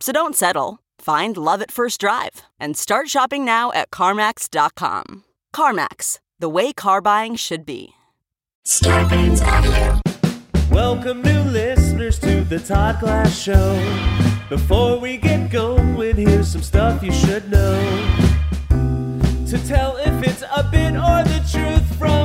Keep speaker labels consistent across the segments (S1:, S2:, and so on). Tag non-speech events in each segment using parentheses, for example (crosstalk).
S1: So don't settle. Find love at first drive and start shopping now at CarMax.com. CarMax, the way car buying should be.
S2: Scorpions Avenue.
S3: Welcome, new listeners, to the Todd Glass Show. Before we get going, here's some stuff you should know to tell if it's a bit or the truth from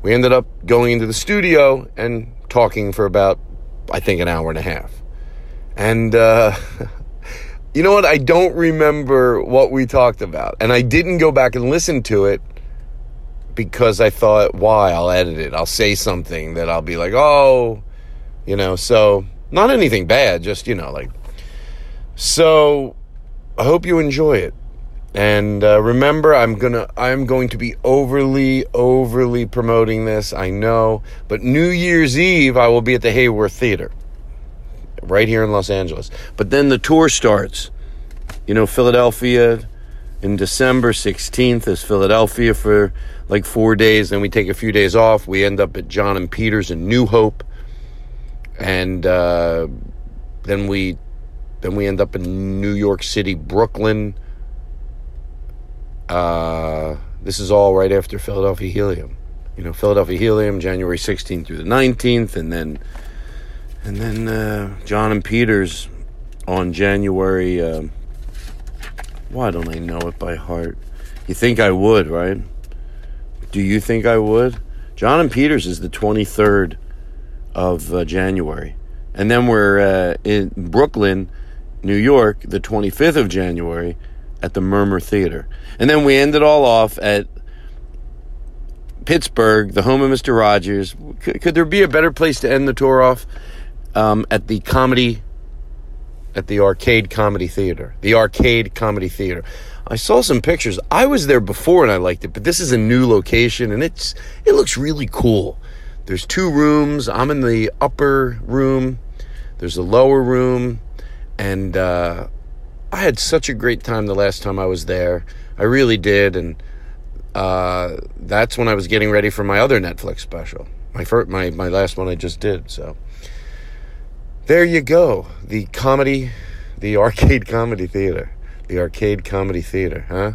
S4: We ended up going into the studio and talking for about, I think, an hour and a half. And uh, (laughs) you know what? I don't remember what we talked about. And I didn't go back and listen to it because I thought, why? I'll edit it. I'll say something that I'll be like, oh, you know, so not anything bad, just, you know, like. So I hope you enjoy it. And uh, remember, I'm gonna, I'm going to be overly, overly promoting this. I know, but New Year's Eve, I will be at the Hayworth Theater, right here in Los Angeles. But then the tour starts. You know, Philadelphia in December 16th is Philadelphia for like four days. Then we take a few days off. We end up at John and Peters in New Hope, and uh, then we, then we end up in New York City, Brooklyn. Uh, this is all right after Philadelphia Helium. You know, Philadelphia Helium, January 16th through the 19th, and then and then uh, John and Peters on January. um why don't I know it by heart? You think I would, right? Do you think I would? John and Peters is the 23rd of uh, January. And then we're uh, in Brooklyn, New York, the 25th of January at the Murmur Theater. And then we end it all off at Pittsburgh, the home of Mr. Rogers. Could, could there be a better place to end the tour off? Um, at the comedy, at the Arcade Comedy Theater. The Arcade Comedy Theater. I saw some pictures. I was there before and I liked it, but this is a new location and it's it looks really cool. There's two rooms. I'm in the upper room. There's a lower room, and uh, I had such a great time the last time I was there. I really did, and uh, that's when I was getting ready for my other Netflix special, my first, my my last one I just did. So there you go, the comedy, the (laughs) arcade comedy theater, the arcade comedy theater, huh?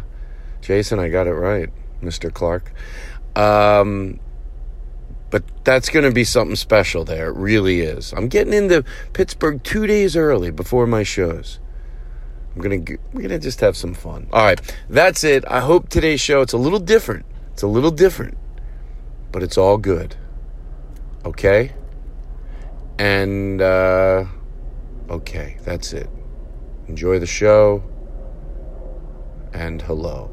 S4: Jason, I got it right, Mister Clark. Um, but that's going to be something special there. It really is. I'm getting into Pittsburgh two days early before my shows. I'm gonna g- we're gonna just have some fun. All right, that's it. I hope today's show it's a little different. It's a little different, but it's all good. Okay. And uh, okay, that's it. Enjoy the show. And hello.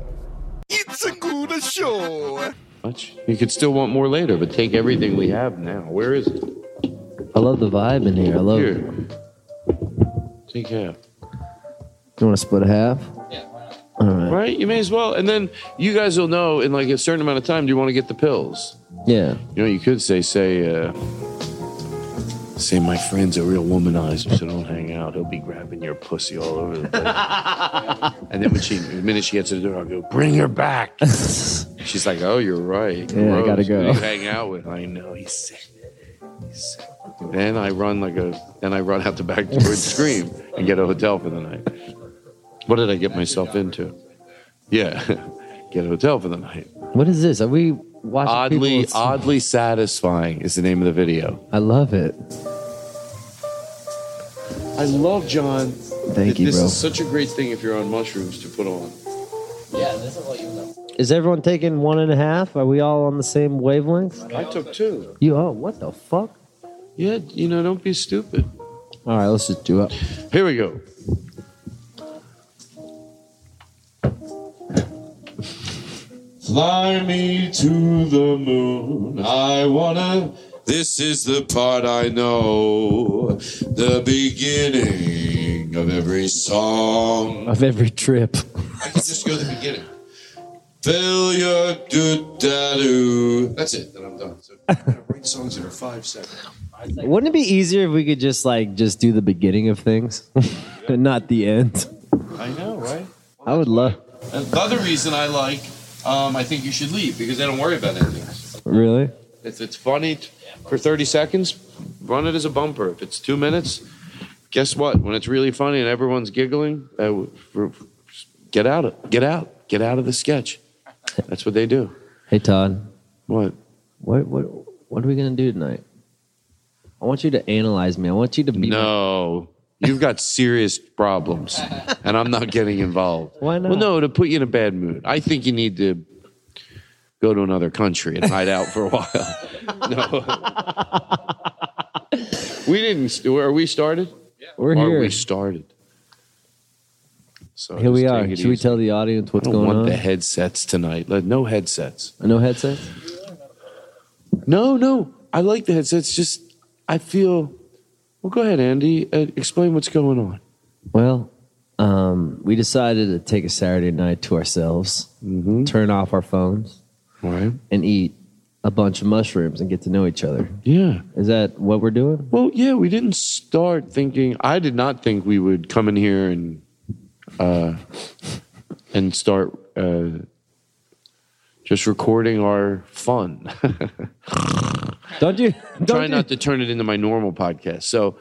S5: It's a good show.
S4: Much. You could still want more later, but take everything we have now. Where is it?
S6: I love the vibe in here. I love.
S4: Here. Take half.
S6: You want to split a half?
S4: Right? You may as well. And then you guys will know in like a certain amount of time do you want to get the pills?
S6: Yeah.
S4: You know, you could say, say, uh, say, my friend's a real womanizer, so don't hang out. He'll be grabbing your pussy all over the place. and then when she, the minute she gets to the door, I'll go, bring her back. She's like, oh, you're right.
S6: Yeah, I
S4: Gross.
S6: gotta
S4: Who do
S6: go."
S4: you hang out with? I know he's sick. He's sick. Then I run like a, then I run out the back door
S6: (laughs)
S4: and scream and get a hotel for the night. What did I get myself into? Yeah, (laughs) get a hotel for the night.
S6: What is this? Are we watching?
S4: Oddly,
S6: people's-
S4: oddly satisfying is the name of the video.
S6: I love it.
S4: I love John.
S6: Thank you,
S4: this
S6: bro.
S4: is such a great thing if you're on mushrooms to put on.
S6: Is everyone taking one and a half? Are we all on the same wavelength?
S4: I took two.
S6: You oh, what the fuck?
S4: Yeah, you know, don't be stupid.
S6: All right, let's just do it.
S4: Here we go.
S7: Fly me to the moon. I wanna. This is the part I know. The beginning of every song.
S6: Of every trip.
S7: I can just go to the beginning. Fill your do da do. That's it. Then I'm done. So (laughs) I write songs that are five seconds.
S6: Wouldn't it be easier if we could just like just do the beginning of things, (laughs) and not the end?
S7: I know, right?
S6: I would love.
S7: Another reason I like. Um, I think you should leave because they don't worry about endings.
S6: Really?
S4: If it's funny t- for 30 seconds, run it as a bumper. If it's two minutes, guess what? When it's really funny and everyone's giggling, uh, w- r- get out of get out, get out of the sketch. That's what they do.
S6: Hey Todd,
S4: What?
S6: what what what are we gonna do tonight? I want you to analyze me. I want you to be.
S4: No. You've got serious problems, and I'm not getting involved.
S6: Why not?
S4: Well, no, to put you in a bad mood. I think you need to go to another country and hide out for a while. (laughs) No. we didn't. st- Are we started?
S6: we're
S4: Are
S6: here.
S4: we started? So
S6: Here we
S4: just
S6: are.
S4: take it
S6: Should we
S4: easy.
S6: tell the
S4: I
S6: audience what's
S4: don't
S6: going
S4: want
S6: on?
S4: the headsets tonight. Let- No headsets.
S6: No headset.
S4: No, no. I like the headsets. Just I feel. Well, go ahead, Andy. Uh, explain what's going on.
S6: Well, um, we decided to take a Saturday night to ourselves,
S4: Mm-hmm.
S6: turn off our phones,
S4: All right.
S6: and eat a bunch of mushrooms and get to know each other.
S4: Yeah.
S6: Is that what we're doing?
S4: Well, yeah, we didn't start thinking. I did not think we would come in here and uh, and start uh, just recording our fun. (laughs)
S6: Don't you? (laughs) Don't
S4: Try
S6: you-
S4: not to turn it into my normal podcast. So,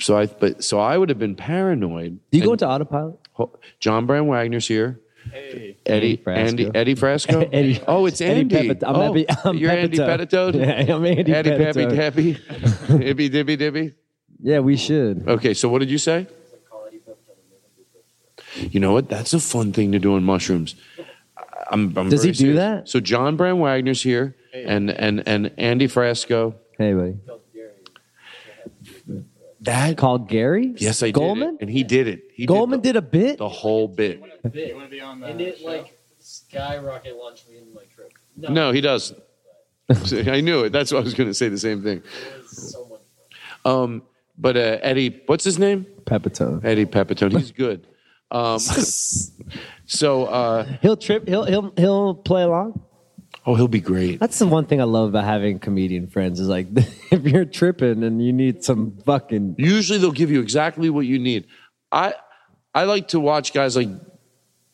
S4: so I but so I would have been paranoid.
S6: Do you go
S4: And
S6: into autopilot?
S4: ho- John Brand Wagner's here. Eddie,
S6: Eddie Frasco.
S4: Andy, Eddie Frasco.
S6: (laughs) Eddie-
S4: oh, it's Andy.
S6: Pepit- I'm
S4: oh,
S6: Epi-
S4: (laughs)
S6: I'm
S4: you're Andy
S6: Pepitone.
S4: Petitode.
S6: (laughs) Yeah, I'm Andy
S4: Eddie
S6: Pepitone.
S4: Peppy
S6: (laughs)
S4: Tappy. Ibby Dibby Dibby.
S6: Yeah, we should.
S4: Okay, so what did you say? You know what? That's a fun thing to do on mushrooms. I'm, I'm
S6: Does he
S4: very
S6: do
S4: serious.
S6: that?
S4: So John Brand Wagner's here, and and and Andy Frasco.
S6: Hey, buddy.
S4: That
S6: Called Gary?
S4: yes, I
S6: Goldman?
S4: did it, and he did it. He
S6: Goldman
S4: did
S6: did a bit.
S4: the, the whole bit.
S8: And it like skyrocket launched me into my trip.
S4: No, he
S6: (laughs)
S4: doesn't. I knew it. That's why I was going to say the same thing. Um, but uh, Eddie, what's his name?
S6: Pepitone.
S4: Eddie Pepitone. He's good.
S6: (laughs)
S4: Um, (laughs) uh, so uh,
S6: He'll trip. He'll he'll he'll play along.
S7: Oh, he'll be great.
S6: That's the one thing I love about having comedian friends is like (laughs) if you're tripping and you need some fucking
S7: Usually they'll give you exactly what you need. I I like to watch guys like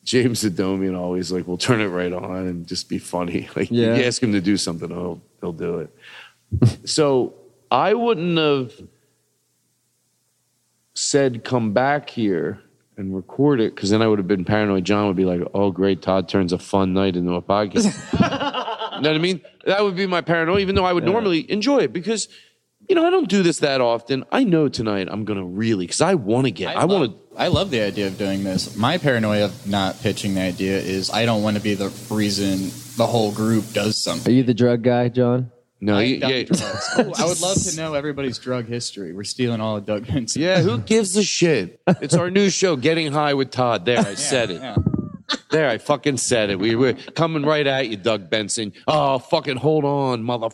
S7: James Adomian always like will turn it right on and just be funny. (laughs) Like
S6: Yeah.
S7: you ask him to do something, he'll he'll do it. (laughs) so I wouldn't have said come back here and record it because then I would have been paranoid. John would be like, "Oh, great, Todd turns a fun night into a podcast." (laughs) you know what I mean? That would be my paranoia, even though I would normally enjoy it because. You know, I don't do this that often. I know tonight I'm gonna really because I want to get. I, want to.
S9: I love the idea of doing this. My paranoia of not pitching the idea is I don't want to be the reason the whole group does
S6: Are
S9: something.
S6: you the drug guy, John?
S7: No, you,
S9: Doug
S7: yeah,
S9: Drugs. Ooh, (laughs) I would love to know everybody's drug history. We're stealing all of Doug Vincent.
S7: Yeah, who gives a shit? It's our new show, Getting High with Todd. There, I said it.
S9: (laughs) yeah.
S7: There, I fucking said it. We were coming right at you, Doug Benson. Oh, fucking hold on, mother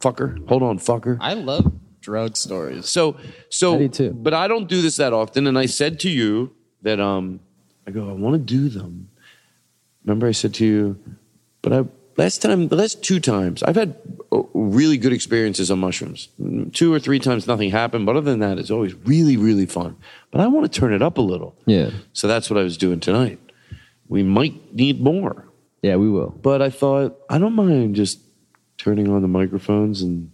S7: fucker. Hold on, fucker.
S9: I love drug stories.
S7: So, so,
S6: I do too.
S7: but I don't do this that often. And I said to you that, um, I go, I want to do them. Remember, I said to you, but I last time, the last two times, I've had uh, really good experiences on mushrooms. Mm, Two or three times, nothing happened. But other than that, it's always really, really fun. But I want to turn it up a little.
S6: Yeah.
S7: So that's what I was doing tonight. We might need more.
S6: Yeah, we will.
S7: But I thought, I don't mind just turning on the microphones and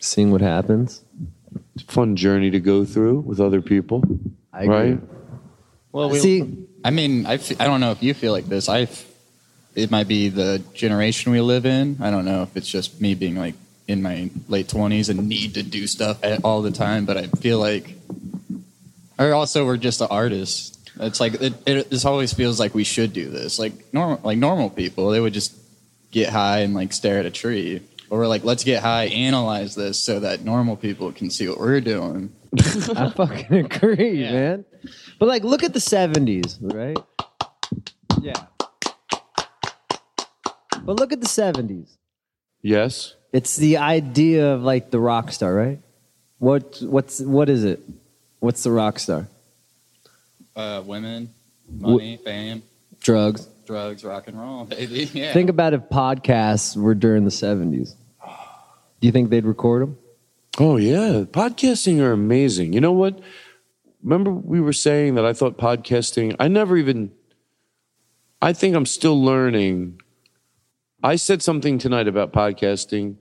S6: Seeing what happens.
S7: it's a fun journey to go through with other people.
S6: I agree.
S7: Right?
S9: Well, we, (laughs)
S6: See-
S9: I mean, I, f- I don't know if you feel like this. I, f- it might be the generation we live in. I don't know if it's just me being like in my late twenties and need to do stuff a- all the time. But I feel like, or also we're just the artists. It's like it, it this always feels like we should do this. Like normal, like normal people, they would just get high and like stare at a tree. Or like, let's get high, analyze this so that normal people can see what we're doing.
S6: I fucking agree,
S9: Yeah.
S6: man. But like, look at the '70s, right? Yeah. But look at the '70s.
S7: Yes.
S6: It's the idea of like the rock star, right? What what's what is it? What's the rock star?
S9: Uh, women, money, fame.
S6: Drugs.
S9: drugs, rock and roll, (laughs) baby. Yeah.
S6: Think about if podcasts were during the '70s. Do you think they'd record them?
S7: Oh yeah, podcasting are amazing. You know what? Remember we were saying that I thought podcasting. I never even. I think I'm still learning. I said something tonight about podcasting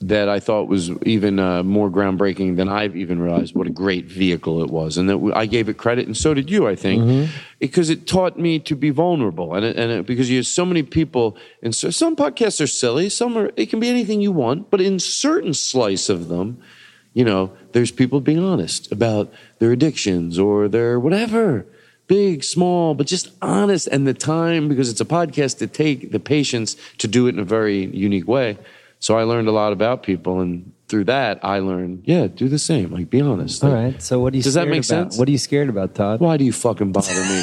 S7: that I thought was even uh, more groundbreaking than I've even realized what a great vehicle it was, and that I gave it credit, and so did you, I think, because it taught me to be vulnerable, and it, and it, because you have so many people, and so some podcasts are silly, some are it can be anything you want, but in certain slice of them, you know, there's people being honest about their addictions or their whatever. Big, small, but just honest, and the time because it's a podcast to take the patience to do it in a very unique way. So I learned a lot about people, and through that, I learned, yeah, do the same. Like, be honest.
S6: All
S7: Like,
S6: right. So what do you?
S7: Does that
S6: scared
S7: make
S6: about?
S7: sense?
S6: What are you scared about, Todd?
S7: Why do you fucking
S6: (laughs)
S7: bother me?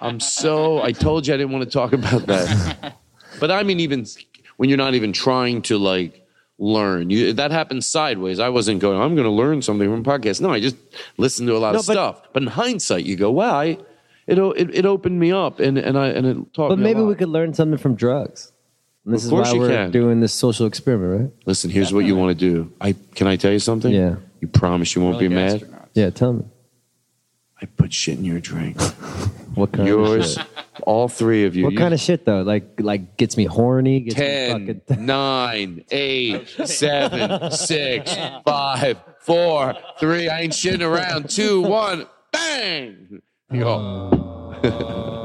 S7: I'm so. I told you I didn't want to talk about that. But I mean, even when you're not even trying to like learn, you that happens sideways. I wasn't going. I'm going to learn something from podcasts. No, I just listened to a lot
S6: No,
S7: of
S6: but-
S7: stuff. But in hindsight, you go, wow, I, it, o- it it opened me up, and and I and it taught
S6: but
S7: me. a
S6: maybe
S7: lot.
S6: we could learn something from drugs. And this
S7: Of
S6: is
S7: course
S6: why
S7: you
S6: we're
S7: can.
S6: doing this social experiment, right?
S7: listen. Here's what you want to do. I can I tell you something?
S6: Yeah.
S7: You promise you won't
S9: Like
S7: be mad.
S9: astronauts.
S6: Yeah. Tell me
S7: I put shit in your drink.
S6: what kind. of shit?
S7: Yours, all three of you.
S6: What
S7: You-
S6: kind of shit though? Like like gets me horny. Gets Me
S7: 10,
S6: fucking (laughs)
S7: 9, 8, 7, 6, 5, 4, 3. I ain't shitting around. 2, 1, bang. You go,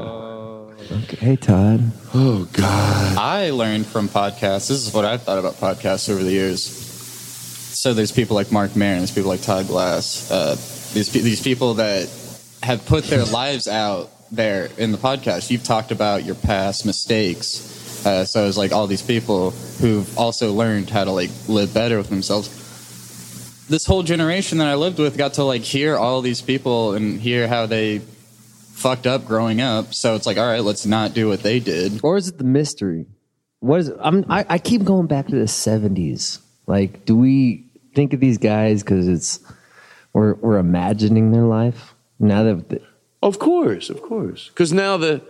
S6: hey Todd.
S7: oh, God.
S9: I learned from podcasts. This is what I've thought about podcasts over the years. So there's people like Mark Maron, there's people like Todd Glass, uh, these pe- these people that have put their lives out there in the podcast. You've talked about your past mistakes. Uh, so it's like all these people who've also learned how to like live better with themselves. This whole generation that I lived with got to like hear all these people and hear how they fucked up growing up. So it's like, all right, let's not do what they did.
S6: Or is it the mystery? What is? I'm. I, I keep going back to the '70s. Like, do we think of these guys because it's we're we're imagining their life now that the,
S7: Of course, of course. Because now the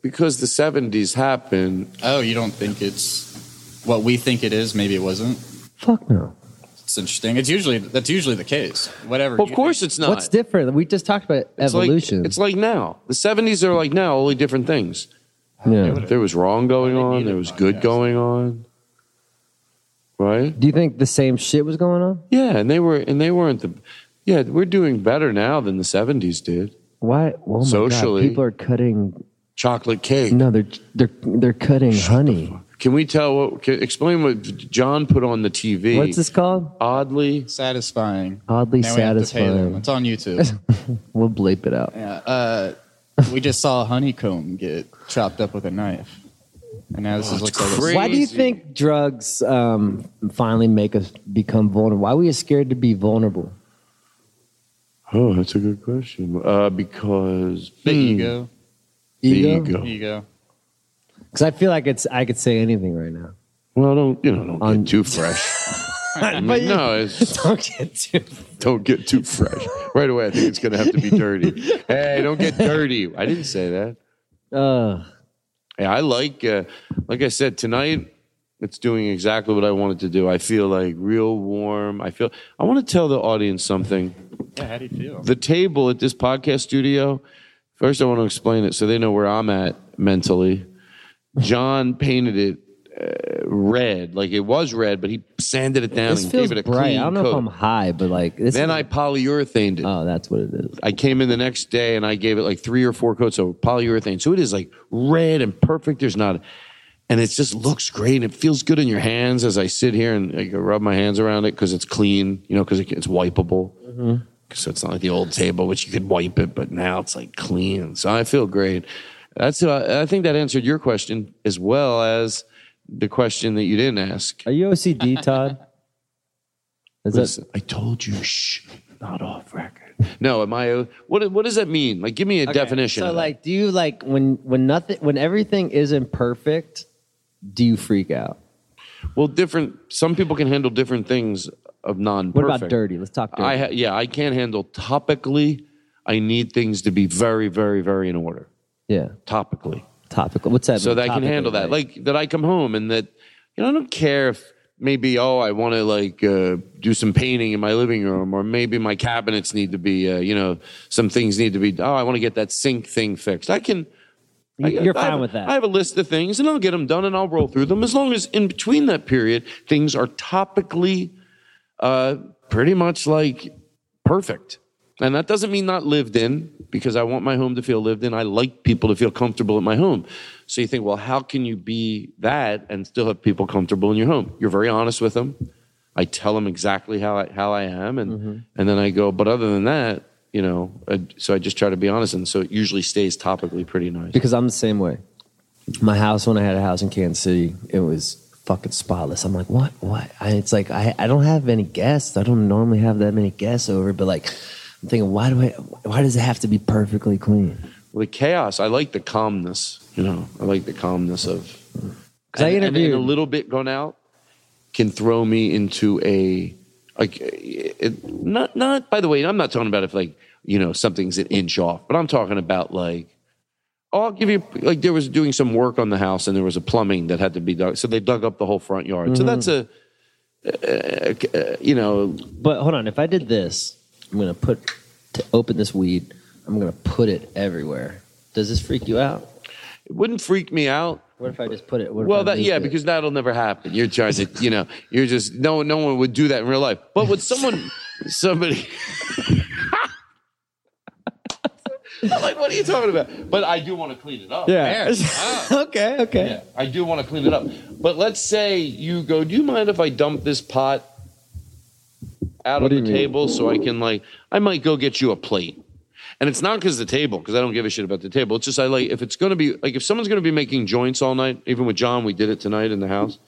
S7: because the 70s happened.
S9: Oh, you don't think it's what we think it is? Maybe it wasn't.
S6: Fuck no.
S9: It's interesting. It's usually that's usually the case. Whatever.
S7: Well, of
S9: you
S7: course it's not.
S6: What's different? We just talked about
S7: It's like-
S6: evolution.
S7: it's like now. The 70s are like now, only different things.
S6: yeah.
S7: There was wrong going on, there was good going on. Right?
S6: Do you think the same shit was going on?
S7: Yeah, and they were and they weren't the Yeah, we're doing better now than the 70s did.
S6: Why? Oh my
S7: Socially.
S6: God, people are cutting.
S7: Chocolate cake.
S6: No, they're they're they're cutting honey.
S7: Can we tell what can, explain what John put on the TV?
S6: What's this called?
S7: Oddly
S9: satisfying.
S6: Oddly
S9: Now we have to pay
S6: satisfying.
S9: them. It's on
S7: (laughs)
S9: YouTube.
S6: We'll bleep it out.
S9: yeah. Uh, we just saw a honeycomb get chopped up with a knife, and now this is looks like
S6: Why do you
S7: Crazy.
S6: think drugs um, finally make us become vulnerable? Why are we scared to be vulnerable?
S7: Oh, that's a good question. Uh, because
S9: the
S7: hmm,
S9: ego.
S7: the
S6: Ego?
S7: ego.
S9: Ego.
S6: Because I feel like it's I could say anything right now.
S7: Well, don't you know? Don't
S6: On-
S7: get too fresh. (laughs) I mean, no,
S6: (laughs)
S7: it's,
S6: Don't get too.
S7: don't get too fresh. Right away, I think it's going to have to
S6: (laughs)
S7: be dirty. hey, don't get dirty. I didn't say that.
S6: Uh,
S7: Hey, I like, uh, like I said tonight. It's doing exactly what I wanted to do. I feel like real warm. I feel. I want to tell the audience something.
S9: Yeah. How do you feel?
S7: the table at this podcast studio. First, I want to explain it so they know where I'm at mentally. John painted it uh, red, like it was red, but he sanded it down
S6: this
S7: and
S6: feels
S7: gave it a
S6: bright.
S7: clean
S6: I don't know
S7: coat.
S6: if I'm high, but like this.
S7: then
S6: is-
S7: I polyurethaned
S6: (laughs)
S7: it.
S6: Oh, that's what it is.
S7: I came in the next day and I gave it like three or four coats of polyurethane. So it is like red and perfect. There's not, and it just looks great. And it feels good in your hands as I sit here and like, I rub my hands around it because it's clean, you know, because it, it's wipeable. So it's not like the old table, which you could wipe it, but now it's like clean. So I feel great. That's, uh, I think that answered your question as well as the question that you didn't ask.
S6: Are you OCD, Todd? Is that
S7: Listen, I told you, shh, not off record. No, am I? What What does that mean? Like, give me a definition.
S6: So
S7: of that.
S6: like, do you like when when nothing when everything isn't perfect? Do you freak out?
S7: well, different. Some people can handle different things of non.
S6: What about dirty? Let's talk dirty.
S7: I ha- yeah, I can't handle topically. I need things to be very, very, very in order
S6: yeah,
S7: topically,
S6: topical. What's that?
S7: so
S6: mean?
S7: that I can
S6: Topical,
S7: handle that.
S6: right?
S7: Like that, I come home and that you know, I don't care if maybe oh, I want to like uh, do some painting in my living room, or maybe my cabinets need to be uh, you know some things need to be. Oh, I want to get that sink thing fixed. I can. I-
S6: You- you're
S7: I have-
S6: fine with that.
S7: I have a list of things and I'll get them done and I'll roll through them as long as in between that period things are topically uh, pretty much like perfect. And that doesn't mean not lived in because I want my home to feel lived in. I like people to feel comfortable at my home. So you think, well, how can you be that and still have people comfortable in your home? You're very honest with them. I tell them exactly how I, how I am and
S6: Mm-hmm.
S7: and then I go, but other than that, you know, I, so I just try to be honest and so it usually stays topically pretty nice.
S6: because I'm the same way. My house when I had a house in Kansas City, it was fucking spotless. I'm like, what, what? I, it's like I, I don't have any guests. I don't normally have that many guests over, but like I'm thinking, why do I? Why does it have to be perfectly clean?
S7: Well, the chaos. I like the calmness. You know, I like the calmness of.
S6: 'Cause I
S7: and- and- and
S6: interviewed-
S7: a little bit gone out can throw me into a like it, not not. By the way, I'm not talking about if like you know something's an inch off, but I'm talking about like. oh, I'll give you like there was doing some work on the house and there was a plumbing that had to be dug, so they dug up the whole front yard. So that's a, uh, uh, you know,
S6: But hold on, if I did this, I'm gonna put to open this weed. I'm gonna put it everywhere. Does this freak you out?
S7: it wouldn't freak me out.
S6: What if I just put it? What if I
S7: Well, that
S6: moved
S7: yeah,
S6: it?
S7: because that'll never happen. You're trying to, you know, you're just no, no one would do that in real life. But
S6: (laughs)
S7: with someone, somebody, (laughs) I'm like, what are you talking about? But I do want to clean it up.
S6: yeah. (laughs) okay, okay.
S7: Yeah, I do want to clean it up. But let's say you go, do you mind if I dump this pot out
S6: What do you
S7: on the
S6: mean?
S7: table so I can like I might go get you a plate. And it's not because the table, because I don't give a shit about the table. It's just I like if it's gonna be like if someone's gonna be making joints all night, even with John, we did it tonight in the house.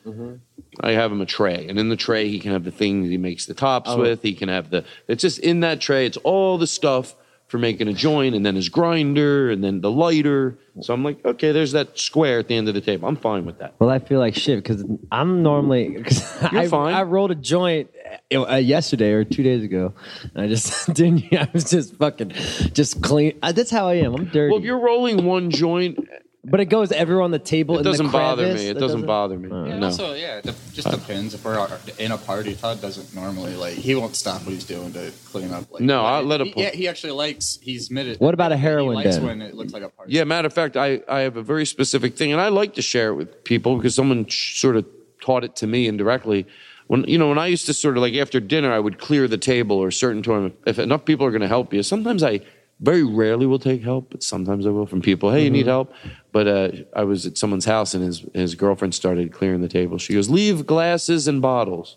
S7: I have him a tray, and in the tray he can have the thing that he makes the tops
S6: Oh.
S7: with. He can have the. It's just in that tray. It's all the stuff for making a joint, and then his grinder, and then the lighter. So I'm like, okay, there's that square at the end of the table. I'm fine with that.
S6: Well, I feel like shit because I'm normally. Cause (laughs)
S7: You're
S6: I,
S7: fine.
S6: I rolled a joint uh, yesterday or two days ago, and I just (laughs) didn't. I was just fucking just clean. Uh, that's how I am. I'm dirty.
S7: Well, if you're rolling one joint,
S6: But it goes everywhere on the table.
S7: It
S6: in
S7: doesn't
S6: the
S7: bother
S6: crevice.
S7: me. It
S6: That
S7: doesn't bother me.
S9: Yeah, and
S7: No.
S9: also, yeah, it just depends. If we're in a party, Todd doesn't normally like. He won't stop what he's doing to clean up. Like,
S7: No, I let him
S9: He,
S7: pull-
S9: yeah, he actually likes. He's admitted.
S7: What about a
S9: he
S7: heroin
S9: likes
S7: den?
S9: when it looks like a party.
S7: Yeah, matter of fact, I, I have a very specific thing, and I like to share it with people because someone sh- sort of taught it to me indirectly. When you know, when I used to sort of like after dinner, I would clear the table or a certain time. If enough people are going to help you, sometimes I very rarely will take help, but sometimes I will from people. Hey, you need
S6: Mhm.
S7: help? But uh, I was at someone's house, and his his girlfriend started clearing the table. She goes, "Leave glasses and bottles."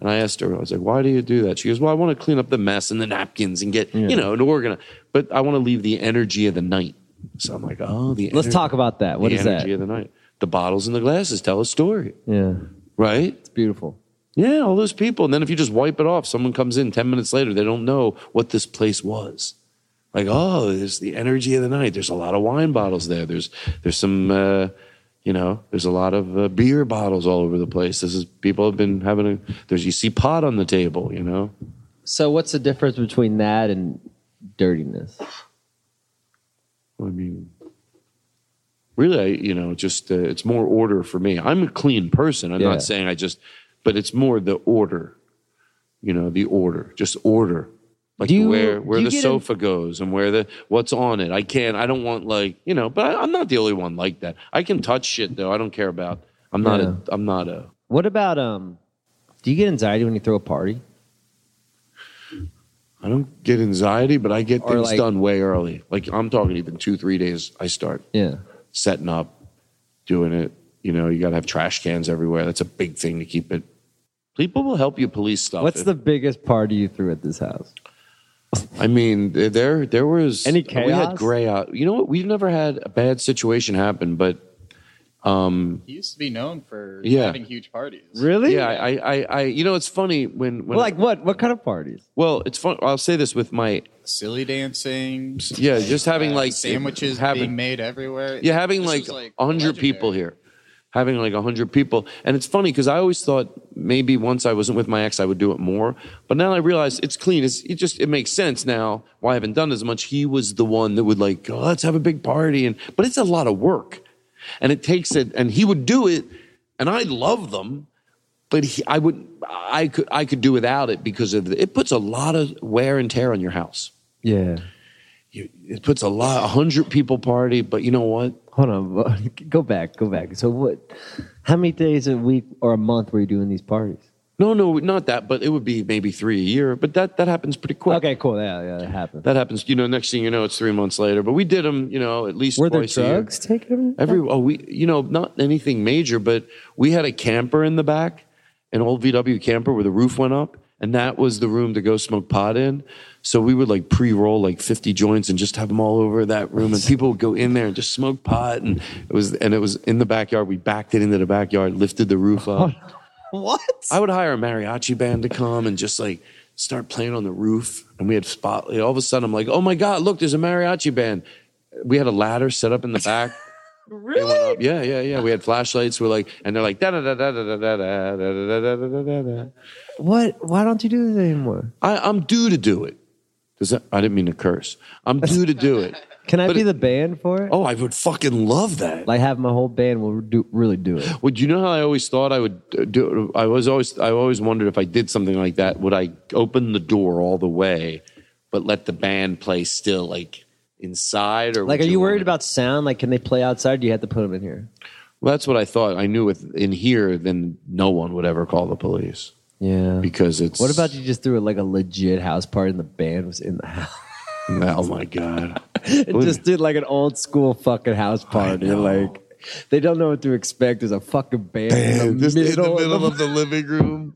S7: And I asked her, I was like, why do you do that? She goes, well, I want to clean up the mess and the napkins and get, you know, and organize, but I want to leave the energy of the night. So I'm like, oh, the
S6: Let's
S7: ener-
S6: talk about that. What
S7: the
S6: is that?
S7: energy of the night. The bottles and the glasses tell a story,
S6: Yeah.
S7: right? It's
S6: beautiful.
S7: Yeah, all those people. And then if you just wipe it off, someone comes in 10 minutes later, they don't know what this place was. Like, oh, there's the energy of the night. There's a lot of wine bottles there. There's there's some, uh, you know, there's a lot of uh, beer bottles all over the place. This is people have been having a. There's you see pot on the table, you know.
S6: So what's the difference between that and dirtiness?
S7: I mean, really, I, you know, just uh, it's more order for me. I'm a clean person. I'm
S6: Yeah.
S7: not saying I just, but it's more the order, you know, the order, just order. Like
S6: Do you-
S7: where where
S6: do you
S7: the
S6: get in-
S7: sofa goes and where the what's on it. I can't. I don't want like you know. But I, I'm not the only one like that. I can touch shit though. I don't care about. I'm not.
S6: Yeah.
S7: A, I'm not a.
S6: What about um? Do you get anxiety when you throw a party?
S7: I don't get anxiety, but I get
S6: Or,
S7: things
S6: like-
S7: done way early. Like I'm talking even two three days. I start.
S6: Yeah.
S7: setting up, doing it. You know, you got to have trash cans everywhere. That's a big thing to keep it. People will help you police stuff.
S6: What's the biggest party you threw at this house?
S7: I mean, there there was
S6: Any
S7: We had
S6: chaos?
S7: gray out. You know what? We've never had a bad situation happen, but um,
S9: He used to be known for
S7: Yeah.
S9: having huge parties.
S6: Really?
S7: Yeah, I, I, I, you know, it's funny when,
S6: Well,
S7: when
S6: like what? What kind of parties?
S7: well, it's fun. I'll say this with my
S9: Silly dancing.
S7: yeah, just having
S9: uh,
S7: like
S9: sandwiches
S7: having-
S9: being made everywhere.
S7: Yeah, having
S9: This
S7: like,
S9: was,
S7: a 100 people here. Having like a 100 people. And it's funny because I always thought maybe once I wasn't with my ex, I would do it more. But now I realize it's clean. It's, it just, it makes sense now why I haven't done as much. He was the one that would like, oh, let's have a big party. And, but it's a lot of work. And it takes it, and he would do it. And I love them. But he, I would, I could, I could do without it because of the, it puts a lot of wear and tear on your house.
S6: Yeah.
S7: It puts a lot, a hundred people party. But you know what?
S6: Hold on. (laughs) Go back. Go back. So what? How many days a week or a month were you doing these parties?
S7: No, no, not that, but it would be maybe three a year. But that that happens pretty quick.
S6: Okay, cool. Yeah, yeah, that happens.
S7: That happens. You know, next thing you know, it's three months later. But we did them. You know, at least
S6: Were there
S7: twice a year.
S6: drugs taken?
S7: Every oh, we you know not anything major, but we had a camper in the back, an old VW camper where the roof went up, and that was the room to go smoke pot in. So we would like pre-roll like fifty joints and just have them all over that room, and people would go in there and just smoke pot, and it was and it was in the backyard. We backed it into the backyard, lifted the roof up.
S6: What?
S7: I would hire a mariachi band to come and just like start playing on the roof. And we had spotlight. All of a sudden, I'm like, oh my God, look, there's a mariachi band. We had a ladder set up in the back. really? Yeah, yeah, yeah. We had flashlights. We're like, and they're like, da da da da da da da da da da da da da.
S6: What? Why don't you do this anymore?
S7: I- I'm due to do it. Does that, I didn't mean to curse. I'm due to do
S6: (laughs)
S7: it.
S6: Can I be the band for it?
S7: Oh, I would fucking love that.
S6: Like have my whole band will do really do it.
S7: Well, do you know how I always thought I would uh, do? I was always I always wondered if I did something like that, would I open the door all the way, but let the band play still, like inside, or
S6: Like, are
S7: would
S6: you
S7: want
S6: worried
S7: it-
S6: about sound? Like, can they play outside? Do you have to put them in here?
S7: Well, that's what I thought. I knew with in here, then no one would ever call the police.
S6: Yeah,
S7: because it's
S6: What about you just threw like a legit house party and the band was in the
S7: (laughs)
S6: house?
S7: Oh my god!
S6: it (laughs) just did like an old school fucking house party. Like they don't know what to expect. There's a fucking band, in, the
S7: just in the
S6: middle
S7: middle (laughs) of the living room.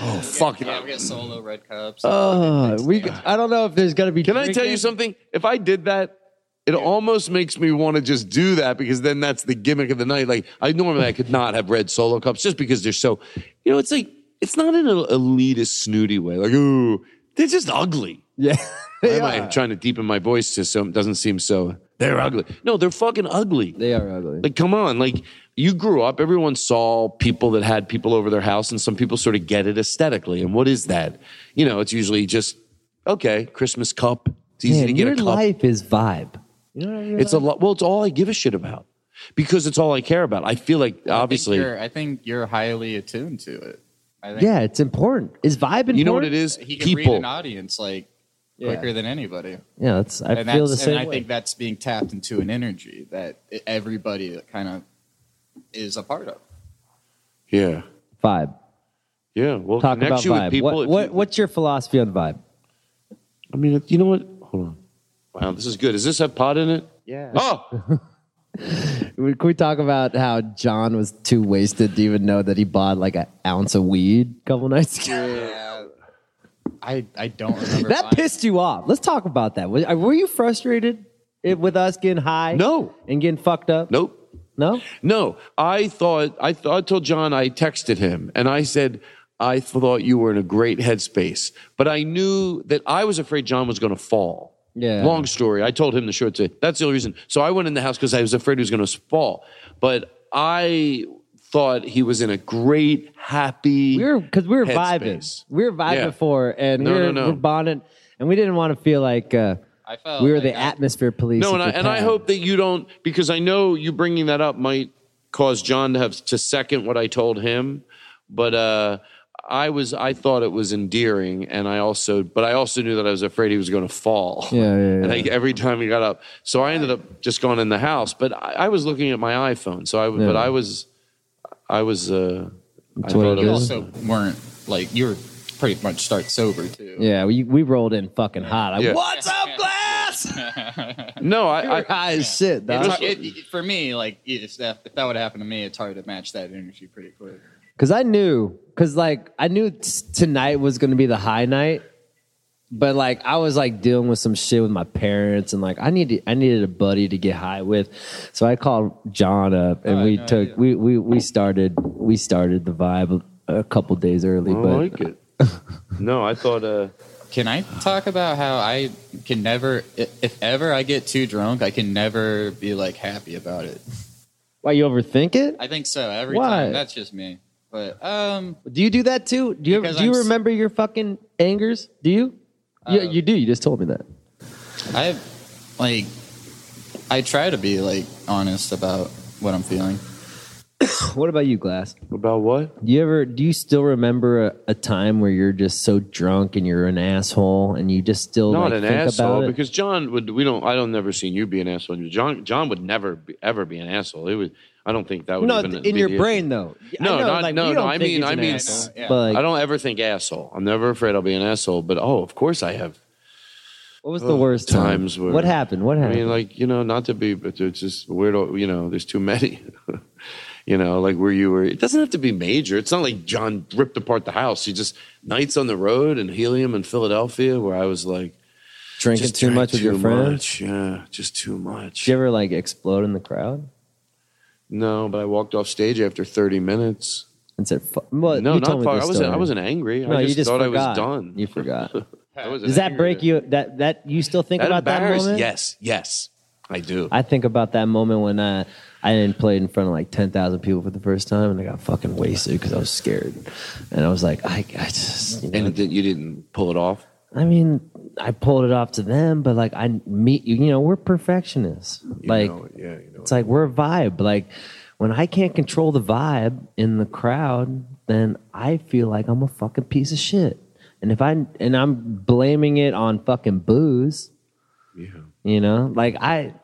S7: oh fuck!
S9: Yeah, we got solo red cups.
S7: Uh,
S6: Oh, we. I don't know if there's gonna be.
S7: Can I tell you something? If I did that, it almost makes me want to just do that because then that's the gimmick of the night. Like I normally I could not have red solo cups just because they're so, you know, it's like it's not in an elitist snooty way. Like ooh, they're just ugly.
S6: Yeah.
S7: Why am I trying to deepen my voice just so it doesn't seem so? They're ugly. No, they're fucking ugly.
S6: They are ugly.
S7: Like, come on. Like, you grew up, everyone saw people that had people over their house, and some people sort of get it aesthetically. And what is that? You know, it's usually just, okay, Christmas cup. It's easy
S6: Man,
S7: to get
S6: your
S7: a cup.
S6: life is vibe. You know what I
S7: It's a lot. Well, it's all I give a shit about because it's all I care about. I feel like obviously.
S9: I think, you're, I think you're highly attuned to it. I think
S6: Yeah, it's important. Is vibe important?
S7: You know what it is?
S9: He can read an audience like quicker than anybody.
S6: Yeah, that's. I
S9: and
S6: feel
S9: that's-
S6: the same.
S9: And I
S6: way.
S9: think that's being tapped into an energy that i- everybody kind of is a part of.
S7: Yeah.
S6: Vibe.
S7: Yeah. Well,
S6: Talk about
S7: connects you with
S6: vibe.
S7: people
S6: What,
S7: if
S6: what, what's your philosophy on vibe?
S7: I mean, you know what? Hold on. Wow, this is good. Does this have pot in it?
S6: Yeah.
S7: Oh,
S6: We- Can we talk about how John was too wasted to even know that he bought like an ounce of weed a couple nights ago?
S9: Yeah. I,
S7: (laughs)
S9: I don't remember.
S6: That
S9: buying-
S6: pissed you off. Let's talk about that. Were were you frustrated it- with us getting high?
S7: No.
S6: And getting fucked up?
S7: nope.
S6: No?
S7: No, I thought I thought I told John I texted him and I said I thought you were in a great headspace, but I knew that I was afraid John was going to fall.
S6: Yeah.
S7: Long story. I told him the short story. That's the only reason. So I went in the house because I was afraid he was going to fall, but I thought he was in a great happy.
S6: We were because we were
S7: headspace.
S6: vibing. We were vibing
S7: Yeah.
S6: before and
S7: No,
S6: we were,
S7: no, no.
S6: we're bonding and we didn't want to feel like uh,
S9: I felt
S6: we were
S9: like
S6: the
S9: I-
S6: atmosphere police.
S7: No,
S6: at
S7: and I,
S6: the
S7: and I
S6: time.
S7: hope that you don't, because I know you bringing that up might cause John to have to second what I told him. But uh, I was, I thought it was endearing, and I also, but I also knew that I was afraid he was going to fall.
S6: Yeah, yeah,
S7: And I,
S6: yeah.
S7: every time he got up, so I ended up just going in the house. But I, I was looking at my iPhone, so I,
S6: Yeah.
S7: but I was, I was, uh, I
S6: what
S7: thought
S6: it
S7: it
S9: You
S7: was.
S9: also weren't like, you were pretty much start sober too.
S6: Yeah, we, we rolled in fucking hot. I,
S7: Yeah.
S6: What's (laughs) up, glass?
S7: No,
S6: We
S7: I,
S6: were
S7: I
S6: high as shit.
S9: It's
S6: Dog.
S9: hard- it- it- for me, like if that, if that would happen to me, it's hard to match that energy pretty quick.
S6: Cause I knew, cause like I knew t- tonight was gonna be the high night, but like I was like dealing with some shit with my parents, and like I needed I needed a buddy to get high with, so I called John up,
S9: Oh,
S6: and we took we, we we started we started the vibe a, a couple days early,
S7: don't
S6: but
S7: like it. No, I thought. Uh,
S9: Can I talk about how I can never, i- if ever I get too drunk, I can never be like happy about it.
S6: why you overthink it?
S9: I think so. Every
S6: Why?
S9: time. That's just me. But um,
S6: Do you do that too? Do you
S9: Because
S6: do you
S9: I'm s- Uh,
S6: remember your fucking angers? Do you? yeah, you do. You just told me that.
S9: I like I try to be like honest about what I'm feeling.
S6: What about you, Glass?
S7: about what?
S6: You ever do you still remember a, a time where you're just so drunk and you're an asshole and you just still
S7: not
S6: like,
S7: an
S6: think about
S7: asshole
S6: it?
S7: because John would we don't I don't never seen you be an asshole. John John would never be, ever be an asshole. It would I don't think that would
S6: no,
S7: even
S6: th-
S7: be
S6: in your
S7: the
S6: brain though.
S7: No,
S6: I know,
S7: not-
S6: like,
S7: no,
S6: you
S7: no,
S6: don't
S7: I
S6: think
S7: mean-
S6: he's
S7: I
S6: an
S7: mean-
S6: asshole,
S9: Yeah.
S6: but
S7: issue. I
S6: like,
S7: don't ever think asshole. I'm never afraid I'll be an asshole, but oh, of course I have
S6: what was the worst time?
S7: times where
S6: what happened? What
S7: I
S6: happened?
S7: mean like, you know, not to be but it's just weirdo, you know, there's too many. (laughs) you know, like where you were it doesn't have to be major. It's not like John ripped apart the house. He just nights on the road and helium in Philadelphia where I was like
S6: Drinking
S7: just
S6: too
S7: drank
S6: much with your
S7: too
S6: friends.
S7: much. Yeah, just too much.
S6: Did you ever like explode in the crowd
S7: No, but I walked off stage after 30 minutes.
S6: and said, "Fuck"? Well,
S7: no,
S6: you
S7: not
S6: told
S7: far.
S6: Me this
S7: I wasn't. I
S6: story.
S7: wasn't angry.
S6: No,
S7: I just,
S6: you just
S7: thought I
S6: forgot.
S7: was done.
S6: You forgot.
S7: (laughs) I wasn't
S6: Does that
S7: angry.
S6: break you? That that you still think
S7: That
S6: about that
S7: embarrassed-
S6: moment?
S7: Yes, yes, I do.
S6: I think about that moment when I I didn't play in front of like ten thousand people for the first time, and I got fucking wasted because I was scared, and I was like, I, I just, you know,
S7: and it didn't- you didn't pull it off.
S6: I mean, I pulled it off to them, but like I meet you, you know, we're perfectionists.
S7: You
S6: like,
S7: know, yeah, you know.
S6: it's like we're a vibe. Like, when I can't control the vibe in the crowd, then I feel like I'm a fucking piece of shit. And if I and I'm blaming it on fucking booze,
S7: Yeah.
S6: you know, like I,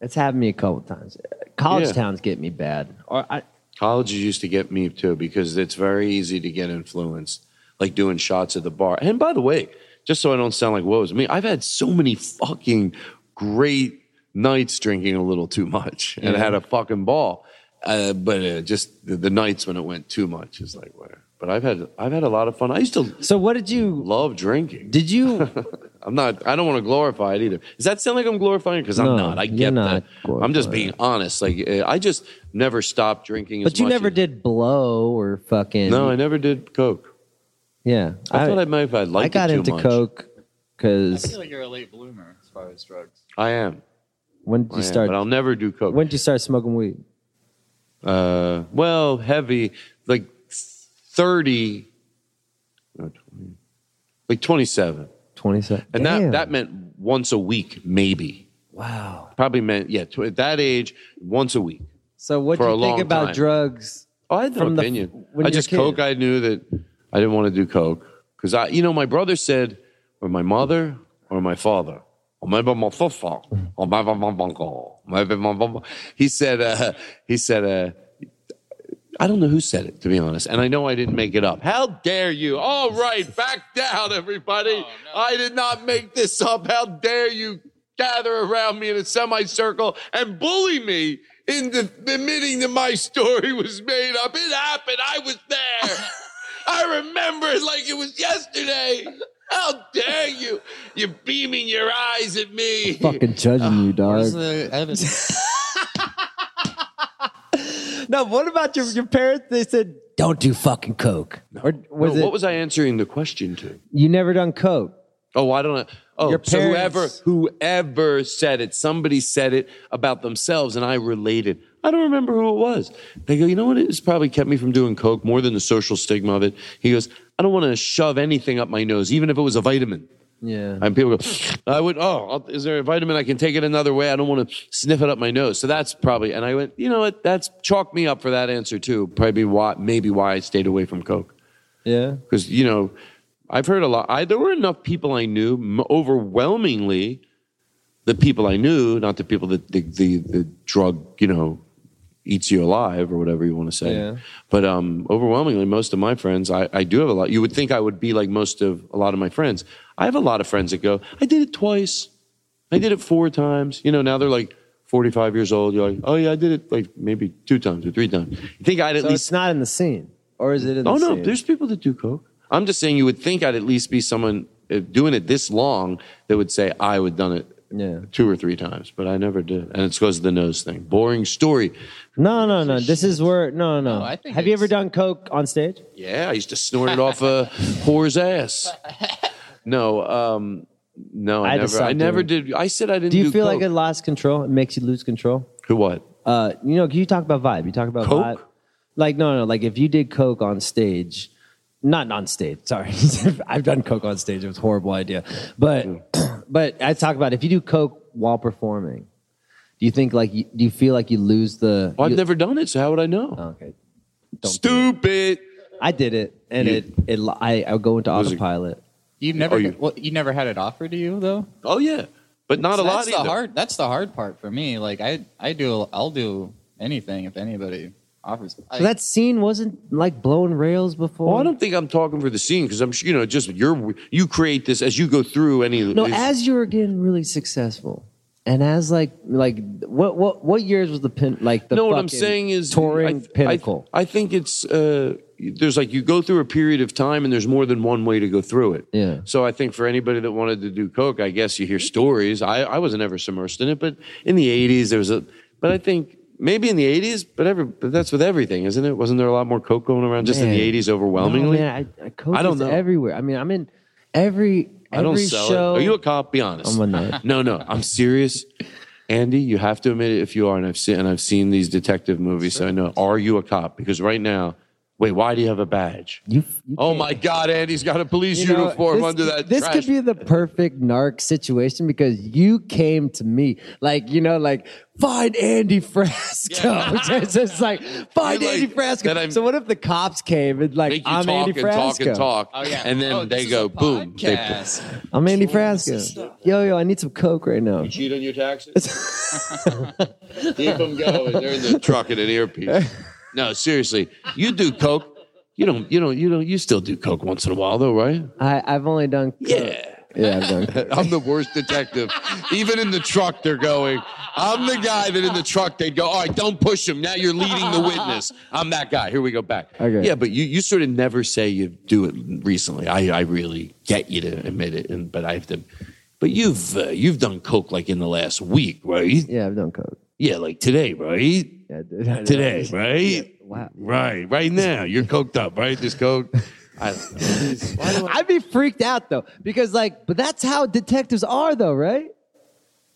S6: it's happened to me a couple times. College
S7: Yeah.
S6: towns get me bad, or I,
S7: Colleges used to get me too because it's very easy to get influenced, like doing shots at the bar. And by the way, just so I don't sound like woe is me, I've had so many fucking great nights drinking a little too much (laughs) and had a fucking ball. Uh, but uh, just the, the nights when it went too much is like where. But I've had I've had a lot of fun. I used to
S6: So what did you?
S7: love drinking.
S6: Did you?
S7: (laughs) I'm not. I don't want to glorify it either. Does that sound like I'm glorifying? Because
S6: No,
S7: I'm not. I
S6: you're
S7: get
S6: not
S7: that. I'm
S6: glorifying
S7: just being honest. Like uh, I just never stopped drinking. as
S6: but you
S7: much
S6: never
S7: as-
S6: did blow or fucking.
S7: No, I never did coke.
S6: yeah,
S7: I, thought I might have. I liked
S6: I got
S7: it too
S6: into
S7: much.
S6: coke
S9: I feel
S6: because
S9: like you're a late bloomer as far as drugs.
S7: I am.
S6: when did
S7: I
S6: you
S7: am,
S6: start?
S7: but I'll never do coke.
S6: When did you start smoking weed?
S7: uh, well, heavy, like thirty, no, 20, like twenty-seven,
S6: Twenty seven.
S7: and that that meant once a week, maybe.
S10: Wow.
S7: Probably meant yeah. Tw- at that age, once a week.
S6: So what
S7: For
S6: do
S7: a
S6: you think
S7: long
S6: about
S7: time.
S6: drugs?
S7: Oh, I had no
S6: from the-
S7: opinion.
S6: when
S7: I
S6: you were a
S7: just
S6: kid?
S7: coke. I knew that I didn't want to do coke because I, you know, my brother said, or my mother, or my father, or maybe my father, or maybe my uncle, maybe my mama. He said, uh, he said, uh, I don't know who said it to be honest, and I know I didn't make it up. How dare you? All right, back down, everybody. I did not make this up. How dare you gather around me in a semicircle and bully me into admitting that my story was made up? It happened. I was there. I remember it like it was yesterday. How dare you? You're beaming your eyes at me.
S6: Fucking judging
S7: (sighs)
S6: you, dog. no, what about your, your parents? They said, don't do fucking coke. Or was
S7: No,
S6: it,
S7: what was I answering the question to?
S6: you never done coke?
S7: Oh, I don't know. Oh,
S6: Your
S7: so whoever
S6: parents.
S7: whoever said it, somebody said it about themselves, and I related. I don't remember who it was. They go, you know what? It's probably kept me from doing coke more than the social stigma of it. He goes, I don't want to shove anything up my nose, even if it was a vitamin.
S10: Yeah.
S7: And people go, I would. Oh, I'll- is there a vitamin I can take it another way? I don't want to sniff it up my nose. So that's probably. And I went, you know what? That's chalk me up for that answer too. Probably why, maybe why I stayed away from coke
S6: Yeah.
S7: because you know i've heard a lot I, there were enough people i knew m- overwhelmingly the people i knew not the people that the, the, the drug you know eats you alive or whatever you want to say
S6: Yeah.
S7: but um, overwhelmingly most of my friends I, I do have a lot you would think i would be like most of a lot of my friends i have a lot of friends that go i did it twice i did it four times you know now they're like 45 years old you're like oh yeah i did it like maybe two times or three times you think i'd at
S6: so
S7: least
S6: it's not in the scene. Or is it in
S7: oh
S6: the
S7: no,
S6: scene?
S7: there's people that do coke. I'm just saying you would think I'd at least be someone uh, doing it this long that would say I would done it
S6: Yeah.
S7: two or three times, but I never did. And it's because of the nose thing. Boring story.
S6: No, no, no. This is where, no, no.
S7: I think
S6: Have you ever done coke on stage?
S7: Yeah, I used to snort it off a (laughs) whore's ass. No, um, no,
S6: I
S7: I,
S6: had to
S7: never.
S6: stop
S7: I never
S6: doing
S7: did. I said I didn't.
S6: Do
S7: Do
S6: you feel
S7: coke.
S6: like it lost control? It makes you lose control?
S7: Who what?
S6: Uh, you know, you talk about vibe. You talk about
S7: Coke?
S6: vibe. Like no, no, like if you did coke on stage, not on stage. Sorry, (laughs) I've done coke on stage. It was a horrible idea. But
S7: Mm.
S6: (clears throat) but I talk about if you do coke while performing, do you think like you, do you feel like you lose the?
S7: Well, I've
S6: you- oh,
S7: never done it, so how would I know?
S6: Okay.
S7: Stupid.
S6: I did it, and
S9: You-
S6: it it lo- I I would go into
S9: Was it-
S6: autopilot.
S9: You never,
S6: Oh,
S9: you, well, you never had it offered to you though.
S7: Oh yeah, but not a lot
S9: That's the
S7: either.
S9: hard. That's the hard part for me. Like I, I do, I'll do anything if anybody offers. I,
S6: So that scene wasn't like blowing rails before.
S7: Well, I don't think I'm talking for the scene because I'm, sure you know, just you're you create this as you go through any.
S6: No,
S7: it's-
S6: as you were getting really successful, and as like like what what what years was the pin like the
S7: no, what I'm
S6: fucking
S7: saying is
S6: touring
S7: I th- I-
S6: pinnacle.
S7: I, think it's uh, there's like you go through a period of time and there's more than one way to go through it.
S6: Yeah.
S7: So I think for anybody that wanted to do coke, I guess you hear stories. I, I wasn't ever submersed in it, but in the '80s there was a. But I think maybe in the '80s, but every but that's with everything, isn't it? Wasn't there a lot more coke going around just in
S6: Man.
S7: the '80s overwhelmingly?
S6: No, man, I, I, coke
S7: I don't
S6: is
S7: know.
S6: everywhere. I mean, I'm in every every
S7: I don't sell
S6: show.
S7: it. Are
S6: (laughs)
S7: you a cop? Be honest.
S6: I'm a
S7: (laughs)
S6: nut.
S7: No, no, I'm serious. Andy, you have to admit it if you are, and I've seen and I've seen these detective movies, so I know. Are you a cop? Because right now, wait, why do you have a badge?
S6: You,
S7: oh my God, Andy's got a police
S6: You know,
S7: uniform
S6: this-
S7: under that.
S6: This
S7: trash.
S6: could be the perfect narc situation because you came to me, like you know, like find Andy Frasco. (laughs) it's just like find
S7: You're
S6: Andy
S7: like, that
S6: Frasco.
S7: I'm-
S6: So what if the cops came and like
S7: Make you
S6: I'm
S7: talk
S6: Andy
S7: and talk and
S6: Frasco?
S7: talk,
S9: Oh,
S7: and then they go boom. They,
S6: I'm Andy Frasco. Yo, yo, I need some coke right now.
S7: cheat on your taxes. Keep them going. They're in the truck and an earpiece. No, seriously, you do coke. You don't. You don't. You don't. You still do coke once in a while, though, right?
S6: I, I've only done.
S7: Yeah.
S6: Yeah, I've done.
S7: (laughs) I'm the worst detective. Even in the truck, they're going. I'm the guy that in the truck they'd go, all right, don't push him. Now you're leading the witness. I'm that guy. Here we go back.
S6: Okay.
S7: Yeah, but you, you sort of never say you do it recently. I, I really get you to admit it, and but I have to. But you've uh, you've done coke like in the last week, right?
S6: Yeah, I've done coke.
S7: Yeah, like today, right?
S6: Yeah, I did. I did.
S7: Today, right?
S6: Wow.
S7: Right, right now. You're coked up, right? This coke.
S6: (laughs)
S7: I don't know.
S6: I'd be freaked out though, because like, but that's how detectives are though, right?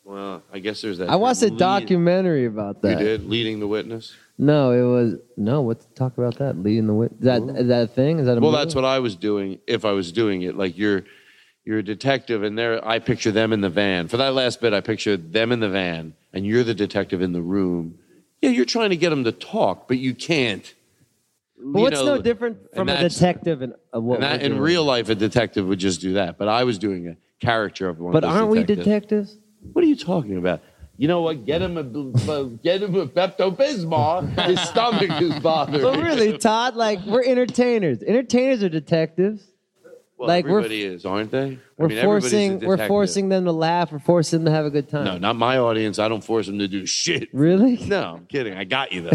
S7: Well, I guess there's that.
S6: I watched a
S7: lead-
S6: documentary about
S7: You
S6: that.
S7: did leading the witness.
S6: No, it was no. What talk about that? Leading the wit. That is that a thing? Is that a
S7: Well,
S6: movie?
S7: that's what I was doing if I was doing it. Like you're you're a detective, and there I picture them in the van. For that last bit, I picture them in the van, and you're the detective in the room. Yeah, you're trying to get them to talk, but you can't.
S6: But
S7: You
S6: what's
S7: know,
S6: no different
S7: and
S6: from a
S7: that's-
S6: detective and a what
S7: And that,
S6: we're
S7: in
S6: doing?
S7: real life, a detective would just do that, but I was doing a character of one.
S6: But
S7: of those
S6: aren't
S7: detectives.
S6: we
S7: (laughs)
S6: detectives?
S7: What are you talking about? You know what? Get him a b- b- get him a Pepto Bismol. His stomach is bothering.
S6: But Oh, really,
S7: him.
S6: Todd, like we're entertainers. Entertainers are detectives.
S7: well,
S6: like, we're-
S7: everybody is, aren't they?
S6: We're
S7: I mean, everybody's a
S6: forcing we're
S7: detective.
S6: forcing them to laugh. We're forcing them to have a good time.
S7: No, not my audience. I don't force them to do shit.
S6: Really?
S7: No, I'm kidding. I
S6: (laughs)
S7: got you though.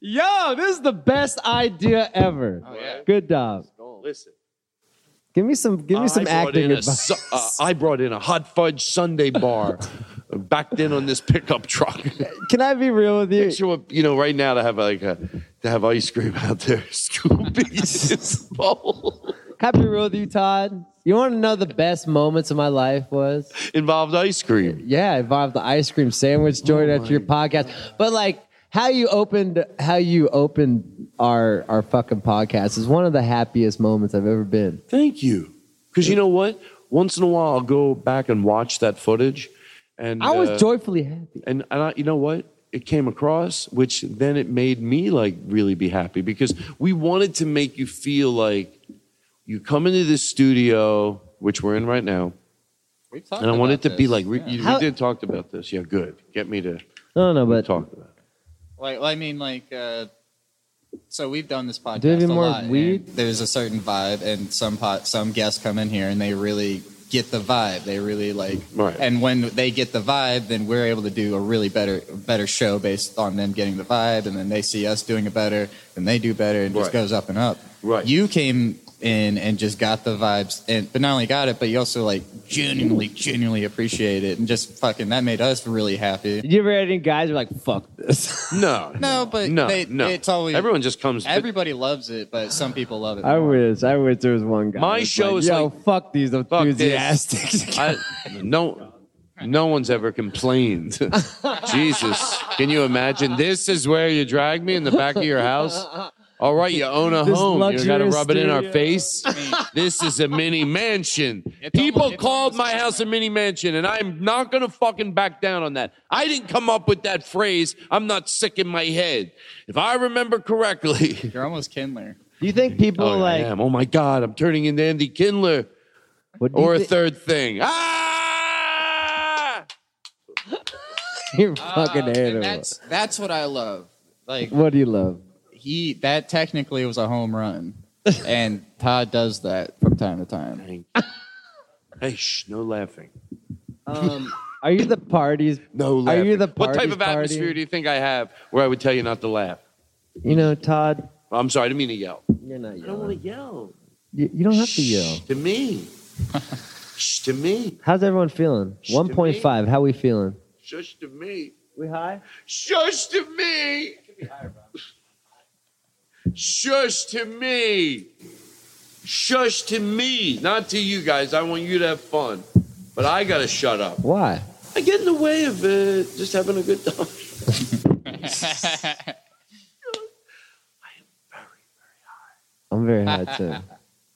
S6: Yo, this is the best idea ever.
S7: Oh,
S6: Good job.
S7: Listen.
S6: Give me some. Give me
S7: I
S6: some
S7: brought
S6: acting
S7: in a
S6: advice.
S7: su- uh, I brought in a hot fudge Sunday bar, backed in on this pickup (laughs) truck.
S6: (laughs) Can I be real with you?
S7: Picture what you know right now to have like a to have ice cream out there, (laughs) Scooby's this bowl
S6: Can I be real with you, Todd? You want to know the best moments of my life was?
S7: (laughs) involved ice cream.
S6: Yeah, I involved the ice cream sandwich joint after
S7: Oh
S6: your podcast. But like how you opened how you opened our our fucking podcast is one of the happiest moments I've ever been.
S7: Thank you, because you know what? Once in a while, I'll go back and watch that footage, and
S6: I was
S7: uh,
S6: joyfully happy.
S7: and and I, you know what? It came across, which then it made me like really be happy because we wanted to make you feel like you come into this studio, which we're in right now,
S9: We've talked
S7: and I want it
S9: about
S7: to be
S9: this,
S7: like we,
S9: yeah.
S7: you,
S6: How-
S7: we did talked about this. Yeah, good. Get me to
S6: No, no, but
S7: talk about. It.
S9: Like, well, I mean, like, uh, so we've done this podcast
S6: Do we have any
S9: a
S6: more
S9: lot. and
S6: weed?
S9: There's a certain vibe, and some pot, some guests come in here and they really get the vibe. They really like,
S7: Right.
S9: and when they get the vibe, then we're able to do a really better, better show based on them getting the vibe, and then they see us doing it better, and they do better, and it
S7: Right.
S9: just goes up and up.
S7: Right.
S9: You came in and just got the vibes, and but not only got it, but you also like genuinely, genuinely appreciate it, and just fucking that made us really happy.
S6: You ever had any guys who are like, fuck this?
S7: No,
S9: No, but
S7: no,
S9: they-
S7: no.
S9: it's always-
S7: everyone just comes.
S9: Everybody loves it, but some people love it.
S6: I
S9: more.
S6: wish. I wish there was one guy.
S7: My
S6: that's
S7: show
S6: like,
S7: is
S6: yo,
S7: like,
S6: fuck these
S7: Fuck this. (laughs)
S6: enthusiastics.
S7: I, no, no one's
S6: (laughs)
S7: ever complained. Jesus, can you imagine? This is where you drag me in the back of your house. All right, you own a
S6: This
S7: home. You got to
S6: luxurious
S7: rub it in our
S6: studio.
S7: face. this is a mini mansion.
S9: It's
S7: People
S9: almost- it's
S7: called
S9: almost-
S7: my house a mini mansion, and I'm not going to fucking back down on that. I didn't come up with that phrase. I'm not sick in my head. If I remember correctly. (laughs)
S9: You're almost Kindler.
S6: Do you think people
S7: Oh,
S6: like
S7: I am. Oh my God, I'm turning into Andy Kindler.
S6: what do you
S7: Or a
S6: think-
S7: third thing. Ah!
S6: (laughs) you're fucking
S9: Uh, and
S6: animal.
S9: that's that's what I love. Like
S6: What do you love?
S9: he, that technically was a home run, and Todd does that from time to time.
S7: Hey, shh, no laughing.
S6: Um, (laughs) are you the parties?
S7: No laughing.
S6: Are you the
S7: What type
S6: parties
S7: of
S6: party?
S7: atmosphere do you think I have where I would tell you not to laugh?
S6: You know, Todd,
S7: I'm sorry, I didn't mean to yell.
S6: you're not
S7: I don't
S6: yelling.
S7: want to yell.
S6: You, you don't have to yell.
S7: Shh, to me. shh, to me.
S6: How's everyone feeling?
S7: Shh to
S6: One point five. How we feeling?
S7: Shush to me.
S6: We high?
S7: Shush to me. Shush to me. Shush to me. Not to you guys. I want you to have fun. But I got to shut up.
S6: Why?
S7: I get in the way of uh, just having a good time.
S6: I'm very
S7: (laughs)
S6: high too.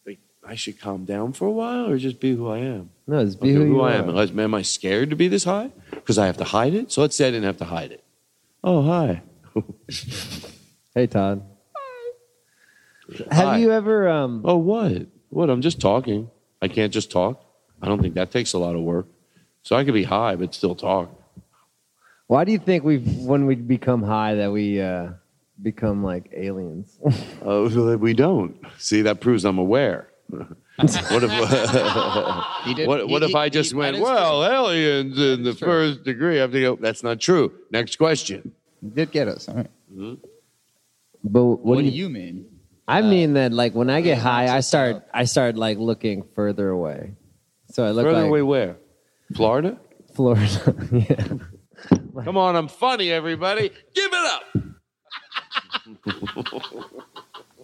S7: Like, (laughs) I should calm down for a while or just be who I am.
S6: No, it's be
S7: Be
S6: who, you
S7: I am. Unless, am I scared to be this high? Because I have to hide it. So let's say I didn't have to hide it. Oh, hi.
S6: Hey, Todd.
S7: Hi.
S6: Have you ever um?
S7: Oh, what? What? I'm just talking. I can't just talk. I don't think that takes a lot of work. So I could be high, but still talk.
S6: Why do you think we, when we become high, that we uh, become like aliens?
S7: Oh, so we don't. See, that proves I'm (laughs) aware. what if (laughs)
S9: He did,
S7: what,
S9: he-
S7: what if
S9: he-
S7: I just
S9: he-
S7: went,
S9: that is
S7: well, aliens in the
S9: true.
S7: first degree? I have to go, that's not true. Next question.
S9: true. He did get us. All right.
S6: But what,
S9: What,
S6: do you?
S9: do you mean?
S6: I mean that like when I get
S9: yeah,
S6: high, I
S9: just,
S6: start
S9: uh,
S6: I start like looking further away. So I look
S7: Further
S6: like
S7: away where? Florida?
S6: Florida. (laughs) yeah.
S7: Come on, I'm funny, everybody. Give it up. (laughs)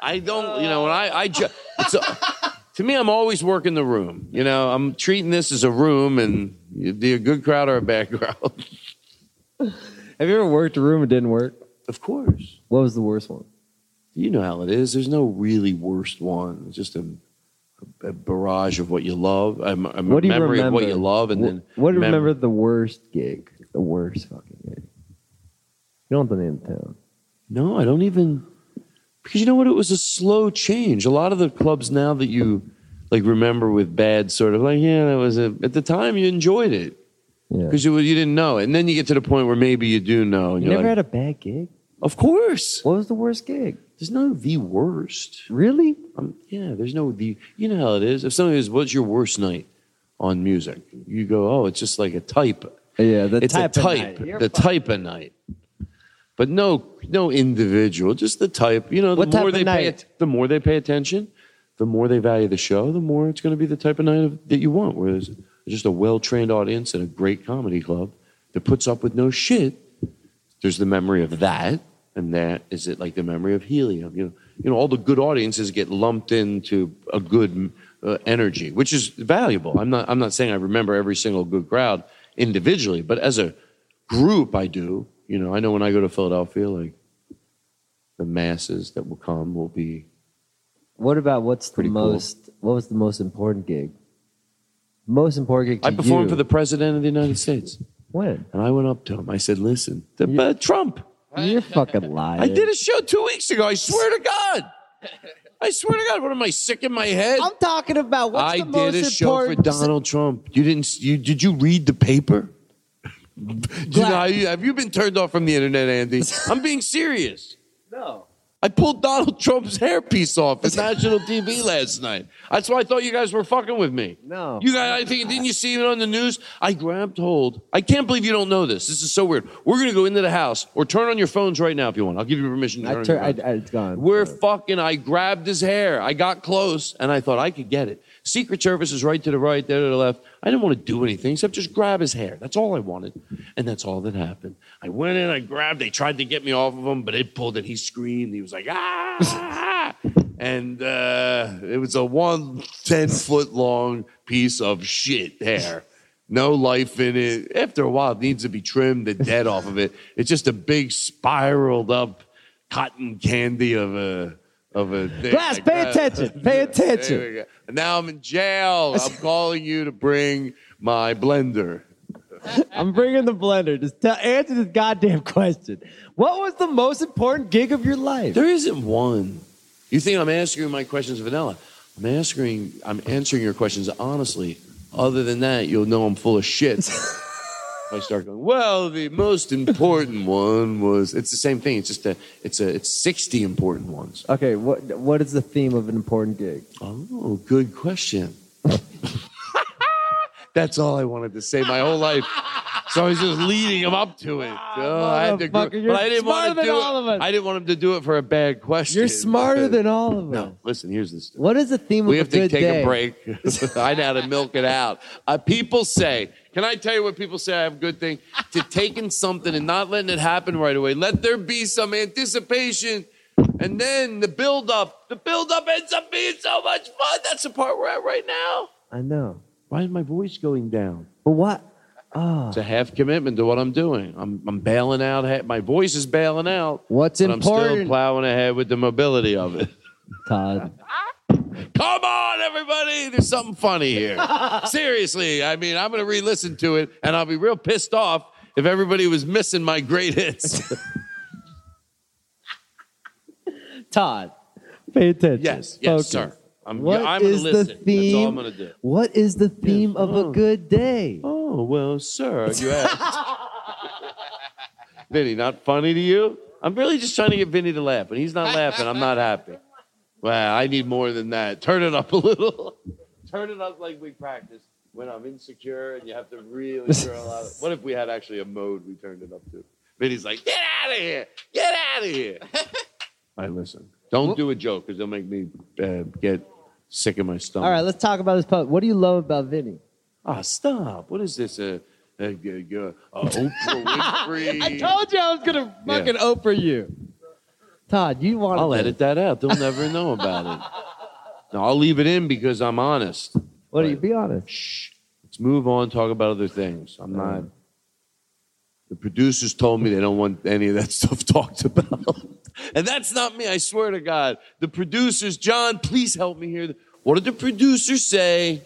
S7: I don't, you know, when I, I ju- (laughs) it's a- to me, I'm always working the room. You know, I'm (laughs) treating this as a room, and you be a good crowd or a bad crowd.
S6: Have you ever worked a room and didn't work?
S7: Of course.
S6: What was the worst one?
S7: You know how it is. There's no really worst one. It's just a, a barrage of what you love, a, a
S6: What do you
S7: memory
S6: remember?
S7: of what you love, and
S6: Wh-
S7: then
S6: what do you
S7: mem-
S6: remember the worst gig? The worst fucking gig. You don't have the name of town.
S7: No, I don't even because you know what? It was a slow change. A lot of the clubs now that you like remember with bad sort of like, yeah, that was a at the time you enjoyed it because you you didn't know, and then you get to the point where maybe you do know. And
S6: You
S7: you're
S6: never
S7: like,
S6: had a bad gig?
S7: Of course.
S6: What was the worst gig?
S7: There's no the worst.
S6: Really?
S7: Um, yeah, there's no the. You know how it is. If somebody is, what's your worst night on music? You go, oh, it's just like a type.
S6: Yeah, the
S7: it's
S6: type
S7: a
S6: of
S7: type.
S6: night. You're
S7: The type of night. But no, no individual. Just the type. You know, the
S6: What type
S7: more
S6: of
S7: they pay,
S6: night?
S7: at, the more they pay attention, the more they value the show, the more it's going to be the type of night of, that you want. Where there's just a well-trained audience and a great comedy club that puts up with no shit. There's the memory of that, and that is it. Like the memory of helium. You know, you know, all the good audiences get lumped into a good uh, energy, which is valuable. I'm not. I'm not saying I remember every single good crowd individually, but as a group, I do. You know, I know when I go to Philadelphia, like the masses that will come will be
S6: What about what's
S7: Pretty
S6: the
S7: cool.
S6: most? What was the most important gig? Most important gig. To
S7: I performed
S6: you.
S7: for the president of the United States.
S6: When?
S7: And I went up to him. I said, listen, the, uh, Trump.
S6: You're fucking lying.
S7: I did a show two weeks ago. I swear to (laughs) God. I swear to God. What am I sick in my head?
S6: (laughs) I'm talking about what's
S7: I
S6: the
S7: did
S6: most
S7: a show for
S6: important.
S7: Donald Trump. You didn't. You did you read the paper? Do you know, how you- have you been turned off from the
S6: (laughs)
S7: internet, Andy? I'm being serious.
S6: No.
S7: I pulled Donald Trump's hairpiece
S6: (laughs)
S7: off at national TV last night. That's why I thought you guys were fucking with me.
S6: No.
S7: You guys, I think, didn't you see it on the news? I grabbed hold. I can't believe you don't know this. This is so weird. We're going to go into the house or turn on your phones right now if you want. I'll give you permission to turn
S6: I
S7: on
S6: tur-
S7: your
S6: I,
S7: phones.
S6: I, it's gone.
S7: We're fucking. I grabbed his hair. I got close, and I thought I could get it. Secret Service is right to the right, there to the left. I didn't want to do anything except just grab his hair. That's all I wanted, and that's all that happened. I went in. I grabbed. They tried to get me off of him, but it pulled, and he screamed. He was like, ah! and uh, it was a one ten foot long piece of shit hair. No life in it. After a while, it needs to be trimmed the dead off of it. It's just a big spiraled up cotton candy of a of a thing.
S6: Glass,
S7: Like
S6: pay
S7: that.
S6: attention. Pay attention.
S7: There we go. And now I'm in jail. I'm calling you to bring my blender.
S6: I'm bringing the blender. Just tell, answer this goddamn (laughs) question. What was the most important gig of your life?
S7: There isn't one. You think I'm answering my questions vanilla? I'm answering I'm answering your questions honestly. Other than that, you'll know I'm full of
S6: (laughs)
S7: shit. If I start going, well, the most important one was it's the same thing. It's just a it's a it's sixty important ones.
S6: Okay, what what is the theme of an important gig?
S7: Oh, good question. (laughs) That's all I wanted to say my whole life. So I was just leading him up to it. Oh, I had to,
S6: Ah, Motherfucker,
S7: but
S6: you're
S7: I didn't want
S6: smarter
S7: to
S6: than
S7: do
S6: all of
S7: it. I didn't want him to do it for a bad question.
S6: You're smarter than all of us.
S7: No, listen. Here's the story.
S6: What is the theme
S7: We
S6: of (laughs)
S7: have
S6: a
S7: to
S6: good
S7: take
S6: day?
S7: a break. (laughs) I know how to milk it out. Uh, people say, can I tell you what people say? I have a good thing to taking something and not letting it happen right away. Let there be some anticipation, and then the build up. The build up ends up being so much fun. That's the part we're at right now.
S6: I know,
S7: Why is my voice going down?
S6: but what? Oh,
S7: It's a half commitment to what I'm doing. I'm, I'm bailing out. ha- My voice is bailing out.
S6: What's
S7: but I'm still
S6: important?
S7: plowing ahead with the mobility of it.
S6: Todd.
S7: Come on, everybody. There's something
S6: (laughs)
S7: funny here. Seriously. I mean, I'm going to re listen to it and I'll be real pissed off if everybody was missing my great hits. (laughs)
S6: Todd, pay attention.
S7: yes, yes,
S6: Focus.
S7: sir. I'm,
S6: What
S7: I'm going
S6: is
S7: to
S6: the
S7: listen. That's all
S6: theme?
S7: I'm going to do.
S6: What is the theme of
S7: Oh.
S6: a good day?
S7: Oh, well, sir,
S6: (laughs)
S7: you asked. Vinny, not funny to you? I'm really just trying to get Vinny to laugh, and he's not laughing. I'm not happy. Well, I need more than that. Turn it up a little. Turn it up like we practice when I'm insecure and you have to really throw out. What if we had actually a mode we turned it up to? Vinny's like, get out of here! Get out of
S6: (laughs)
S7: here! I listen. Don't do a joke because they'll make me uh, get sick in my stomach.
S6: All right, let's talk about this post. What do you love about Vinny?
S7: Ah, stop. What is this? Uh,
S6: (laughs)
S7: uh, uh, uh, uh, Oprah Winfrey.
S6: I told you I was gonna
S7: Yeah.
S6: fucking Oprah you. Todd, you want
S7: I'll edit that out. They'll never know about it. No, I'll leave it in because I'm honest.
S6: What do you be honest? Um,
S7: Shh. Let's move on. Talk about other things. I'm not.
S11: The producers told me they don't want any of that (laughs) stuff talked about. and that's not me, I swear to God. The producers, John, please help me here. What did the producers say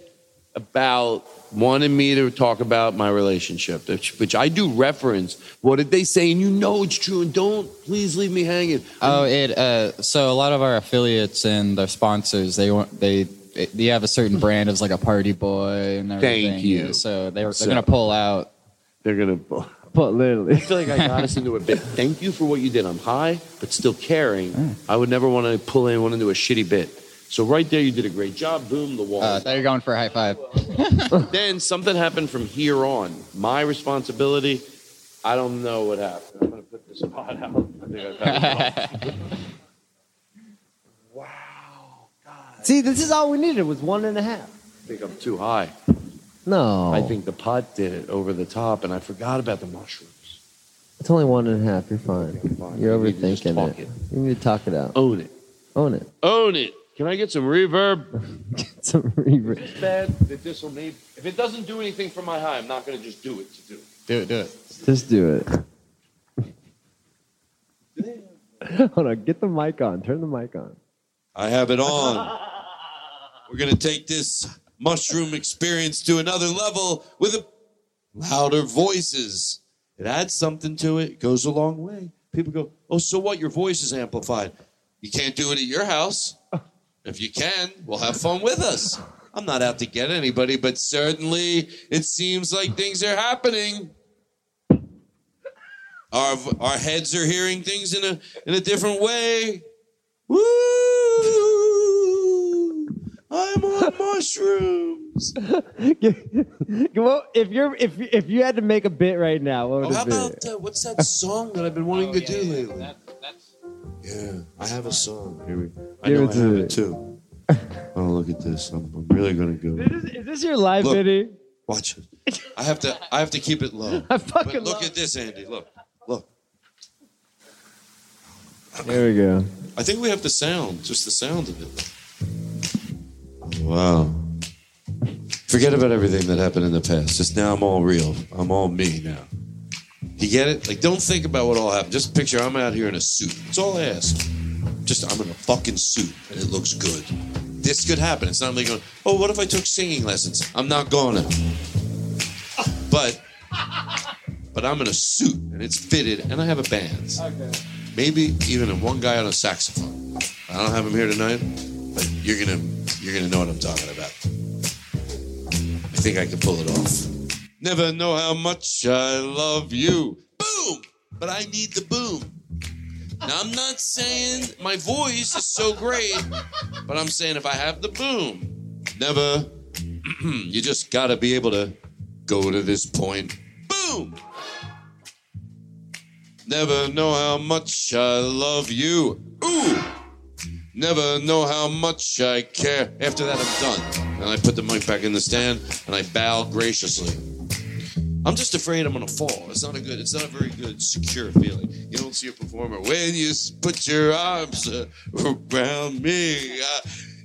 S11: about wanting me to talk about my relationship, which, which I do reference? What did they say? And you know it's true. And don't please leave me hanging.
S9: Oh, it. Uh, so a lot of our affiliates and their sponsors, they want they they have a certain brand as like a party boy and everything.
S11: Thank you.
S9: So they they're
S11: So-
S9: gonna pull out.
S11: They're gonna (laughs) pull.
S6: But literally,
S11: I feel like I got us into
S6: (laughs)
S11: a bit. Thank you for what you did. I'm high, but still caring. I would never want to pull anyone into a shitty bit. So right there, you did a great job. Boom, the wall.
S9: Uh, there you're going for a high five.
S11: then something happened from here on. My responsibility. I don't know what happened. I'm gonna put this pot out. I think I found it.
S6: See, this is all we needed was one and a half.
S11: I think I'm too high.
S6: No,
S11: I think the pot did it over the top, and I forgot about the mushroom.
S6: it's only one and a half. You're fine. You're
S11: You need to just
S6: overthinking
S11: talk
S6: it. You need to talk it out.
S11: Own it.
S6: Own it. (laughs)
S11: Own it. Can I get some reverb?
S6: Some reverb.
S11: It's bad that this will need. If it doesn't do anything for my high, I'm not gonna just do it to do it.
S9: Do it, do it.
S6: Just do it. (laughs) Hold on, get the mic on. Turn the mic on. (laughs)
S7: I have it on. We're going to take this mushroom experience to another level with a louder voices. It adds something to it, it goes a long way. People go, Oh, so what? Your voice is amplified. You can't do it at your house. If you can, we'll have fun with us. I'm not out to get anybody, but certainly it seems like things are happening. Our, our heads are hearing things in a, in a different way. Woo!
S6: (laughs)
S7: I'm on mushrooms.
S6: well, if you're if if you had to make a bit right now, what would
S7: Oh, how
S6: it be?
S7: about uh, what's that song that I've been wanting to do lately? yeah, I have a song. Here we. I
S6: Give
S7: know
S6: it
S7: I
S6: to
S7: have
S6: me. (laughs)
S7: it too. Oh, look at this! I'm, I'm really gonna go.
S6: Is, is this your live
S7: Look.
S6: video?
S7: Watch it. I have to. I have to keep it low.
S6: (laughs) I fucking
S7: but look
S6: love
S7: at this, Andy. Look, look.
S6: There we go.
S7: I think we have the sound, just the sound of it. Wow. Forget about everything that happened in the past. Just now, I'm all real. I'm all me now. You get it? Like, don't think about what all happened. Just picture I'm out here in a suit. That's all I ask. Just I'm in a fucking suit, and it looks good. This could happen. It's not me going, oh, what if I took singing lessons? I'm not gonna. But, but I'm in a suit, and it's fitted, and I have a band maybe even a one guy on a saxophone. I don't have him here tonight, but you're gonna you're gonna know what I'm talking about. I think I can pull it off. Never know how much I love you. Boom! But I need the boom. Now I'm not saying my voice is so great, but I'm saying if I have the boom, never (clears throat) you just gotta be able to go to this point. Boom! Never know how much I love you. Ooh! Never know how much I care. After that, I'm done. And I put the mic back in the stand and I bow graciously. I'm just afraid I'm gonna fall. It's not a good, it's not a very good, secure feeling. You don't see a performer when you s- put your arms uh, around me. uh,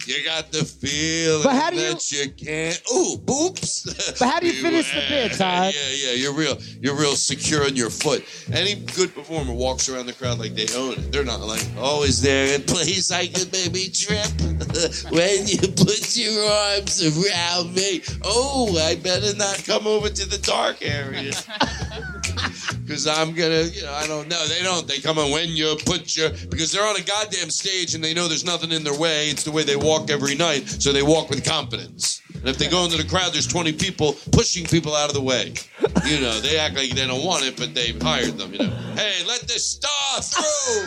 S7: you got the feeling
S6: But how do you-
S7: that you can't. Ooh, boops. (laughs)
S6: But how do you finish the bit, Todd?
S7: Yeah, yeah, you're real. You're real secure in your foot. Any good performer walks around the crowd like they own it. They're not like, oh, is there a place I could maybe trip (laughs) when you put your arms around me? Oh, I better not come over to the dark area. Because I'm gonna, you know, I don't know. They don't. They come on when you put your because they're on a goddamn stage and they know there's nothing in their way. It's the way they walk every night, so they walk with confidence. And if they go into the crowd, there's 20 people pushing people out of the way. You know, they act like they don't want it, but they've hired them. You know, hey, let the star through.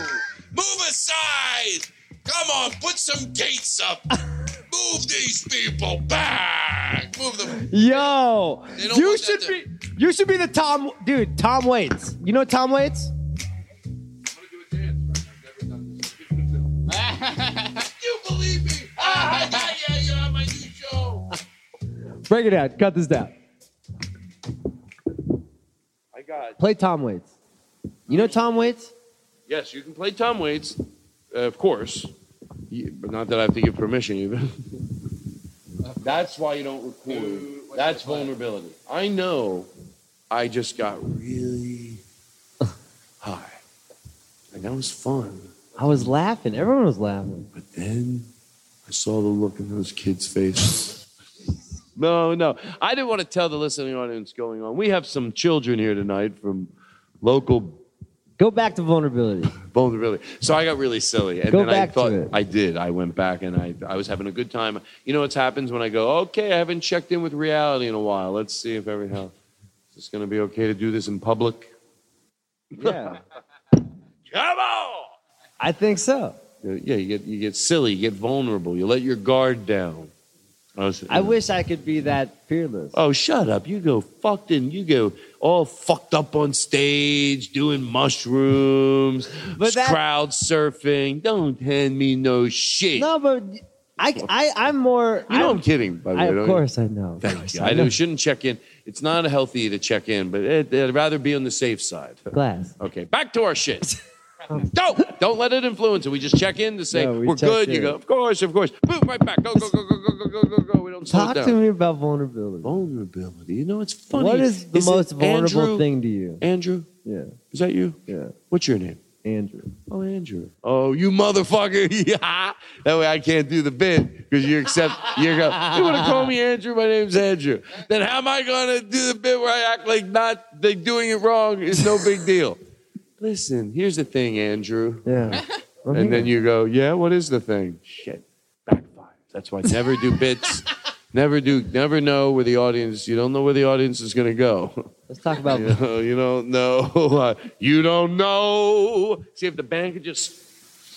S7: Move aside. Come on, put some gates up. Move these people back. Move them.
S6: Yo,
S7: They don't
S6: you
S7: want that
S6: should
S7: to-
S6: be you should be the Tom dude. Tom Waits. You know Tom Waits?
S7: You believe me? Ah, (laughs) yeah, yeah, you're on my new show.
S6: Break it out. Cut this down.
S11: I got.
S6: Play Tom Waits. You know Tom Waits?
S11: Yes, you can play Tom Waits, uh, of course. You- but not that I have to give permission either. (laughs) That's why you don't record. That's vulnerability. I know. I just got really (laughs) and that was fun.
S6: I was laughing. Everyone was laughing.
S11: But then I saw the look in those kids' faces. (laughs) no, no. I didn't want to tell the listening audience going on. We have some children here tonight from local.
S6: Go back to vulnerability.
S11: vulnerability. So I got really silly. And
S6: Go
S11: then
S6: back
S11: I
S6: to
S11: thought
S6: it.
S11: I did. I went back and I, I was having a good time. You know what happens when I go, okay, I haven't checked in with reality in a while. Let's see if every how is this going to be okay to do this in public?
S6: Yeah.
S11: (laughs) Come on!
S6: I think so.
S11: Yeah, you get you get silly, you get vulnerable, you let your guard down. I, was-
S6: I wish I could be that fearless.
S11: Oh, shut up. You go fucked in. You go all fucked up on stage, doing mushrooms,
S6: (laughs) But that-
S11: crowd surfing. Don't hand me no shit.
S6: No, but I, I, I'm more.
S11: You know I'm kidding, by the
S6: I-
S11: way.
S6: of
S11: don't you? (laughs)
S6: course I know. Of
S11: Thank
S6: course
S11: you.
S6: I
S11: I know
S6: know.
S11: you shouldn't check in. It's not healthy to check in, but it, I'd rather be on the safe side.
S6: Glass.
S11: Okay, back to
S6: (laughs)
S11: our shit. don't don't let it influence it. We just check in to say
S6: No, we
S11: we are
S6: check
S11: good. You
S6: in.
S11: go, of course, of course. Boom, right back. Go go go go go go go go go. We don't slow
S6: Talk
S11: down.
S6: to me about vulnerability.
S11: Vulnerability. You know, it's funny.
S6: What is the
S11: Is it
S6: most vulnerable
S11: Andrew-
S6: thing to you?
S11: Andrew,
S6: Yeah.
S11: is that you?
S6: Yeah.
S11: What's your name?
S6: Andrew.
S11: Oh, Andrew. Oh, you motherfucker. (laughs) yeah. That way I can't do the bit because you accept, you go, you want to call me Andrew? My name's Andrew. Then how am I going to do the bit where I act like not, like doing it wrong is no big deal? Listen, here's the thing, Andrew.
S6: Yeah.
S11: And then you go, yeah, what is the thing? Shit, backfires. That's why I never do (laughs) bits. Never do, never know where the audience, you don't know where the audience is going to go.
S6: Let's talk about.
S11: You, know, (laughs) you don't know. (laughs) Uh, you don't know. See if the band could just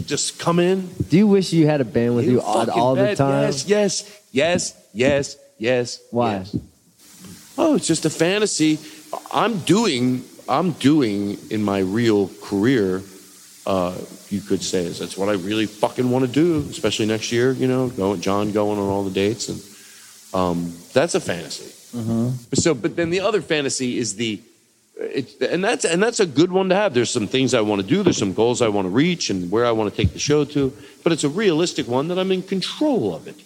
S11: just come in.
S6: Do you wish you had a band with you, all,
S11: fucking
S6: all the
S11: bet.
S6: time?
S11: Yes, yes, yes, yes, yes.
S6: Why?
S11: yes. Oh, it's just a fantasy. I'm doing. I'm doing in my real career. Uh, you could say is that's what I really fucking want to do, especially next year. You know, going John going on all the dates, and um, that's a fantasy. But so, but then the other fantasy is the, it, and that's and that's a good one to have. There's some things I want to do. There's some goals I want to reach, and where I want to take the show to. But it's a realistic one that I'm in control of it.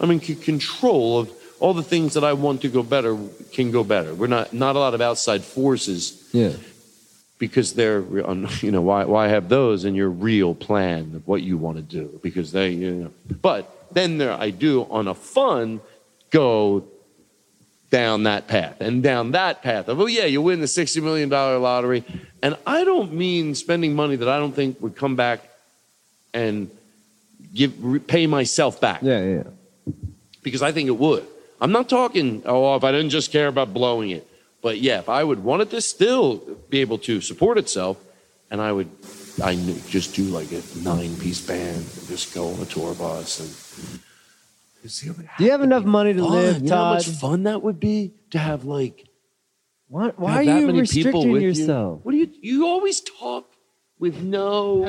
S11: I'm in c- control of all the things that I want to go better can go better. We're not not a lot of outside forces
S6: Yeah.
S11: because they're re- un- (laughs) you know why why have those in your real plan of what you want to do because they you know but then there I do on a fun go down that path and down that path of oh yeah you win the 60 million dollar lottery and I don't mean spending money that I don't think would come back and give pay myself back
S6: Yeah, yeah.
S11: because I think it would. I'm not talking, oh, if I didn't just care about blowing it. But yeah, if I would want it to still be able to support itself, and I would I kn- just do like a nine piece band and just go on a tour bus and just see how
S6: Do you have enough money to
S11: fun.
S6: live,
S11: You know how
S6: Todd?
S11: much fun that would be to have like
S6: Why,
S11: to
S6: why
S11: have
S6: are
S11: that
S6: you
S11: many people
S6: restricting
S11: with you.
S6: yourself?
S11: What do you you always talk with (laughs) no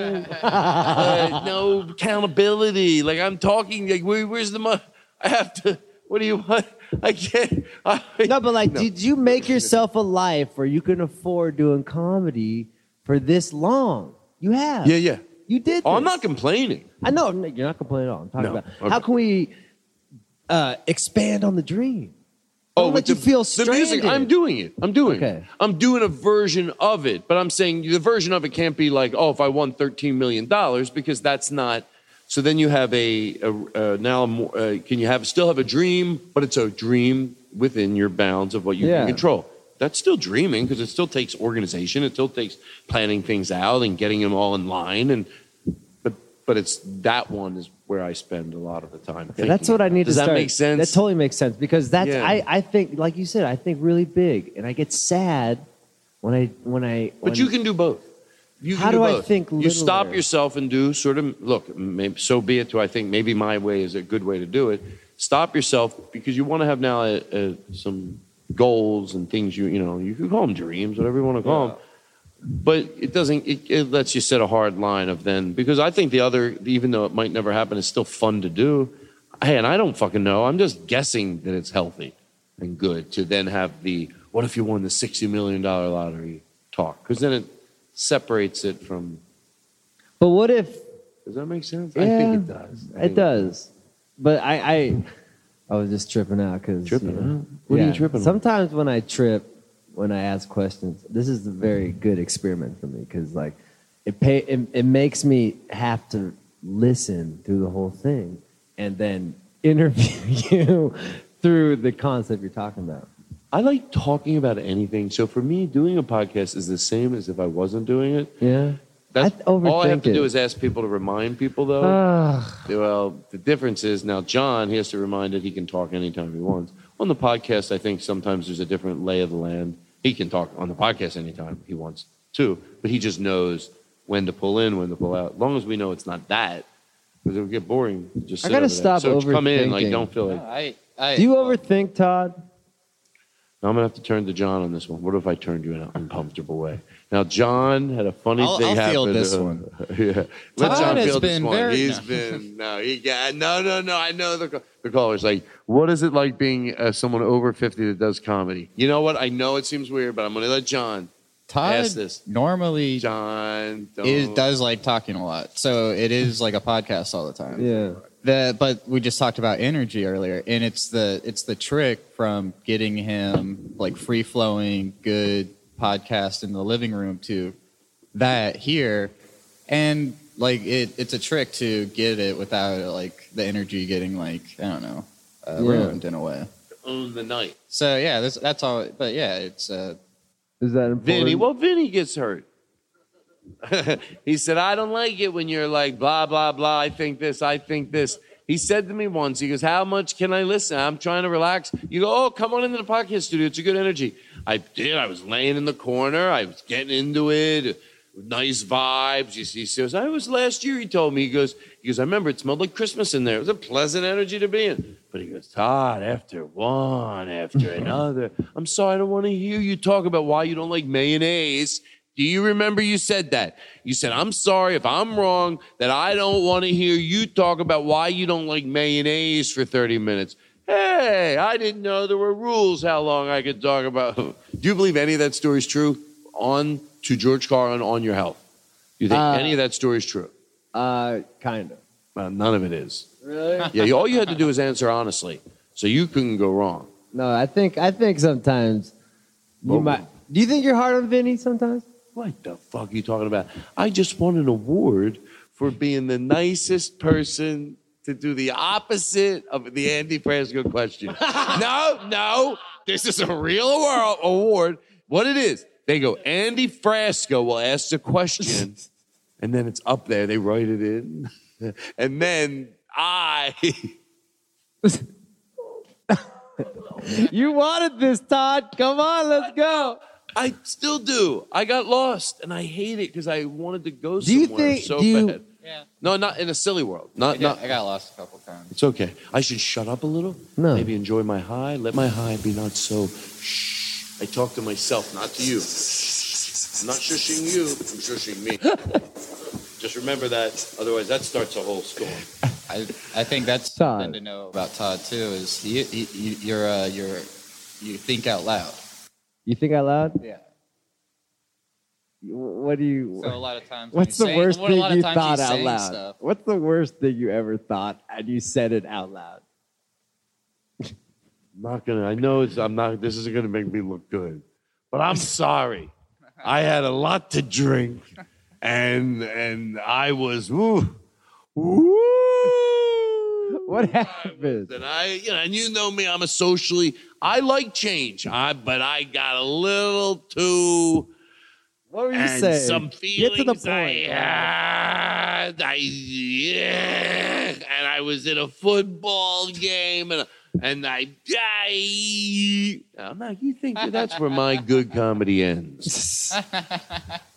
S11: uh, no accountability. Like I'm talking like where, where's the money? I have to what do you want? I can't I,
S6: No, but like, did you make yourself a life where you can afford doing comedy for this long? You have.
S11: Yeah, yeah.
S6: You did.
S11: Oh, I'm
S6: this.
S11: not complaining.
S6: I know no, you're not complaining at all. I'm talking
S11: No.
S6: about
S11: Okay.
S6: how can we uh, expand on the dream?
S11: Oh,
S6: Don't let
S11: with
S6: you feel
S11: The music, I'm
S6: stranded.
S11: doing it. I'm doing it.
S6: Okay.
S11: I'm doing a version of it, but I'm saying the version of it can't be like, oh, if I won $13 million, because that's not. So then you have a, a, a now, more, uh, can you have still have a dream, but it's a dream within your bounds of what you
S6: Yeah.
S11: can control. That's still dreaming because it still takes organization. It still takes planning things out and getting them all in line. And but but it's that one is where I spend a lot of the time.
S6: Yeah, that's what I need
S11: Does
S6: to
S11: that
S6: start.
S11: make sense?
S6: That totally makes sense because that's
S11: Yeah.
S6: I, I think like you said I think really big and I get sad when I when I
S11: But
S6: when-
S11: you can do both. You can
S6: How do I
S11: both.
S6: think
S11: You stop
S6: littler?
S11: yourself and do sort of look. Maybe, so be it. To I think maybe my way is a good way to do it. Stop yourself because you want to have now a, a, some goals and things. You you know you can call them dreams, whatever you want to call them. But it doesn't. It, it lets you set a hard line of then because I think the other, even though it might never happen, is still fun to do. Hey, and I don't fucking know. I'm just guessing that it's healthy and good to then have the what if you won the sixty million dollar lottery talk because then it separates it from.
S6: But what if
S11: Does that make sense?
S6: yeah,
S11: I think it does. I think
S6: It does. But I I, I was just tripping out because
S11: Tripping out? What are you tripping on?
S6: Sometimes when I trip, when I ask questions, this is a very good experiment for me because like It pay it, it makes me have to listen through the whole thing and then (laughs) interview you through the concept you're talking about.
S11: I like talking about anything. So for me, doing a podcast is the same as if I wasn't doing it.
S6: Yeah.
S11: That's all I have
S6: overthink
S11: to
S6: it. Ah.
S11: do is ask people to remind people, though.
S6: Ugh.
S11: well, the difference is now John he has to remind that he can talk anytime he wants. On the podcast, I think sometimes there's a different lay of the land. He can talk on the podcast anytime he wants to, but he just knows when to pull in, when to pull out. As long as we know it's not that, because it would get boring. to Just
S6: I
S11: sit
S6: gotta
S11: over there.
S6: stop
S11: So come in, like
S6: overthinking.
S11: don't feel like.
S9: I, I,
S6: Do you overthink, Todd?
S11: Now I'm gonna have to turn to John on this one. What if I turned you in an uncomfortable way? Now John had a funny
S9: I'll-
S11: thing
S9: I'll
S11: happen.
S9: field this
S11: uh,
S9: one.
S11: (laughs) yeah, let
S9: Todd
S11: John
S9: has
S11: field this
S9: been
S11: one.
S9: very-
S11: He's
S9: no.
S11: been no, he got no, no, no. I know the ca- the caller's like, what is it like being uh, someone over fifty that does comedy? You know what? I know it seems weird, but I'm gonna let John
S9: Todd
S11: ask this.
S9: normally
S11: John don't-
S9: is, does like talking a lot, so it is like a podcast all the time.
S6: Yeah.
S9: The, but we just talked about energy earlier, and it's the it's the trick from getting him like free flowing, good podcast in the living room to that here, and like it, it's a trick to get it without like the energy getting like I don't know uh,
S6: Yeah.
S9: ruined in a way.
S11: own the night.
S9: So yeah, that's that's all. But yeah, it's uh,
S6: Is that important?
S11: Vinny, well, Vinny gets hurt. (laughs) he said, I don't like it when you're like, blah, blah, blah. I think this, I think this. He said to me once, he goes, How much can I listen? I'm trying to relax. You go, Oh, come on into the podcast studio. It's a good energy. I did. I was laying in the corner. I was getting into it. Nice vibes. You see, he says, I was last year, he told me. He goes, he goes, I remember it smelled like Christmas in there. It was a pleasant energy to be in. But he goes, Todd, after one, after another, I'm sorry, I don't want to hear you talk about why you don't like mayonnaise. Do you remember you said that? You said, I'm sorry if I'm wrong, that I don't want to hear you talk about why you don't like mayonnaise for 30 minutes. Hey, I didn't know there were rules how long I could talk about. (laughs) Do you believe any of that story is true? On to George Carlin on your health. Do you think
S6: Uh,
S11: any of that story is true?
S6: Uh, kind of.
S11: Well, none of it is.
S6: Really?
S11: Yeah, you- all you had to do is answer honestly. So you couldn't go wrong.
S6: No, I think I think sometimes you
S11: Well,
S6: might. Do you think you're hard on Vinny sometimes?
S11: What the fuck are you talking about? I just won an award for being the nicest person to do the opposite of the Andy
S6: (laughs)
S11: Frasco question. no, no, this is a real awar- award. What it is, they go, Andy Frasco will ask the
S6: (laughs)
S11: question, and then it's up there. They write it in, (laughs) and then I. (laughs)
S6: You wanted this, Todd. Come on, let's go.
S11: I still do. I got lost, and I hate it because I wanted to go
S6: Do you
S11: somewhere
S6: think-
S11: so
S6: do you-
S11: bad. No, not in a silly world.
S9: I,
S11: Not
S9: got,
S11: not.
S9: I got lost a couple times.
S11: It's okay. I should shut up a little.
S6: No.
S11: Maybe enjoy my high. Let my high be not so. Shh. I talk to myself, not to you. I'm not shushing you. I'm shushing me. (laughs) Just remember that. Otherwise, that starts a whole storm.
S9: I, I think that's
S6: Todd.
S9: something to know about Todd too is you, you, you, you're uh, you're you think out loud.
S6: You think out loud?
S9: Yeah.
S6: What do you?
S9: So a lot of times. when
S6: what's the
S9: you say-
S6: worst
S9: what a
S6: thing
S9: lot of
S6: you
S9: times
S6: thought
S9: he's
S6: out
S9: saying
S6: loud?
S9: stuff.
S6: What's the worst thing you ever thought and you said it out loud?
S11: I'm not gonna. I know it's. I'm not. This isn't gonna make me look good, but I'm sorry. I had a lot to drink, and and I was woo, woo.
S6: What happened?
S11: And I, you know, and you know me. I'm a socially. I like change. I but I got a little too
S6: What were you
S11: and
S6: saying?
S11: some
S6: Get
S11: feelings
S6: to the point.
S11: I had. I yeah, and I was in a football game, and and I die. I'm not. You think that that's where my good comedy ends?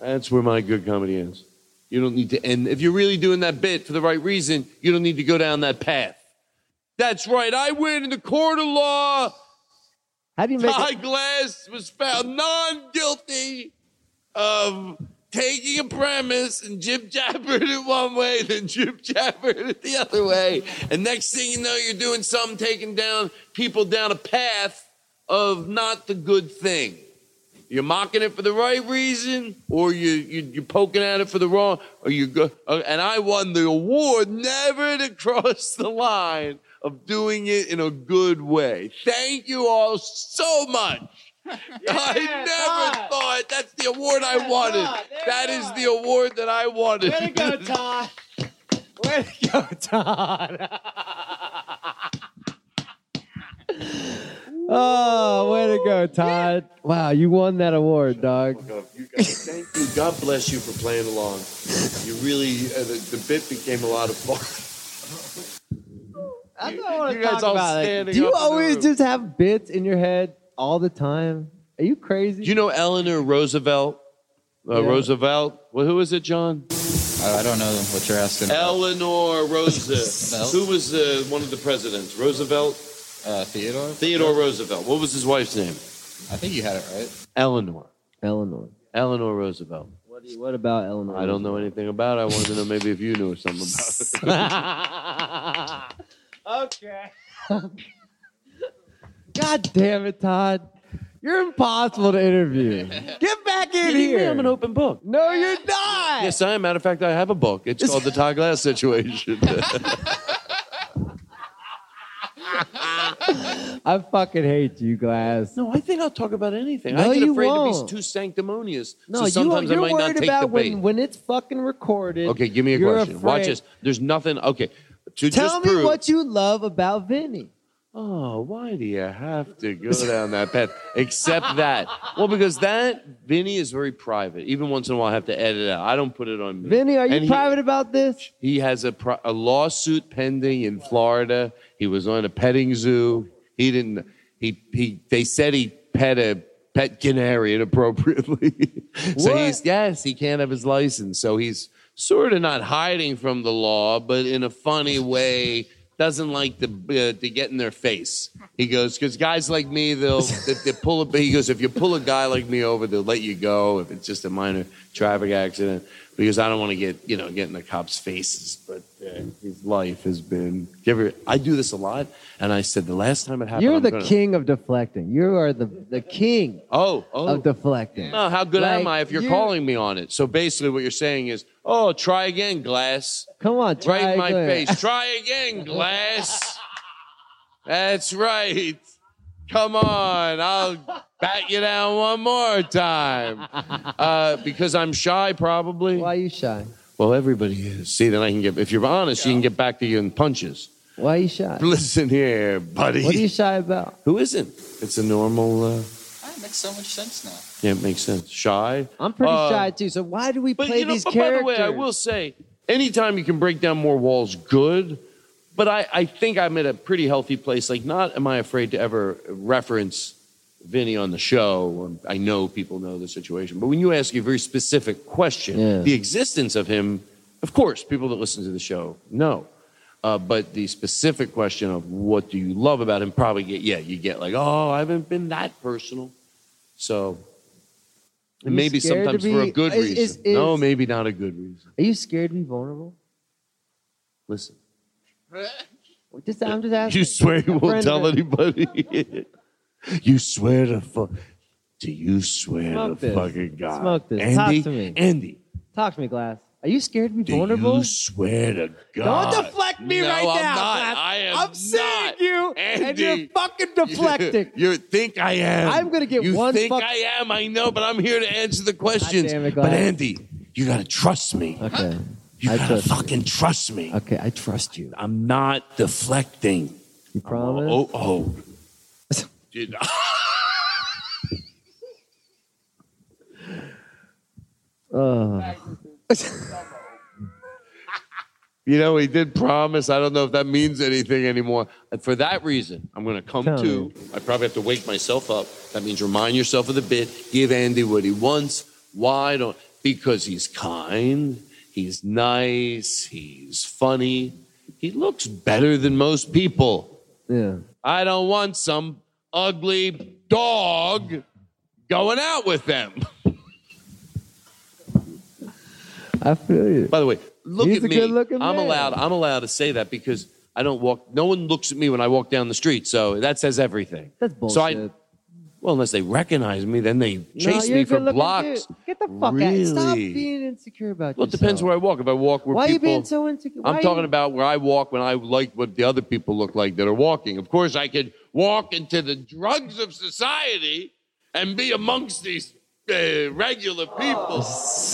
S11: that's where my good comedy ends. You don't need to end if you're really doing that bit for the right reason. You don't need to go down that path. That's right. I win in the court of law.
S6: How do you make?
S11: Ty
S6: It?
S11: Glass was found non guilty of taking a premise and jib jabbered it one way, then jib jabbered it the other way. And next thing you know, you're doing something taking down people down a path of not the good thing. You're mocking it for the right reason, or you, you you're poking at it for the wrong, or you go. uh, and I won the award never to cross the line of doing it in a good way. Thank you all so much. I never thought that's the
S7: award I wanted. That is the award that I wanted.
S3: Way to go, Todd.
S6: (laughs) Way to go, Todd. Oh, way to go, Todd. Wow, you won that award, dog.
S7: Thank you. God bless you for playing along. You really, uh, the, the bit became a lot of fun.
S6: I
S3: don't
S6: wanna
S7: you guys
S6: talk
S7: all
S6: about it.
S7: standing
S6: Do you
S7: up in the
S6: always
S7: room.
S6: just have bits in your head all the time? Are you crazy?
S11: (laughs) You know Eleanor Roosevelt? Uh,
S6: Yeah.
S11: Roosevelt? Well, who is it, John?
S9: I don't know what you're asking.
S7: Eleanor Roosevelt. Who was
S6: uh,
S7: the, one of the presidents? Roosevelt?
S9: Uh, Theodore?
S7: Theodore Roosevelt. What was his wife's name?
S9: I think you had it right.
S11: Eleanor.
S6: Eleanor.
S11: Eleanor Roosevelt.
S6: What, do you- what about Eleanor? (laughs)
S7: (laughs)
S11: I don't know anything about it. I wanted to know maybe if you knew something about it.
S3: okay.
S6: (laughs) God damn it, Todd. You're impossible to interview. Get back in
S11: Kidding me?
S6: here.
S11: I'm an open book.
S6: No, you're not.
S11: yes, I am. Matter of fact, I have a book. It's called The Todd
S6: (laughs)
S11: Glass Situation.
S6: I fucking hate you, Glass.
S11: no, I think I'll talk about anything.
S6: No,
S11: I get
S6: you
S11: afraid
S6: won't.
S11: to be too sanctimonious.
S6: No,
S11: so
S6: you,
S11: sometimes
S6: you're
S11: I might
S6: worried
S11: not take
S6: about
S11: the bait.
S6: when, when it's fucking recorded.
S11: okay, give me a
S6: you're
S11: question. Watch
S6: afraid-
S11: this. There's nothing. Okay. To
S6: Tell
S11: just
S6: me
S11: prove,
S6: what you love about Vinny.
S11: Oh, why do you have to go down that path? Except that. Well, because that, Vinny is very private. Even once in a while, I have to edit it out. I don't put it on me.
S6: Vinny, are you
S11: And he-
S6: private about this?
S11: He has a, pro- a lawsuit pending in Florida. He was on a petting zoo. He didn't. He he. They said he pet a pet canary inappropriately. (laughs) so
S6: What?
S11: he's yes, he can't have his license. So he's sort of not hiding from the law, but in a funny way. Doesn't like to uh, to get in their face. He goes because guys like me, they'll they, they pull. A, he goes if you pull a guy like me over, they'll let you go if it's just a minor traffic accident because I don't want to get you know get in the cops' faces. But uh, his life has been. You ever, I do this a lot, and I said the last time it happened.
S6: You're
S11: I'm
S6: the
S11: gonna-
S6: king of deflecting. You are the, the king
S11: Oh, oh.
S6: of deflecting.
S11: No, how good am
S6: Like,
S11: I if you're
S6: you-
S11: calling me on it? So basically, what you're saying is, oh, try again, glass.
S6: Come on, try
S11: right in my
S6: again.
S11: face. Try again, glass. That's right. Come on, I'll bat you down one more time. Uh, because I'm shy, probably.
S6: Why are you shy?
S11: Well, everybody is. See, then I can get. If you're honest, you can get back to you in punches.
S6: Why are you shy?
S11: Listen here, buddy.
S6: What are you shy about?
S11: Who isn't? It's a normal. Uh,
S9: That makes so much sense now.
S11: yeah, it makes sense. Shy.
S6: I'm pretty
S11: Uh,
S6: shy too. So why do we
S11: But
S6: play
S11: you know,
S6: these
S11: but by the
S6: characters?
S11: way, I will say, anytime you can break down more walls, good. But I, I think I'm at a pretty healthy place. Like, not am I afraid to ever reference Vinny on the show. I know people know the situation. But when you ask a very specific question,
S6: Yeah.
S11: the existence of him, of course, people that listen to the show know. Uh, but the specific question of what do you love about him probably get, yeah, you get like, oh, I haven't been that personal. So
S6: You
S11: and maybe
S6: scared to
S11: sometimes for a
S6: be-
S11: good
S6: is-
S11: reason.
S6: is- is-
S11: no, maybe not a good reason.
S6: Are you scared to be vulnerable?
S11: Listen,
S6: Just, I'm just asking.
S11: you swear you
S6: A
S11: won't
S6: friend
S11: tell
S6: of-
S11: anybody. (laughs) you swear to fuck. Do you swear
S6: Smoke
S11: to
S6: this.
S11: fucking God?
S6: Smoke this.
S11: Andy,
S6: Talk to me.
S11: Andy,
S6: Talk to me, Glass. Are you scared to be
S11: do
S6: vulnerable?
S11: you swear to God?
S6: Don't deflect me
S11: No,
S6: right
S11: I'm
S6: now.
S11: not.
S6: Glass.
S11: I am
S6: I'm seeing
S11: not.
S6: you, and
S11: Andy.
S6: you're fucking
S11: (laughs)
S6: deflecting.
S11: You think I am?
S6: I'm gonna get
S11: you
S6: one
S11: You think
S6: fuck-
S11: I am? I know, but I'm here to answer the questions.
S6: damn it,
S11: but
S6: Glass.
S11: Andy, you gotta trust me.
S6: okay.
S11: You
S6: I
S11: gotta
S6: trust you.
S11: fucking trust me.
S6: Okay, I trust you.
S11: I'm not deflecting.
S6: You promise?
S11: Oh,
S6: (laughs)
S11: oh. Did- (laughs)
S6: Ugh.
S11: you know, he did promise. I don't know if that means anything anymore. And for that reason, I'm going to come
S6: Tell
S11: to.
S6: me.
S11: I probably have to wake myself up. That means remind yourself of the bit. Give Andy what he wants. Why don't? Because he's kind. He's nice. He's funny. He looks better than most people.
S6: yeah.
S11: I don't want some ugly dog going out with them.
S6: I feel you.
S11: By the way, look
S6: He's
S11: at
S6: a
S11: me.
S6: good-looking
S11: I'm
S6: man.
S11: allowed. I'm allowed to say that because I don't walk. No one looks at me when I walk down the street, so that says everything.
S6: That's bullshit.
S11: So I, well, unless they recognize me, then they chase
S6: you're
S11: me
S6: a
S11: for
S6: good-looking
S11: blocks.
S6: dude. Get the fuck out. Stop
S11: Really?
S6: being insecure about
S11: Well, it depends where I walk. If I walk where
S6: Why
S11: people,
S6: are you being so insecure? Why
S11: I'm
S6: are
S11: talking
S6: you-
S11: about where I walk when I like what the other people look like that are walking. Of course, I could walk into the drugs of society and be amongst these
S7: uh, regular people.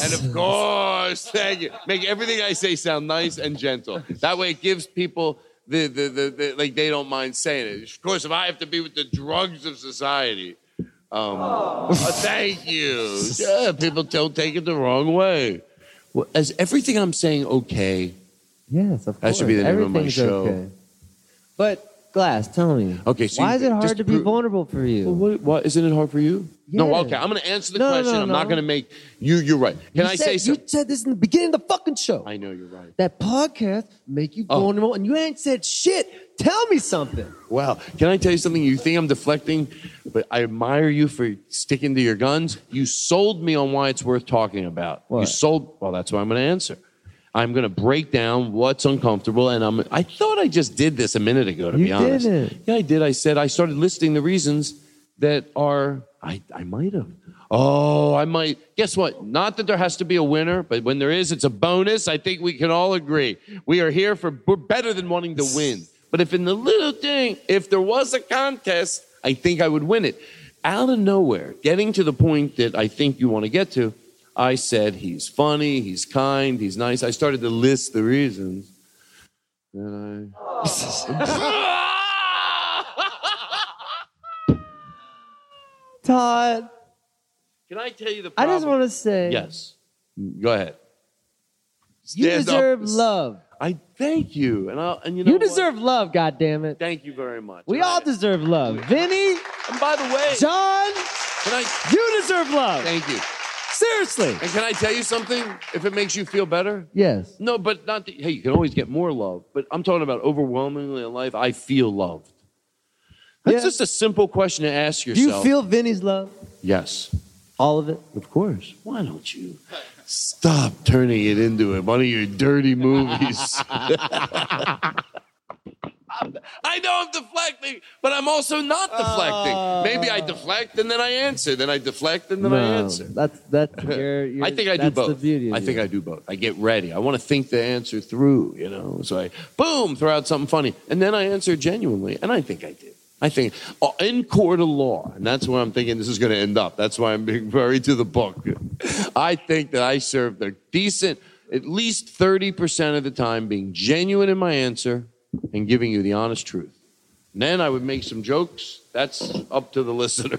S7: And of course, (laughs) thank you. Make everything I say sound nice and gentle. That way, it gives people the, the, the, the like they don't mind saying it. Of course, if I have to be with the drugs of society, um, uh, thank you. (laughs) Yeah, people don't take it the wrong way. Well, is everything I'm saying okay?
S6: Yes, of course.
S7: That should be the name of my
S6: Everything's
S7: show.
S6: okay. But Glass, tell me.
S7: Okay, so
S6: why
S7: you-
S6: is it hard
S7: just
S6: to
S7: to
S6: be
S7: prove-
S6: vulnerable for you?
S11: Well, what, what, isn't it hard for you?
S7: No,
S6: Yeah.
S7: okay. I'm going to answer the
S6: No,
S7: question.
S6: no,
S7: I'm not
S6: no.
S7: going to make you. You're right. Can
S6: You
S7: I
S6: said-
S7: say something?
S6: You said this in the beginning of the fucking show.
S7: I know you're right.
S6: That podcast make you
S11: Oh.
S6: vulnerable, and you ain't said shit. Tell me something.
S11: Wow. Can I tell you something? You think I'm deflecting, but I admire you for sticking to your guns. You sold me on why it's worth talking about. You sold. Well, that's why I'm going to answer. I'm going to break down what's uncomfortable, and I'm. I thought I just did this a minute ago. To
S6: You
S11: be honest,
S6: didn't.
S11: yeah, I did. I said I started listing the reasons that are. I I might have. Oh, I might. Guess what? Not that there has to be a winner, but when there is, it's a bonus. I think we can all agree. We are here for we're better than wanting to win. But if in the little thing, if there was a contest, I think I would win it. Out of nowhere, getting to the point that I think you want to get to, I said he's funny, he's kind, he's nice. I started to list the reasons. Then I.
S6: Todd,
S7: Can I tell you the
S6: I
S7: problem?
S6: just want to say
S11: yes. Go ahead.
S6: you
S11: Stand up.
S6: deserve love.
S11: I thank you, and I'll, and
S6: You,
S11: you know what?
S6: deserve love, God damn it.
S11: Thank you very much.
S6: We all deserve love. Vinny,
S11: And by the way,
S6: John,
S11: can I
S6: you deserve love.
S11: thank you?
S6: Seriously.
S11: And can I tell you something? If it makes you feel better,
S6: Yes.
S11: no, but not. That, hey, you can always get more love. But I'm talking about overwhelmingly in life, I feel loved. That's
S6: Yeah.
S11: just a simple question to ask
S6: Do you
S11: yourself.
S6: feel Vinny's love?
S11: yes,
S6: All of it?
S11: of course. Why don't you stop turning it into a- one of your dirty movies? (laughs) I know I'm deflecting, but I'm also not deflecting. Maybe I deflect and then I answer, then I deflect and then I answer.
S6: That's that's your, your
S11: (laughs) I think I do
S6: that's
S11: both.
S6: The beauty of
S11: I
S6: you.
S11: think I do both. I get ready. I want to think the answer through, you know. So I boom, throw out something funny, and then I answer genuinely, and I think I did. I think oh, in court of law, and that's where I'm thinking this is going to end up. That's why I'm being very to the book. I think that I served a decent, at least thirty percent of the time, being genuine in my answer and giving you the honest truth. And then I would make some jokes. That's up to the listener.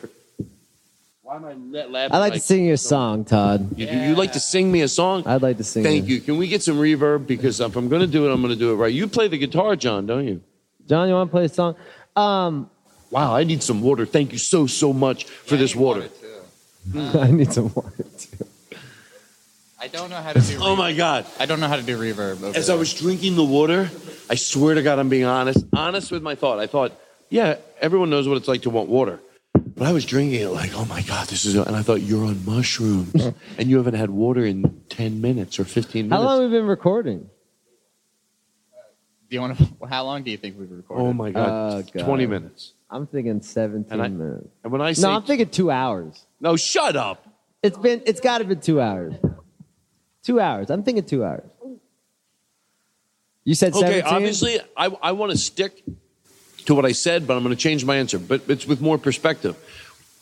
S11: Why am I la- laughing?
S6: I like to sing you a song, Todd.
S11: You, you like to sing me a song?
S6: I'd like to sing.
S11: Thank you. Can we get some reverb? Because if I'm going to do it, I'm going to do it right. You play the guitar, John, don't you?
S6: John. You want to play a song? (laughs) Um,
S11: Wow, I need some water. Thank you so, so much for this water.
S6: I need some water too.
S9: I don't know how to do.
S11: Oh my God.
S9: I don't know how to do reverb. Over
S11: As I was drinking the water, I swear to God, I'm being honest, honest with my thought. I thought, yeah, everyone knows what it's like to want water. But I was drinking it like, oh my God, this is, and I thought, you're on
S6: (laughs)
S11: mushrooms and you haven't had water in 10 minutes or 15 minutes.
S6: How long have we been recording?
S9: do you want to? How long do you think we've recorded?
S11: oh my God,
S6: Oh, God.
S11: 20 minutes.
S6: I'm thinking 17
S11: And I-
S6: minutes.
S11: And when I say,
S6: No, I'm thinking two hours.
S11: no shut up.
S6: It's been. It's got to be two hours. Two hours. I'm thinking two hours. You said 17?
S11: Okay, obviously, I, I want to stick to what I said, but I'm going to change my answer. But it's with more perspective.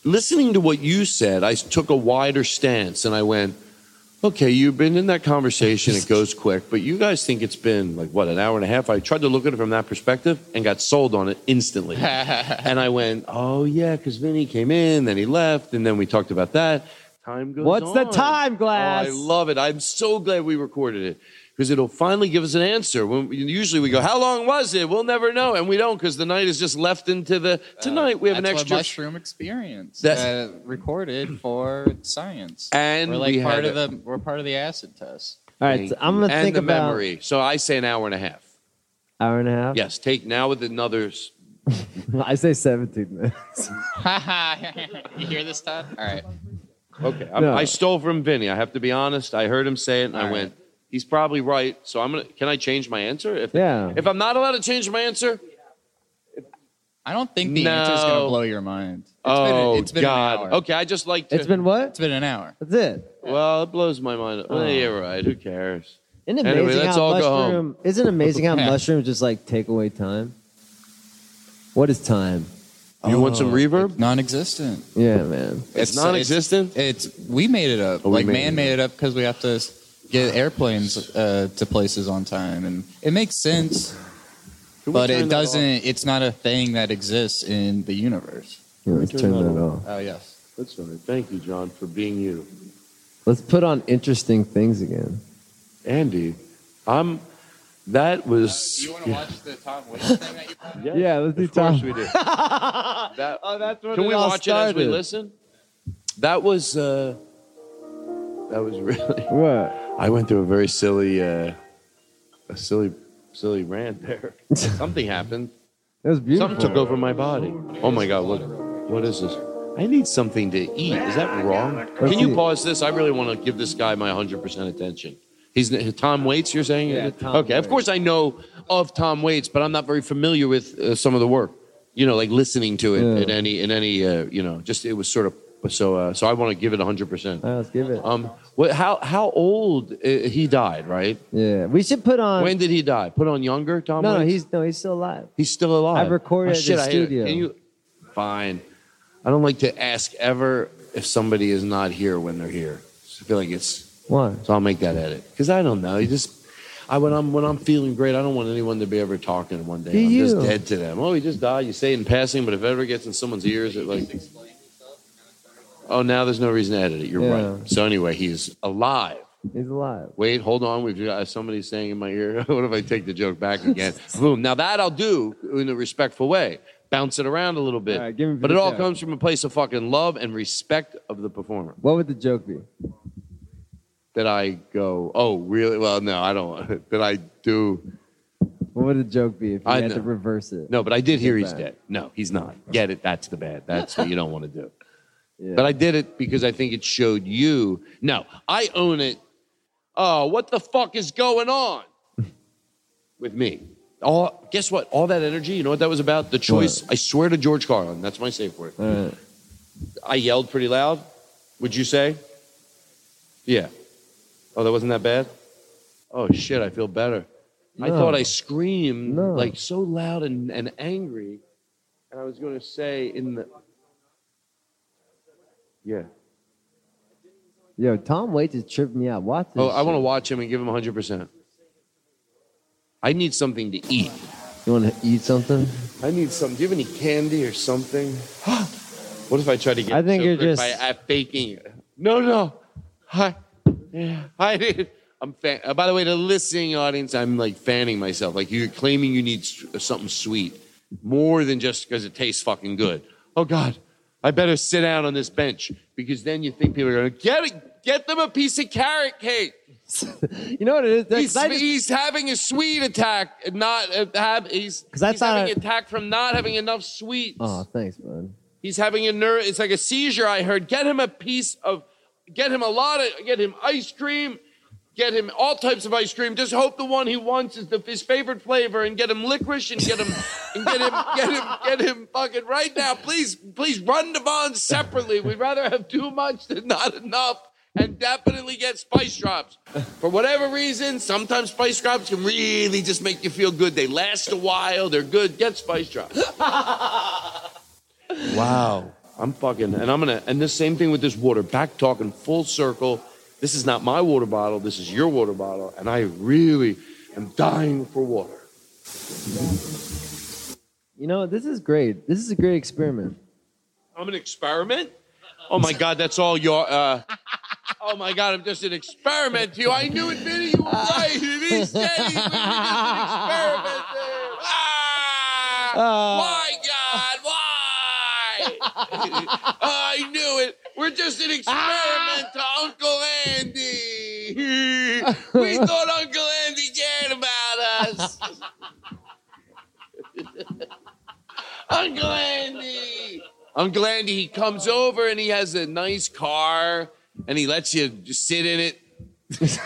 S11: Listening to what you said, I took a wider stance and I went, okay, you've been in that conversation. It goes quick, but you guys think it's been like, what, an hour and a half? I tried to look at it from that perspective and got sold on it
S6: (laughs)
S11: instantly. and I went, oh, yeah, because Vinny came in, then he left, and then we talked about that. Time goes
S6: What's the
S11: on.
S6: time, Glass?
S11: Oh, I love it. I'm so glad we recorded it because it'll finally give us an answer. When usually we go, "How long was it?" We'll never know, and we don't because the night is just left into the. Tonight we have an
S9: Uh, That's
S11: extra.
S9: what mushroom experience
S11: That's-
S9: uh, recorded for science.
S11: And
S9: we're like
S11: we
S9: part
S11: had
S9: of the we're part of the acid test. (laughs)
S6: All right.
S11: Thank
S6: so I'm
S11: you.
S6: gonna
S11: and
S6: think
S11: the
S6: about
S11: memory. So I say an hour and a half.
S6: hour and a half.
S11: Yes, take now with another. s-
S12: (laughs)
S6: I say 17
S11: (laughs)
S6: minutes.
S9: you hear this, Todd? All right.
S11: Okay, I'm,
S6: No.
S11: I stole from Vinny. I have to be honest. I heard him say it, and I
S9: All
S11: went, "He's probably right." So I'm gonna. Can I change my answer? If
S6: Yeah.
S11: if I'm not allowed to change my answer,
S9: I don't think the answer answer's gonna
S11: No.
S9: blow your mind. It's
S11: oh
S9: been, it's been
S11: God.
S9: An hour.
S11: Okay, I just like to.
S6: It's been what?
S9: It's been an hour.
S6: That's it.
S11: Well, it blows my mind. Well, you're right. Who cares?
S6: Isn't it
S11: Anyway,
S6: amazing
S11: let's
S6: how
S11: all go home.
S6: mushroom?
S11: (laughs)
S6: Isn't it amazing how
S9: Yeah.
S6: mushrooms just like take away time? What is time?
S11: You want some
S6: Oh.
S11: reverb?
S9: Non-existent.
S12: Yeah, man.
S11: It's, non-existent.
S9: It's, we made it up.
S11: Oh, we
S9: like
S11: made
S9: man
S11: it
S9: made it up because we have to s- get airplanes uh, to places on time, and it makes sense.
S11: we
S9: But
S11: turn
S9: it
S11: that off?
S9: doesn't. It's not a thing that exists in the universe.
S12: Yeah, let's turn that off.
S9: Oh yes.
S11: That's all right. Thank you, John, for being you.
S12: Let's put on interesting things again.
S11: Andy, I'm. That was.
S9: You want to watch the Tom Waits thing that you put
S11: Yeah,
S12: let's
S11: do Tom. we do. (laughs) That-
S12: oh, that's where
S11: Can we watch it as we
S12: started.
S11: listen? That was. Uh, that was (laughs) really.
S12: What?
S11: I went through a very silly, uh, a silly, silly rant
S12: (laughs)
S11: there. Something happened.
S12: That was beautiful.
S11: Something took over my body. Oh my God! Look, what is this? I need something to eat. Is that wrong? Can you
S12: see.
S11: pause this? I really want to give this guy my 100% attention. He's Tom Waits. You're saying?
S12: Yeah, Tom
S11: okay. Of course, I know of Tom Waits, but I'm not very familiar with uh, some of the work. You know, like listening to it
S12: Yeah.
S11: in any in any uh, you know, just it was sort of so. Uh, so I want to give it 100%.
S12: All right, let's give it.
S11: Um, what, how how old uh, he died? Right?
S12: Yeah, we should put on.
S11: when did he die? Put on younger Tom.
S12: Uh, no, no,
S11: Waits?
S12: he's no, he's still alive.
S11: He's still alive. Oh,
S12: I've recorded at the
S11: I hate it.
S12: studio.
S11: Can you? Fine. I don't like to ask ever if somebody is not here when they're here. I feel like it's
S12: Why?
S11: so. I'll make that edit because I don't know. You just. I, when I'm when I'm feeling great, I don't want anyone to be ever talking one day.
S12: Be
S11: I'm just
S12: you.
S11: dead to them. Oh, he just died. You say it in passing, but if it ever gets in someone's ears, it like. Oh, now there's no reason to edit it. You're
S12: Yeah.
S11: right. So anyway, he's alive.
S12: He's alive.
S11: Wait, hold on. We've got somebody saying in my ear. (laughs) what if I take the joke
S12: (laughs)
S11: back again? Boom. Now that I'll do in a respectful way. Bounce it around a little bit.
S12: All right, give me
S11: but it
S12: the
S11: all
S12: joke.
S11: comes from a place of fucking love and respect of the performer.
S12: What would the joke be?
S11: That I go, oh, really? Well, no, I don't. That I do.
S12: What would the joke be if you
S11: I
S12: had to
S11: know.
S12: reverse it?
S11: No, but I did hear he's
S12: Goodbye.
S11: dead. No, he's not. Get it? That's the bad. That's what you don't want to do.
S12: Yeah.
S11: But I did it because I think it showed you. No, I own it. Oh, what the fuck is going on with me? All guess what? All that energy. You know what that was about? The choice. I swear to George Carlin. That's my safe word.
S12: All right.
S11: I yelled pretty loud. Would you say? Yeah. Oh, that wasn't that bad. Oh shit! I feel better. I
S12: No.
S11: thought I screamed
S12: No.
S11: like so loud and, and angry, and I was going to say in the yeah.
S12: Yo, Tom Waits is tripping me out. Watch this.
S11: Oh, I want to watch him and give him 100%. I need something to eat.
S12: You want to eat something?
S11: I need something. Do you have any candy or something? (gasps) what if I try to get
S12: I think
S11: so
S12: you're
S11: good
S12: just-
S11: by uh, faking it? No, no. Hi. Yeah, I did. (laughs) I'm fan- uh, by the way, to the listening audience, I'm like fanning myself. Like you're claiming you need s- uh, something sweet more than just because it tastes fucking good. Oh God, I better sit down on this bench because then you think people are going to get it. Get them a piece of carrot cake.
S12: You know what it is?
S11: He's, he's having a sweet attack, and not uh, have, he's,
S12: 'Cause that's
S11: he's having
S12: not a-
S11: an attack from not having enough sweets.
S12: oh, thanks, bud.
S11: He's having a nerve. It's like a seizure. I heard. Get him a piece of, get him a lot of, get him ice cream, get him all types of ice cream. Just hope the one he wants is the, his favorite flavor, and get him licorice, and get him, and get him, get him, get him fucking right now. Please, please run Devon separately. We'd rather have too much than not enough. And definitely get spice drops. For whatever reason, sometimes spice drops can really just make you feel good. They last a while, they're good. Get spice drops. Wow. I'm fucking, and I'm gonna, and the same thing with this water. Back talking full circle. This is not my water bottle. This is your water bottle, and I really am dying for water.
S12: You know this is great. This is a great experiment.
S11: I'm an experiment. Oh my god, that's all your. Uh, oh my god, I'm just an experiment to you. I knew it, Vinny. You were right. He said he was just an experiment. to you. Ah, Why, God? Why? I knew it. We're just an experiment to Uncle Andy. we thought Uncle Andy cared about us. (laughs) Uncle Andy. Uncle Andy, he comes over and he has a nice car and he lets you just sit in it. (laughs)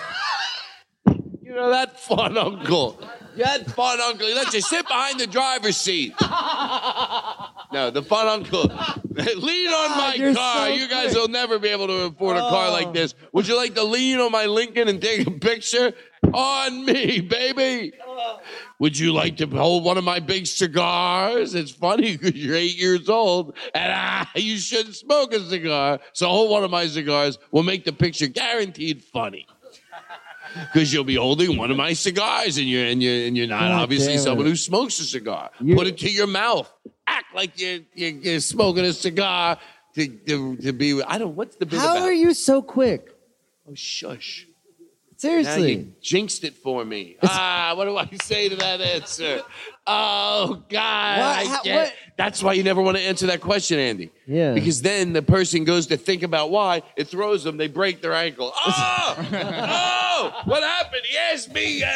S11: you know, that fun uncle. That fun uncle. He lets you sit behind the driver's seat. No, the fun uncle. (laughs) lean on my
S12: you're
S11: car.
S12: so Oh.
S11: you guys will never be able to afford a car like this. Would you like to lean on my Lincoln and take a picture? On me, baby.
S7: Would you like to hold one of my big cigars? It's funny because you're eight years old and ah, you shouldn't smoke a cigar. So hold one of my cigars. We'll make the picture guaranteed funny. Because you'll be holding one of my cigars and you're, and you're, and you're not
S12: God
S7: obviously
S12: damn it.
S7: someone who smokes a cigar. Put it to your mouth. Act like you're, you're, you're smoking a cigar to, to, to be. I don't. What's the bit
S12: How
S7: about?
S12: are you so quick?
S7: Oh, shush. Now
S12: Seriously.
S7: you jinxed it for me. ah, what do I (laughs) say to that answer? Oh God!
S12: What?
S7: I
S12: How-
S7: can't-
S12: what?
S7: That's why you never want to answer that question, Andy.
S12: Yeah.
S7: Because then the person goes to think about why it throws them. They break their ankle. Oh, oh! What happened? He asked me. Uh,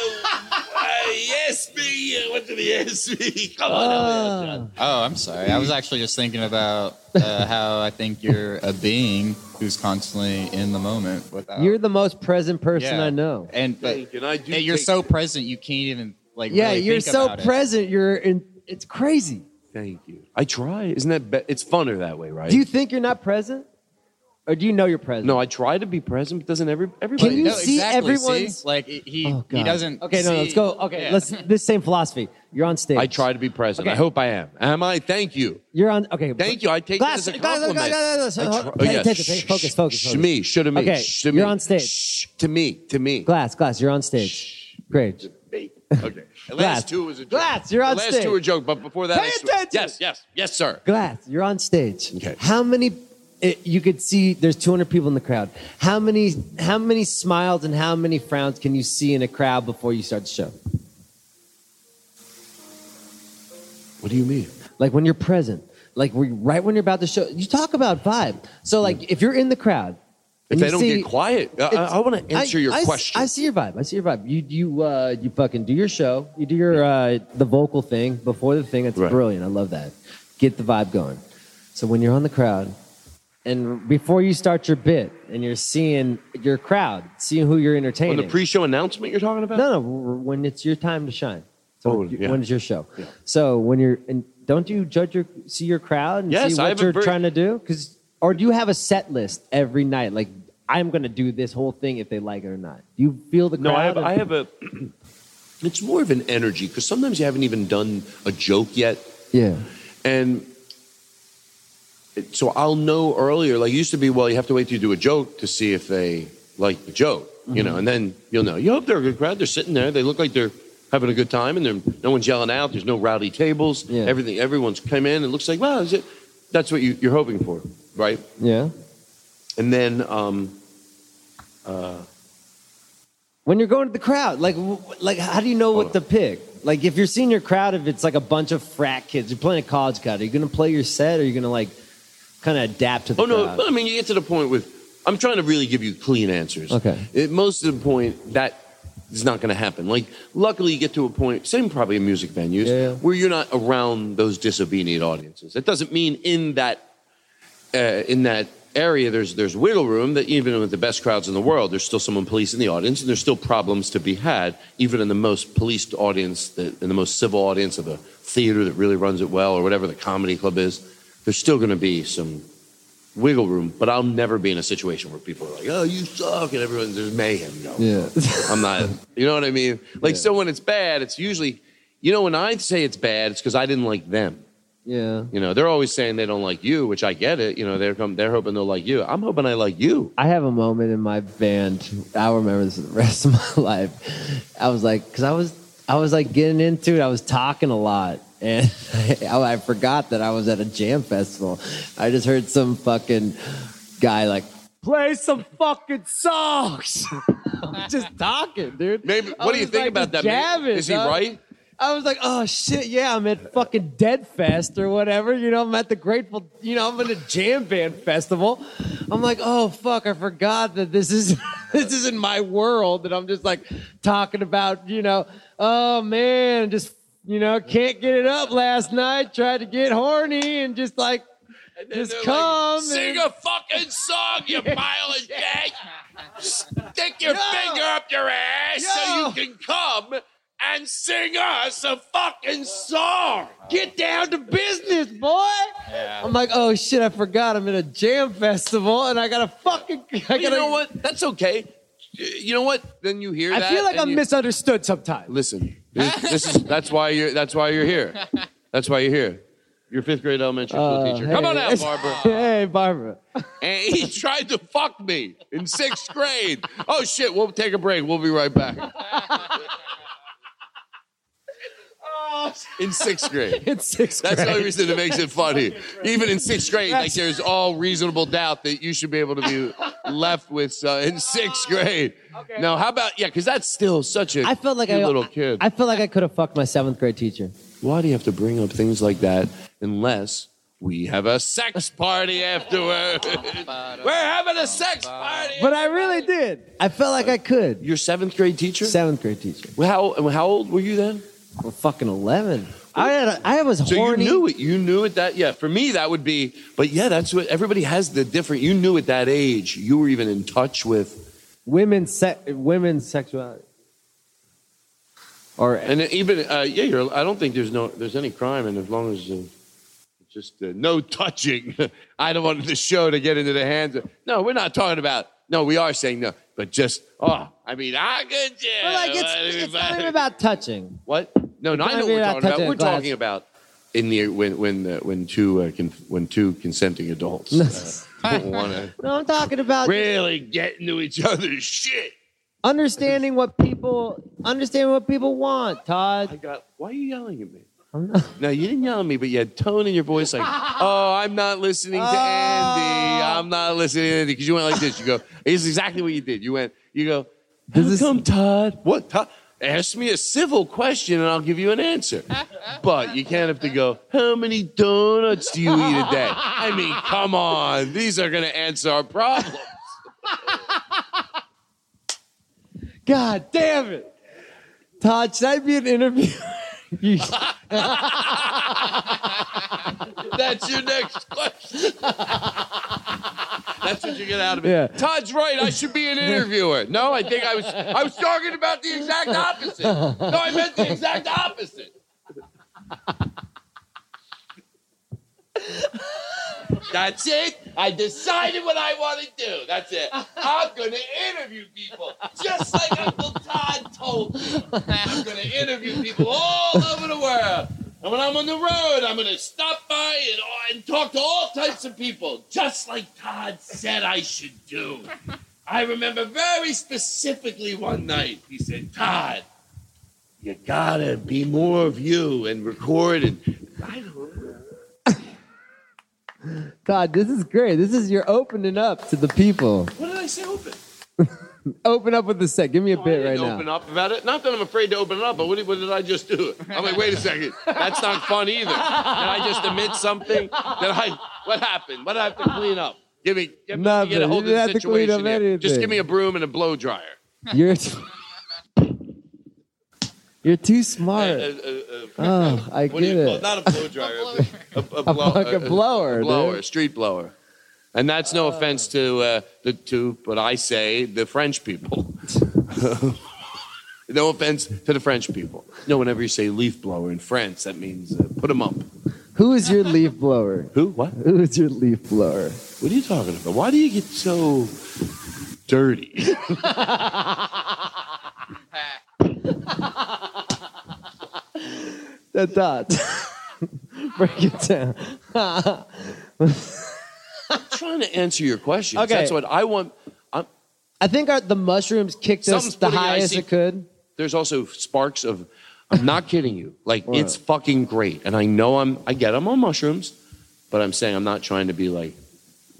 S7: uh, he asked me. Uh, what did he ask me? Come on.
S9: Oh, I'm sorry. I was actually just thinking about uh, how I think you're a being who's constantly in the moment. Without,
S6: You're the most present person
S9: Yeah.
S6: I know.
S9: and but
S7: Thank you. And I do
S9: and you're
S7: take
S9: so present, you can't even like.
S6: yeah,
S9: really
S6: you're
S9: think
S6: so
S9: about it.
S6: present. You're in. It's crazy.
S11: Thank you. I try. Isn't that be- it's funner that way, right?
S6: Do you think you're not present, or do you know you're present?
S11: no, I try to be present, but doesn't every everybody?
S6: Can you
S11: know?
S6: see
S9: exactly, see?
S6: everyone's-
S9: like he he
S6: Oh, God.
S9: doesn't.
S6: Okay, no,
S9: see-
S6: let's go. Okay,
S9: Yeah.
S6: let's. This same philosophy. You're on stage.
S11: I try to be present.
S6: Okay.
S11: I hope I am. Am I? Thank you.
S6: You're on. Okay.
S11: Thank you. I take
S6: Glass-
S11: this as a
S6: glass-
S11: compliment.
S6: glass- glass- glass-
S11: I
S6: hold-
S7: Oh,
S11: try-
S6: pay
S11: yes.
S6: attention, pay-
S11: Shh,
S6: focus,
S11: shh,
S6: focus,
S11: shh,
S6: focus.
S11: To me, should to me.
S6: Okay,
S11: shh, to
S6: you're
S11: me,
S6: on stage.
S11: shh, to me, to me.
S6: Glass, glass. You're on stage. Great.
S7: Okay. The last two was a joke.
S6: Glass, you're on
S7: the last
S6: stage.
S7: two were a joke, but before that,
S6: Pay
S7: I swear-
S6: attention.
S7: Yes, yes, yes, sir.
S6: Glass, you're on stage.
S11: Okay.
S6: How many? It, you could see there's 200 people in the crowd. How many? How many smiles and how many frowns can you see in a crowd before you start the show?
S11: What do you mean?
S6: like when you're present like we right when you're about to show you talk about vibe so like if you're in the crowd
S11: Hmm. If
S6: and
S11: they
S6: you
S11: don't
S6: see-
S11: get quiet, I,
S6: It's-
S11: I want to answer
S6: I-
S11: your
S6: I s-
S11: question.
S6: I see your vibe. I see your vibe. You you uh, you fucking do your show. You do your uh, the vocal thing before the thing. That's
S11: Right.
S6: brilliant. I love that. Get the vibe going. So when you're on the crowd, and before you start your bit, and you're seeing your crowd, seeing who you're entertaining.
S11: On the pre-show announcement you're talking about?
S6: No, no. When it's your time to shine. So
S11: Oh,
S6: when you-
S11: yeah.
S6: when it's your show. So when you're and don't you judge your see your crowd and
S11: Yes,
S6: see
S11: I
S6: what
S11: have a
S6: you're
S11: very-
S6: trying to do? Because or do you have a set list every night? Like I'm gonna do this whole thing if they like it or not. Do you feel the crowd?
S11: No, I have,
S6: and-
S11: I have a. (clears throat) It's more of an energy because sometimes you haven't even done a joke yet,
S6: yeah.
S11: and it- so I'll know earlier. Like it used to be, well, you have to wait till you do a joke to see if they like the joke, you know, and then you'll know. You hope they're a good crowd. They're sitting there. They look like they're having a good time, and they're, no one's yelling out. There's no rowdy tables.
S6: Yeah.
S11: Everything. Everyone's come in. It looks like wow. Is it? That's what you, you're hoping for, right?
S6: Yeah.
S11: And then. Um, uh,
S6: When you're going to the crowd, like w- like how do you know what
S11: Hold
S6: to pick? Like if you're seeing your crowd, if it's like a bunch of frat kids, you're playing a college crowd. Are you gonna play your set? Or are you gonna like kind of adapt to the
S11: Oh no!
S6: crowd?
S11: (laughs) But I mean, you get to the point with. I'm trying to really give you clean answers.
S6: Okay.
S11: At most of the point, that is not going to happen. Like, luckily, you get to a point, same probably in music venues,
S6: Yeah, yeah.
S11: where you're not around those disobedient audiences. That doesn't mean in that uh, in that area there's there's wiggle room that even with the best crowds in the world, there's still someone policing the audience, and there's still problems to be had, even in the most policed audience, that, in the most civil audience of a theater that really runs it well, or whatever the comedy club is. There's still going to be some wiggle room, but I'll never be in a situation where people are like, "Oh, you suck," and everyone there's mayhem. No,
S6: Yeah.
S11: I'm not. You know what I mean? Like, so when it's bad, it's usually, you know, when I say it's bad, it's because I didn't like them.
S6: yeah.
S11: You know, they're always saying they don't like you, which I get it. You know, they're come, they're hoping they'll like you. I'm hoping I like you.
S6: I have a moment in my band. I'll remember this for the (laughs) rest of my life. I was like, because I was, I was like getting into it. I was talking a lot, and (laughs) I, I forgot that I was at a jam festival. I just heard some fucking guy like play some fucking songs. (laughs) I'm just talking, dude.
S11: Maybe.
S6: I
S11: What do you
S6: was,
S11: think
S6: like,
S11: about that?
S6: just
S11: man?
S6: jamming,
S11: Is he
S6: dog.
S11: right?
S6: I was like, oh shit, yeah, I'm at fucking Deadfest or whatever. You know, I'm at the Grateful, you know, I'm at a jam band festival. I'm like, oh fuck, I forgot that this is (laughs) this isn't my world. And I'm just like talking about, you know, oh man, just you know, can't get it up last night. Tried to get horny and just like just
S11: They're like,
S6: come.
S11: Sing
S6: and-
S11: a fucking song, you pile of shit.
S7: (laughs)
S11: Stick your
S6: Yo.
S11: finger up your ass
S6: Yo.
S11: so you can come and sing us a fucking song.
S6: get down to business, (laughs) boy.
S9: Yeah.
S6: I'm like, oh shit, I forgot I'm at a jam festival and I gotta fucking I gotta
S11: But you know what? That's okay. you know what? Then you hear.
S6: I
S11: that
S6: feel like
S11: and
S6: I'm
S11: you-
S6: misunderstood sometimes.
S11: Listen, this, this is that's why you're that's why you're here. That's why you're here. Your fifth grade elementary school
S6: Uh,
S11: teacher. Come
S6: hey,
S11: on out,
S6: it's-
S11: Barbara.
S6: (laughs) hey, Barbara.
S11: (laughs) and he tried to fuck me in sixth grade. Oh shit! We'll take a break. We'll be right back. In sixth grade. (laughs)
S6: in sixth
S11: That's the only
S6: grade.
S11: reason it makes it funny. Even in sixth grade, like there's all reasonable doubt that you should be able to be left with uh, in sixth grade. Okay. Now, how about yeah? Because that's still such a
S6: I felt like
S11: cute
S6: I
S11: little kid.
S6: I felt like I could have fucked my seventh grade teacher.
S11: Why do you have to bring up things like that unless we have a sex party afterward? (laughs) We're having a sex party.
S6: But I really did. I felt like I could.
S11: Your seventh grade teacher?
S6: Seventh grade teacher.
S11: Well, how how old were you then?
S6: Well, fucking eleven. I had a, I was
S11: So
S6: horny.
S11: you knew it. You knew it that yeah. For me, that would be. But yeah, that's what everybody has the different. You knew at that age you were even in touch with,
S6: women's se- women's sexuality. or
S11: and even uh, yeah. You're, I don't think there's no there's any crime, and as long as uh, just uh, no touching, (laughs) I don't want the show to get into the hands. of... No, we're not talking about. No, we are saying no, but just oh, I mean, I could.
S6: But like it's, it's not even about touching.
S11: What? No,
S6: It's
S11: no, I
S6: not
S11: know what we're
S6: even about
S11: talking about.
S6: touching
S11: We're
S6: glass.
S11: talking about in the when when uh, when two uh, con- when two consenting adults uh, don't want to
S6: No, I'm talking about
S11: really get into each other's shit.
S6: understanding what people understanding what people want. Todd, I
S11: got. Why are you yelling at me? No, you didn't yell at me, but you had tone in your voice like, "Oh, I'm not listening to Andy. I'm not listening to Andy." Because you went like this. You go, "It's exactly what you did." You went, "You go, how come Todd? What Todd? Ask me a civil question and I'll give you an answer." but you can't have to go, "How many donuts do you eat a day?" I mean, come on, these are gonna answer our problem.
S6: God damn it, Todd, should I be an interview? (laughs) You-
S11: That's your next
S7: (laughs)
S11: question. That's what you get out of it.
S6: Yeah.
S11: Todd's right. I should be an interviewer. No, I think I was. I was talking about the exact opposite. No, I meant the exact opposite. That's it. I decided what I want to do. That's it. I'm going to interview people, just like Uncle Todd told me. I'm going to interview people all over the world. And when I'm on the road, I'm going to stop by and, oh, and talk to all types of people, just like Todd said I should do. I remember very specifically one night, he said, Todd, you gotta be more of you and record and I don't
S6: Todd, this is great. This is you're opening up to the people.
S11: What did I say open?
S6: Open up with the set. Give me a bit
S11: I
S6: right
S11: didn't
S6: now.
S11: open up about it. Not that I'm afraid to open it up, but what did, what did I just do?
S6: (laughs)
S11: I'm like, wait a second, that's not fun either. Did I just admit something? Did I? What happened? What did I have to clean up? Give me, give me
S6: Nothing.
S11: get a hold
S6: You didn't
S11: of
S6: have
S11: the
S6: to clean
S11: situation.
S6: up
S11: here. Just
S6: anything.
S11: give me a broom and a blow dryer.
S6: You're you're too smart. oh, I
S11: what do
S6: get
S11: you call
S6: it.
S11: it? Not a blow dryer. a, a,
S6: A fucking blower,
S11: a blower,
S6: dude.
S11: street blower. And that's no offense to uh, the to what I say, the French people. (laughs) no offense to the French people. No, whenever you say leaf blower in France, that means uh, put them up.
S6: Who is your leaf blower?
S11: Who? What?
S6: Who is your leaf blower?
S11: What are you talking about? Why do you get so dirty?
S6: (laughs) The dot. (laughs) Break it down. (laughs)
S11: I'm trying to answer your question.
S6: Okay.
S11: That's what I want. I'm,
S6: I think our, the mushrooms kicked
S11: Something's
S6: us the
S11: putting
S6: highest
S11: icy-
S6: it could.
S11: there's also sparks of I'm not kidding you. Like
S6: What?
S11: it's fucking great. And I know I'm I get I'm on mushrooms, but I'm saying I'm not trying to be like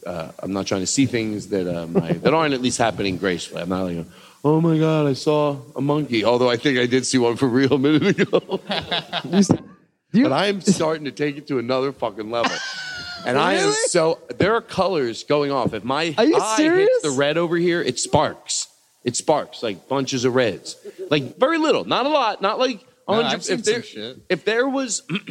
S11: uh, I'm not trying to see things that uh, (laughs) my, that aren't at least happening gracefully. I'm not like oh my god, I saw a monkey. Although I think I did see one for real a minute ago. but I'm starting to take it to another fucking level. And I am
S6: Really?
S11: so there are colors going off. If my
S6: Are you
S11: eye
S6: serious?
S11: hits the red over here, it sparks. It sparks like bunches of reds. Like very little, not a lot, not like
S9: No,
S11: 100
S9: I've seen
S11: if
S9: some
S11: there
S9: shit.
S11: if there was (clears throat)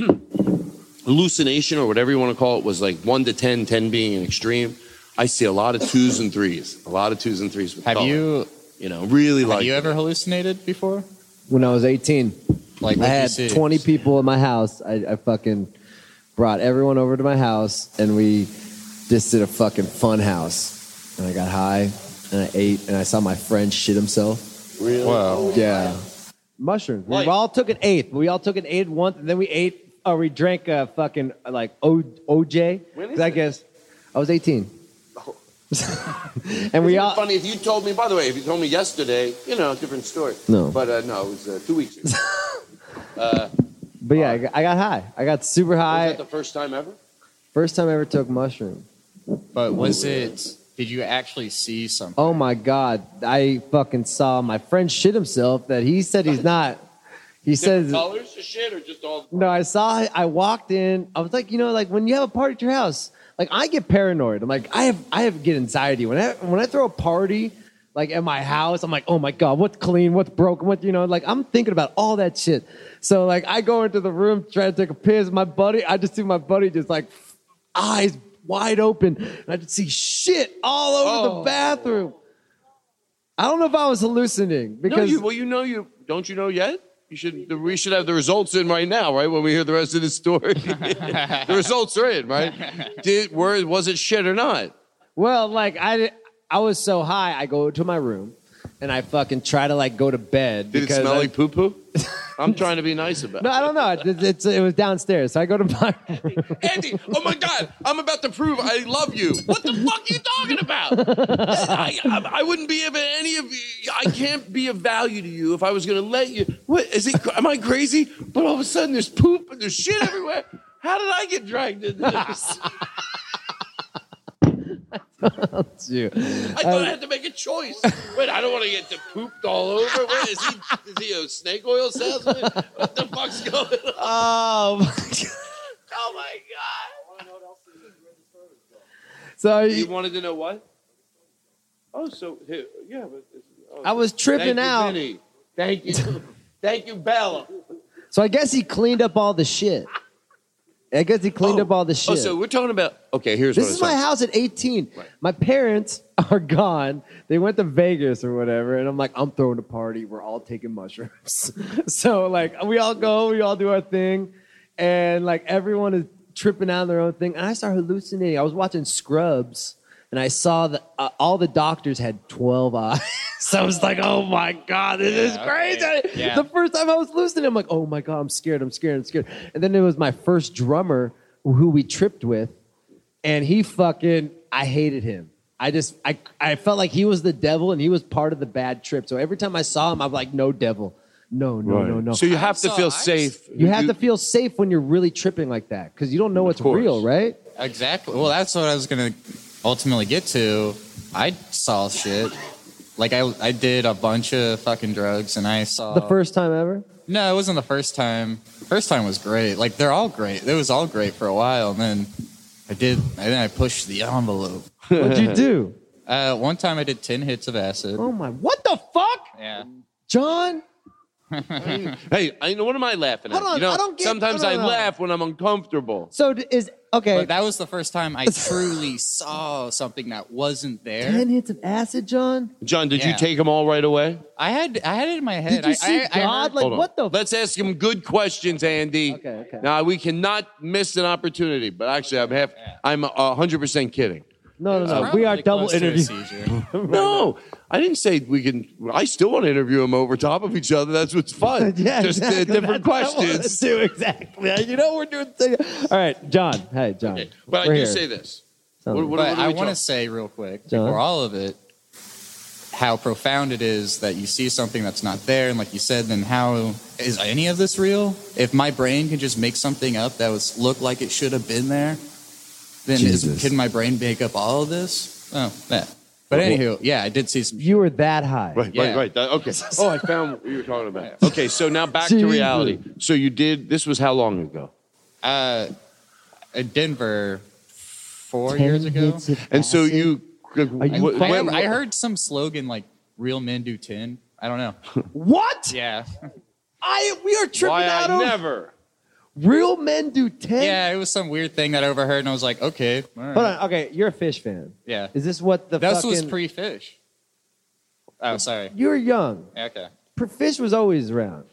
S11: hallucination or whatever you want to call it was like 1 to 10, 10 being an extreme, I see a lot of twos and threes. A lot of twos and threes with
S9: Have
S11: color.
S9: you?
S11: You know, really
S9: have
S11: like
S9: you ever hallucinated before?
S6: When I was 18,
S9: Like
S6: I
S9: what'd you
S6: had
S9: see?
S6: 20 people in my house. I, I fucking brought everyone over to my house and we just did a fucking fun house. And I got high and and I ate, and I saw my friend shit himself.
S13: Really? Wow.
S6: Yeah. Mushrooms. We all took an eighth. We all took an eighth once, and then we ate, or we drank a fucking like o, OJ.
S4: When is
S6: 'Cause I
S4: it?
S6: guess I was
S4: (laughs)
S6: 18. and we
S4: Isn't it
S6: all.
S4: funny if you told me. By the way, if you told me yesterday, you know, different story.
S6: No.
S4: but uh, no, it was uh, two weeks ago. uh,
S6: But yeah, I got, I got high. I got super
S4: was
S6: high.
S4: that the first time ever?
S6: First time I ever took mushrooms.
S9: But was it? Did you actually see something?
S6: Oh my god, I fucking saw my friend shit himself that he said he's not. He
S4: Different
S6: says
S4: colors of shit or just all.
S6: no, I saw I walked in. I was like, you know, like when you have a party at your house, like I get paranoid. I'm like, I have I have get anxiety when I when I throw a party like at my house, I'm like, oh my god, what's clean, what's broken, what you know, like I'm thinking about all that shit. So like I go into the room trying to take a piss, my buddy, I just see my buddy just like eyes wide open, and I just see shit all over
S4: Oh.
S6: the bathroom. I don't know if I was hallucinating because
S11: No, you-
S4: Well, you know, you don't you know yet? You should. We should have the results in right now, right? When we hear the rest of this story,
S11: (laughs) the results are in, right? (laughs) Did were was it shit or not?
S6: Well, like I, di- I was so high, I go to my room, and I fucking try to like go to bed.
S11: Did it
S6: because
S11: smell
S6: I-
S11: like poo poo? I'm trying to be nice about
S6: No,
S11: it.
S6: I don't know. It, it's, it was downstairs, so I go to (laughs) my room.
S11: (laughs) Andy, oh my God, I'm about to prove I love you. What the fuck are you talking about? I, I, I wouldn't be of any of you. I can't be of value to you if I was going to let you. What is it? Am I crazy? But all of a sudden, there's poop and there's shit everywhere. How did I get dragged into this?
S6: It's you.
S11: I thought I had to make a choice. Wait, I don't want to get de- pooped all over. Wait, is he is he a snake oil salesman? What the fuck's going on?
S6: Oh my (laughs) God.
S11: Oh my god!
S6: So
S11: you wanted to know what? Oh, so here- yeah, but it's- oh,
S6: I was tripping
S11: thank you,
S6: out.
S11: Vinny.
S6: (laughs)
S11: Thank you, thank you, Bella.
S6: So I guess he cleaned up all the shit. I guess he cleaned up all the shit.
S11: Oh, so we're talking about okay. Here's
S6: this
S11: what
S6: is
S11: I
S6: my house at 18. My parents (laughs) are gone. They went to Vegas or whatever, and I'm like, I'm throwing a party. We're all taking mushrooms. (laughs) so like, we all go, we all do our thing, and like everyone is tripping out on their own thing. And I start hallucinating. I was watching Scrubs, and I saw that uh, all the doctors had 12 (laughs) eyes. so I was like, oh my god, this is
S13: Yeah,
S6: crazy.
S13: okay. Yeah.
S6: The first time I was listening, I'm like, oh my god, I'm scared. I'm scared. I'm scared. And then it was my first drummer who we tripped with and he fucking I hated him. I just I I felt like he was the devil and he was part of the bad trip. So every time I saw him, I'm like, no devil. No, no,
S14: Right.
S6: no, no.
S14: So you have to I saw- feel I- safe.
S6: You have
S14: You-
S6: to feel safe when you're really tripping like that because you don't know what's real, right?
S9: Exactly. Well, that's what I was gonna ultimately get to. I saw shit. Like I, I did a bunch of fucking drugs, and I saw
S14: Uh-huh.
S6: The first time ever.
S9: No, it wasn't the first time. First time was great. Like they're all great. It was all great for a while, and then I did. And then I pushed the envelope.
S6: What'd you do?
S14: (laughs)
S9: Uh, one time I did ten hits of acid.
S6: Oh my! What the fuck?
S9: Yeah.
S6: John.
S11: hey, I, you know what am I laughing at?
S9: Hold on,
S11: you know,
S9: I don't get-
S11: sometimes
S9: no, no,
S11: I
S9: no.
S11: laugh when I'm uncomfortable.
S6: So d- is okay.
S9: But that was the first time I truly saw something that wasn't there.
S6: Ten hits of acid, John.
S11: John, did you
S9: Yeah.
S11: take them all right away?
S9: I had I had it in my head.
S6: you
S9: I-
S6: see
S9: I, I,
S6: God?
S9: heard-
S6: Like, what the?
S11: Let's ask him good questions, Andy. Okay, okay. Now we cannot miss an opportunity. But actually, I'm half. I'm hundred percent kidding.
S6: No, no, no. We are double interview.
S11: no, I didn't say we can. I still want to interview them over top of each other. That's what's fun.
S6: (laughs) (laughs) yeah,
S11: just uh,
S6: exactly.
S11: different
S6: That's what I wanna
S11: questions.
S6: do, exactly. You know we're doing. (laughs) All right, John. Hey, John.
S11: But
S6: We're
S11: I do
S6: here.
S11: say this.
S6: Sounds
S11: What- what-
S9: but
S11: what are
S9: I
S11: we
S9: want
S11: talking-
S9: to say real quick
S6: John?
S9: before all of it, how profound it is that you see something that's not there, and like you said, then how is any of this real? If my brain can just make something up that was looked like it should have been there, then
S6: Jesus.
S9: is, can my brain make up all of this? Oh, yeah. But
S11: Well,
S9: anywho, yeah, I did see some.
S6: You were that high.
S11: Right,
S9: Yeah.
S11: right, right. That- okay. (laughs) Oh, I found what you were talking about. (laughs) Okay, so now back to reality. So you did. This was how long ago?
S9: Uh, in Denver, four years ago.
S11: And so you.
S9: I, I- I heard some slogan like "Real men do 10. I don't know.
S6: What?
S9: (laughs) Yeah.
S6: I we are tripping
S9: Why I
S6: out over
S11: never.
S6: real men do ten.
S9: (laughs) Yeah, it was some weird thing that I overheard, and I was like, okay. all right.
S6: Hold on. Okay, you're a fish fan.
S9: Yeah.
S6: Is this what the
S9: this
S6: fucking?
S9: was pre-fish. Oh, sorry.
S6: you were young.
S9: Okay.
S6: Pre- Fish was always around.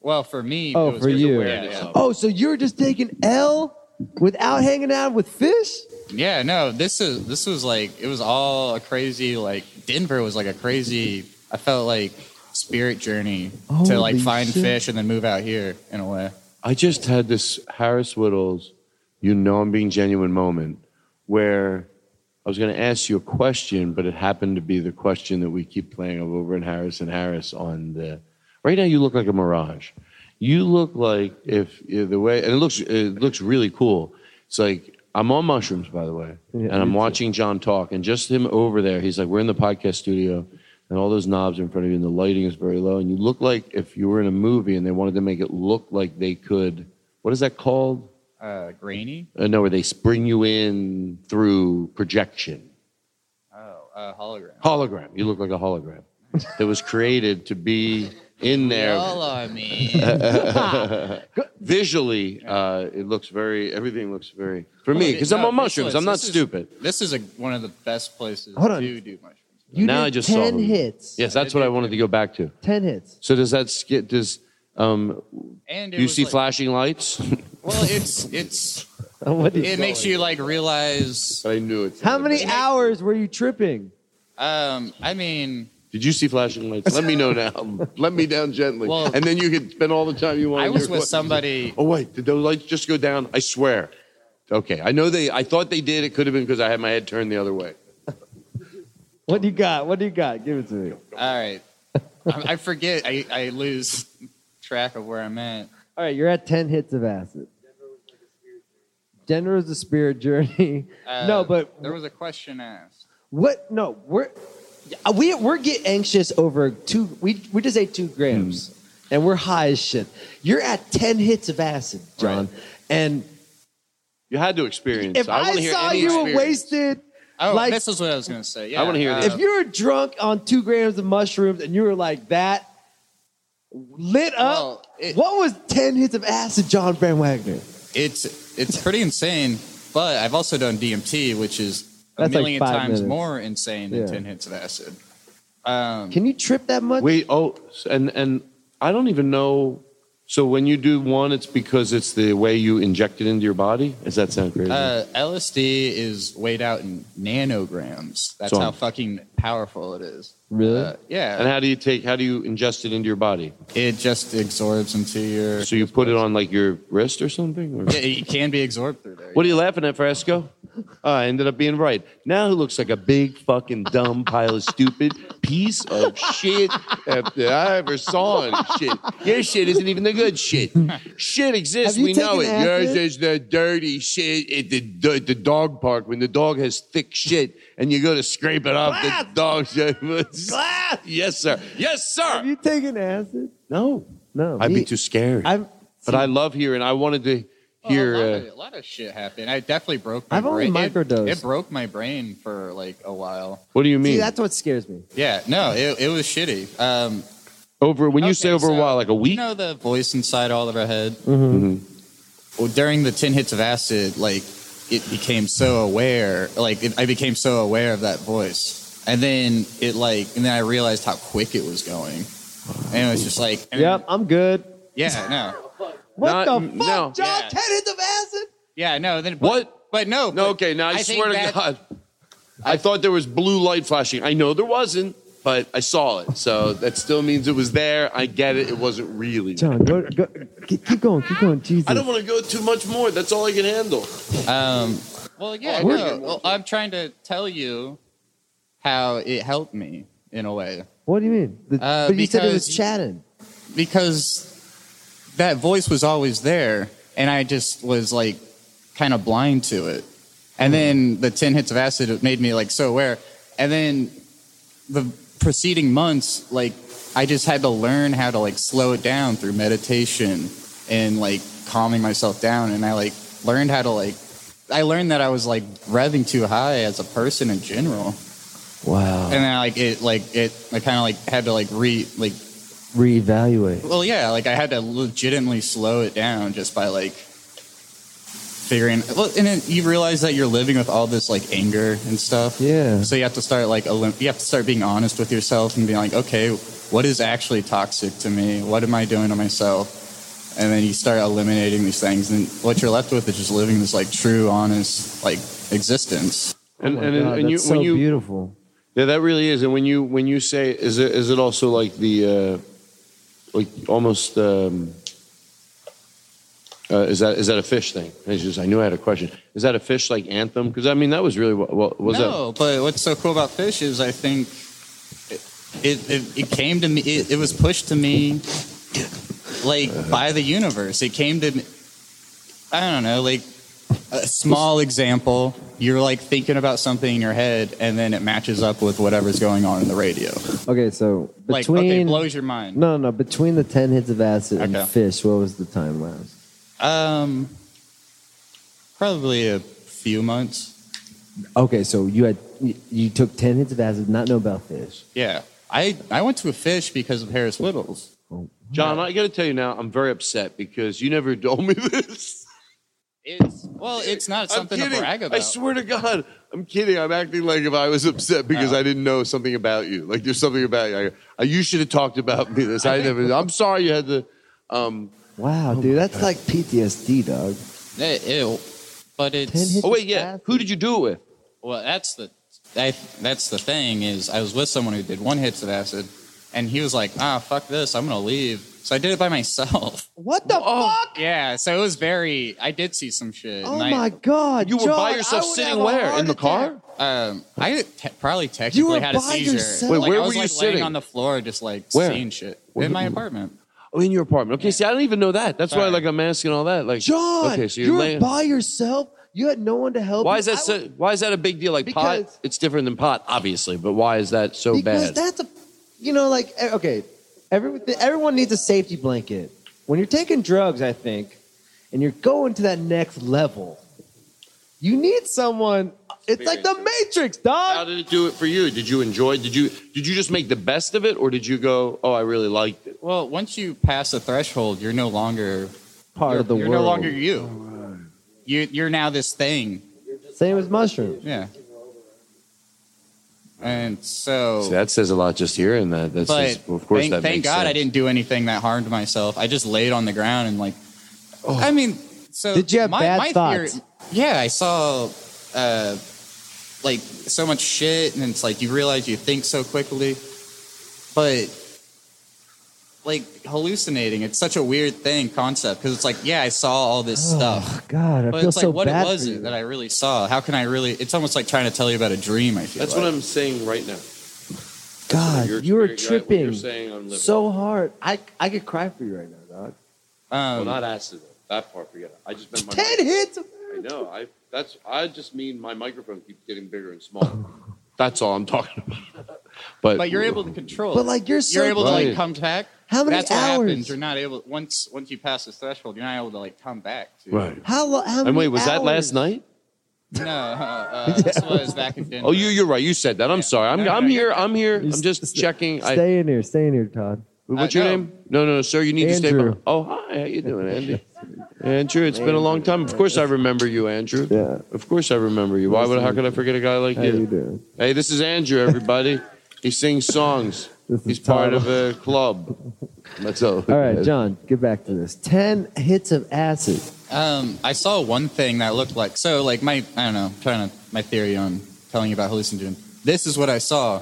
S9: Well, for me.
S6: Oh,
S9: it was
S6: for you.
S9: Yeah, yeah.
S6: Oh, so you're just taking L? without hanging out with fish.
S9: Yeah, no, this is this was like it was all a crazy like Denver was like a crazy I felt like spirit journey to like
S11: Holy
S9: find
S11: shit.
S9: fish and then move out here in a way.
S11: I just had this Harris Whittles, you know I'm being genuine moment where I was going to ask you a question, but it happened to be the question that we keep playing of over in Harris and Harris on the. Right now, you look like a mirage. You look like if, if the way, and it looks it looks really cool. It's like I'm on mushrooms, by the way,
S15: Yeah,
S11: and I'm
S15: me too.
S11: watching John talk, and just him over there. He's like, we're in the podcast studio, and all those knobs are in front of you, and the lighting is very low, and you look like if you were in a movie and they wanted to make it look like they could. What is that called?
S9: Uh grainy?
S11: Uh, no, where they bring you in through projection,
S9: Oh, uh hologram.
S11: hologram. You look like
S9: (laughs)
S11: a hologram that was created to be in there.
S9: Y'all are mean.
S11: Visually, uh, it looks very. Everything looks very for me
S9: Well,
S11: because
S9: no,
S11: I'm on
S9: this
S11: mushrooms.
S9: was-
S11: I'm not
S9: this is-
S11: stupid.
S9: This is a, one of the best places
S11: Hold on.
S9: to do mushrooms.
S11: You now
S9: did
S11: I just
S9: 10
S11: saw them.
S9: hits.
S11: Yes, that's what I wanted to go back to.
S6: Ten hits.
S11: So does that skit? Does um,
S9: And it
S11: you
S9: was
S11: see
S9: like-
S11: flashing lights?
S9: Well, it's it's
S6: What is
S9: it makes you like realize
S11: I knew it.
S6: How many hours were you tripping?
S9: Um, I mean,
S11: Did you see flashing lights? Let me know now. Let me down gently,
S9: Well-
S11: and then you can spend all the time you want.
S9: I
S11: on
S9: was
S11: your
S9: with
S11: questions.
S9: somebody-
S11: Oh wait, did those lights just go down? I swear. Okay, I know they. I thought they did. It could have been because I had my head turned the other way.
S6: What do you got? What do you got? Give it to me.
S9: all right. I, I forget. I, I lose track of where I'm at.
S6: All right, you're at ten hits of acid. Denver was a spirit journey.
S9: Uh,
S6: no, but
S9: there was a question asked.
S6: What? No, we're uh, we we're get anxious over two. We we just ate two grams, and we're high as shit. You're at ten hits of acid, John, and
S11: You had to experience.
S6: if I,
S11: want to hear
S6: saw
S11: any
S6: you were
S11: experience.
S6: wasted.
S9: Oh,
S6: like,
S9: this is what I was gonna say. Yeah, uh,
S6: If you were drunk on two grams of mushrooms and you were like that, lit
S9: uh,
S6: up. Uh, what was ten hits of acid, John Brand Wagner?
S9: it's it's pretty insane. But I've also done DMT, which is a
S6: That's like
S9: million
S6: five
S9: times
S6: minutes.
S9: more insane than
S11: Yeah.
S9: ten hits of acid. Um,
S6: Can you trip that much?
S11: Wait. Oh, s- and and I don't even know. So when you do one, it's because it's the way you inject it into your body. Does that sound crazy?
S9: Uh, LSD is weighed out in nanograms. That's
S11: So-
S9: how fucking powerful it is. Uh,
S11: Really?
S9: yeah.
S11: And how do you take? How do you ingest it into your body?
S9: It just absorbs into your.
S11: So you put it on like your wrist or something? Or?
S9: Yeah, it can be absorbed through there.
S11: What are you laughing at, Fresco? Oh, I ended up being right. Now who looks like a big fucking dumb pile of stupid piece of shit that I ever saw and shit. Your shit isn't even the good shit. Shit exists,
S15: Have you
S11: we know it.
S15: taken acid?
S11: Yours is the dirty shit at the, at the dog park when the dog has thick shit and you go to scrape it off the dog's (laughs) glass. Yes, sir. Yes, sir. Have
S6: you taken acid?
S11: No,
S6: no.
S11: I'd be
S6: me-
S11: too scared.
S6: I'm,
S11: but I love hearing. I wanted to hear.
S9: A
S11: uh,
S9: lot of shit happened. I definitely broke. My
S11: I've only
S9: brain. It-
S11: microdosed.
S9: It, broke my brain for like a while.
S11: what do you mean?
S6: See, that's what scares me.
S9: Yeah, no, it, it was shitty. Um,
S11: over when you say over a while, like a week.
S9: You know the voice inside all of our head. Mm-hmm.
S11: Mhm.
S9: Well, during the ten hits of acid, like it became so aware. Like it, I became so aware of that voice, and then it like, and then I realized how quick it was going, and it was just like,
S6: Yep, I'm good.
S9: yeah, no,
S6: What
S9: Not-
S6: the fuck,
S9: no.
S6: John? Ten hits of acid.
S9: yeah, no. Then but,
S11: What?
S9: But no.
S11: No, okay. Now I,
S9: I think
S11: swear to
S9: that-
S11: God, I thought there was blue light flashing. I know there wasn't, but I saw it. So that still means it was there. I get it. It wasn't really.
S6: John, go, go, keep keep going, keep going. Jesus.
S11: I don't want to go too much more. That's all I can handle.
S9: Um, well, yeah,
S11: Oh, I
S9: no.
S11: didn't
S9: Well, I'm trying to tell you how it helped me in a way.
S6: What do you mean? The-
S9: Uh,
S6: but you said it was
S9: because-
S6: chatting.
S9: because that voice was always there and i just was like kind of blind to it and then the 10 hits of acid it made me like so aware and then the preceding months like i just had to learn how to like slow it down through meditation and like calming myself down and i like learned how to like i learned that i was like revving too high as a person in general
S6: Wow.
S9: and then like it like it i kind of like had to like re like
S6: Reevaluate.
S9: well, yeah, like I had to legitimately slow it down just by like figuring. Well, and then you realize that you're living with all this like anger and stuff.
S6: Yeah.
S9: So you have to start like elim- you have to start being honest with yourself and being like, okay, what is actually toxic to me? What am I doing to myself? and then you start eliminating these things, and what you're left with is just living this like true, honest like existence.
S11: And- Oh my and- God, and that's you- so when you-
S6: beautiful.
S11: Yeah, that really is. And when you when you say, is it is it also like the, uh, like almost, um, uh, is that is that a fish thing? It's just I knew I had a question. Is that a fish like anthem? Because I mean that was really what, what was
S9: no, but what's so cool about fish is I think it it, it came to me. It, it was pushed to me like by the universe. It came to me. I don't know, like a small example. You're like thinking about something in your head, and then it matches up with whatever's going on in the radio.
S6: Okay, so between
S9: Like, okay, blows your mind.
S6: No, no, between the ten hits of acid
S9: Okay.
S6: and fish, what was the time lapse?
S9: Um, probably a few months.
S6: Okay, so you had you- you took ten hits of acid, not know about fish.
S9: Yeah, I I went to a fish because of Harris Whittles.
S11: that? John, I got to tell you now, I'm very upset because you never (laughs) told me this.
S9: It's well, it's not something
S11: I'm
S9: to
S11: kidding.
S9: brag about.
S11: I swear to God, I'm kidding. I'm acting like if I was upset because I didn't know something about you. Like there's something about you. I, you should have talked about me. This I never. I'm sorry you had to. Um,
S6: Wow, dude, that's like PTSD, dog.
S9: Eh, ew. But it's
S11: oh wait, yeah. Who did you do it with?
S9: Well, that's the I, that's the thing is I was with someone who did one hits of acid, and he was like, ah, fuck this, I'm gonna leave. So I did it by (laughs) myself.
S6: What the fuck?
S9: Yeah, so it was very. I did see some shit.
S6: Oh
S9: and I-
S6: my god,
S9: You were by
S6: John,
S9: yourself
S6: I would
S9: sitting
S6: have a
S9: where? In
S6: heart
S9: the car?
S6: attack.
S9: Um, I te- probably technically
S6: were
S9: had a
S6: by
S9: seizure.
S6: yourself? Wait,
S9: Like,
S11: where
S9: I was
S11: were you
S9: like
S11: sitting?
S9: laying on the floor, just like
S11: Where?
S9: seeing shit
S11: Where-
S9: in my apartment.
S11: Oh, in your apartment. Okay, see, I don't even know that. That's why, like, I'm asking all that. Like,
S6: John,
S11: Okay, so
S6: you're,
S11: you're, laying.
S6: by yourself. You had no one to help.
S11: Why
S6: you.
S11: is that?
S6: I
S11: So, why is that a big deal? Like pot,
S6: Because-
S11: it's different than pot, obviously. But why is that so
S6: because
S11: bad?
S6: that's a you know like eh, okay every, everyone needs a safety blanket when you're taking drugs i think and you're going to that next level you need someone it's like the matrix dog
S11: How did it do it for you? Did you enjoy? Did you did you just make the best of it, or did you go? Oh, I really liked it.
S9: Well, once you pass the threshold, you're no longer
S6: part
S9: you're,
S6: of the
S9: you're
S6: world
S9: no longer you. You you're now this thing.
S6: same as mushrooms
S9: Yeah. And so,
S11: See, that says a lot just hearing that. That's
S9: but
S11: just, of course
S9: thank,
S11: that
S9: thank
S11: makes
S9: God I
S11: sense.
S9: didn't do anything that harmed myself. I just laid on the ground and like, I mean, so
S6: Oh. Did you have
S9: my,
S6: bad
S9: my
S6: thoughts?
S9: Theory, yeah, I saw, uh, like so much shit, and it's like you realize you think so quickly, but like hallucinating, it's such a weird thing concept because it's like, yeah, I saw all this stuff.
S6: god Oh, i
S9: But
S6: feel
S9: it's like,
S6: so
S9: what
S6: bad
S9: was
S6: for
S9: it
S6: you.
S9: that I really saw? How can I really? It's almost like trying to tell you about a dream. I feel.
S11: That's
S9: like.
S11: what I'm saying right now.
S6: god
S11: You're-
S6: you were
S11: you're right. What you're
S6: tripping
S11: saying, I'm living.
S6: so hard i i could cry for you right now dog
S9: Um,
S11: well, not acid. though. That part, forget. it. I just meant my.
S6: 10 hits
S11: I know. I that's. I just mean my microphone keeps getting bigger and smaller. that's all I'm talking about. But,
S9: but you're able to control.
S6: But,
S9: it.
S6: like, you're so-
S9: you're able to
S11: Right.
S9: like come back.
S6: How many
S9: That's what
S6: hours?
S9: happens. You're not able once once you pass this threshold. You're not able to like come back. To,
S11: Right.
S6: how long how
S11: And
S6: many
S11: wait, was that
S6: hours?
S11: last night?
S9: No,
S6: (laughs)
S9: uh, this was back in Denver.
S11: Oh, you you're right. You said that. I'm sorry. I'm
S9: No,
S11: I'm
S9: no,
S11: here.
S9: you're
S11: I'm here. I'm just checking. I,
S6: stay in here stay in here todd
S11: what's your
S9: Uh, no.
S11: name? No, no, no, sir. You need to stay.
S6: Andrew.
S11: behind. Oh, hi. How you doing, Andy? Andrew, it's been a long time. Of course, I remember you, Andrew.
S6: Yeah.
S11: Of course, I remember you. Why would how could I forget a guy like
S6: how you
S11: you?
S6: doing
S11: Hey, this is Andrew.
S6: (laughs)
S11: Everybody, he sings songs.
S6: This is
S11: He's part
S6: Todd.
S11: of a club. That's all.
S6: all right john get back to this 10 hits of acid
S9: Um, I saw one thing that looked like so. Like my, I don't know. Trying to my theory on telling you about hallucinogen. This is what I
S11: (laughs)
S9: saw.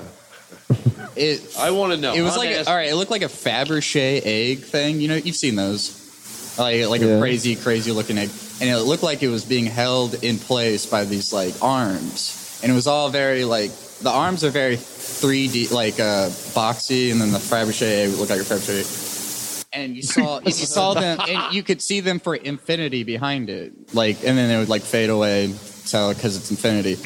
S9: It.
S11: I want to know.
S9: It was
S6: Oh,
S11: I'm
S9: like a,
S11: asking-
S9: all right. It looked like a Fabergé egg thing. You know, you've seen those, like like
S6: Yeah.
S9: a crazy, crazy looking egg, and it looked like it was being held in place by these like arms, and it was all very like the arms are very 3D, like uh, boxy, and then the Fabergé egg looked like a Fabergé. egg. And you saw you saw them, and you could see them for infinity behind it, like, and then it would like fade away till because it's infinity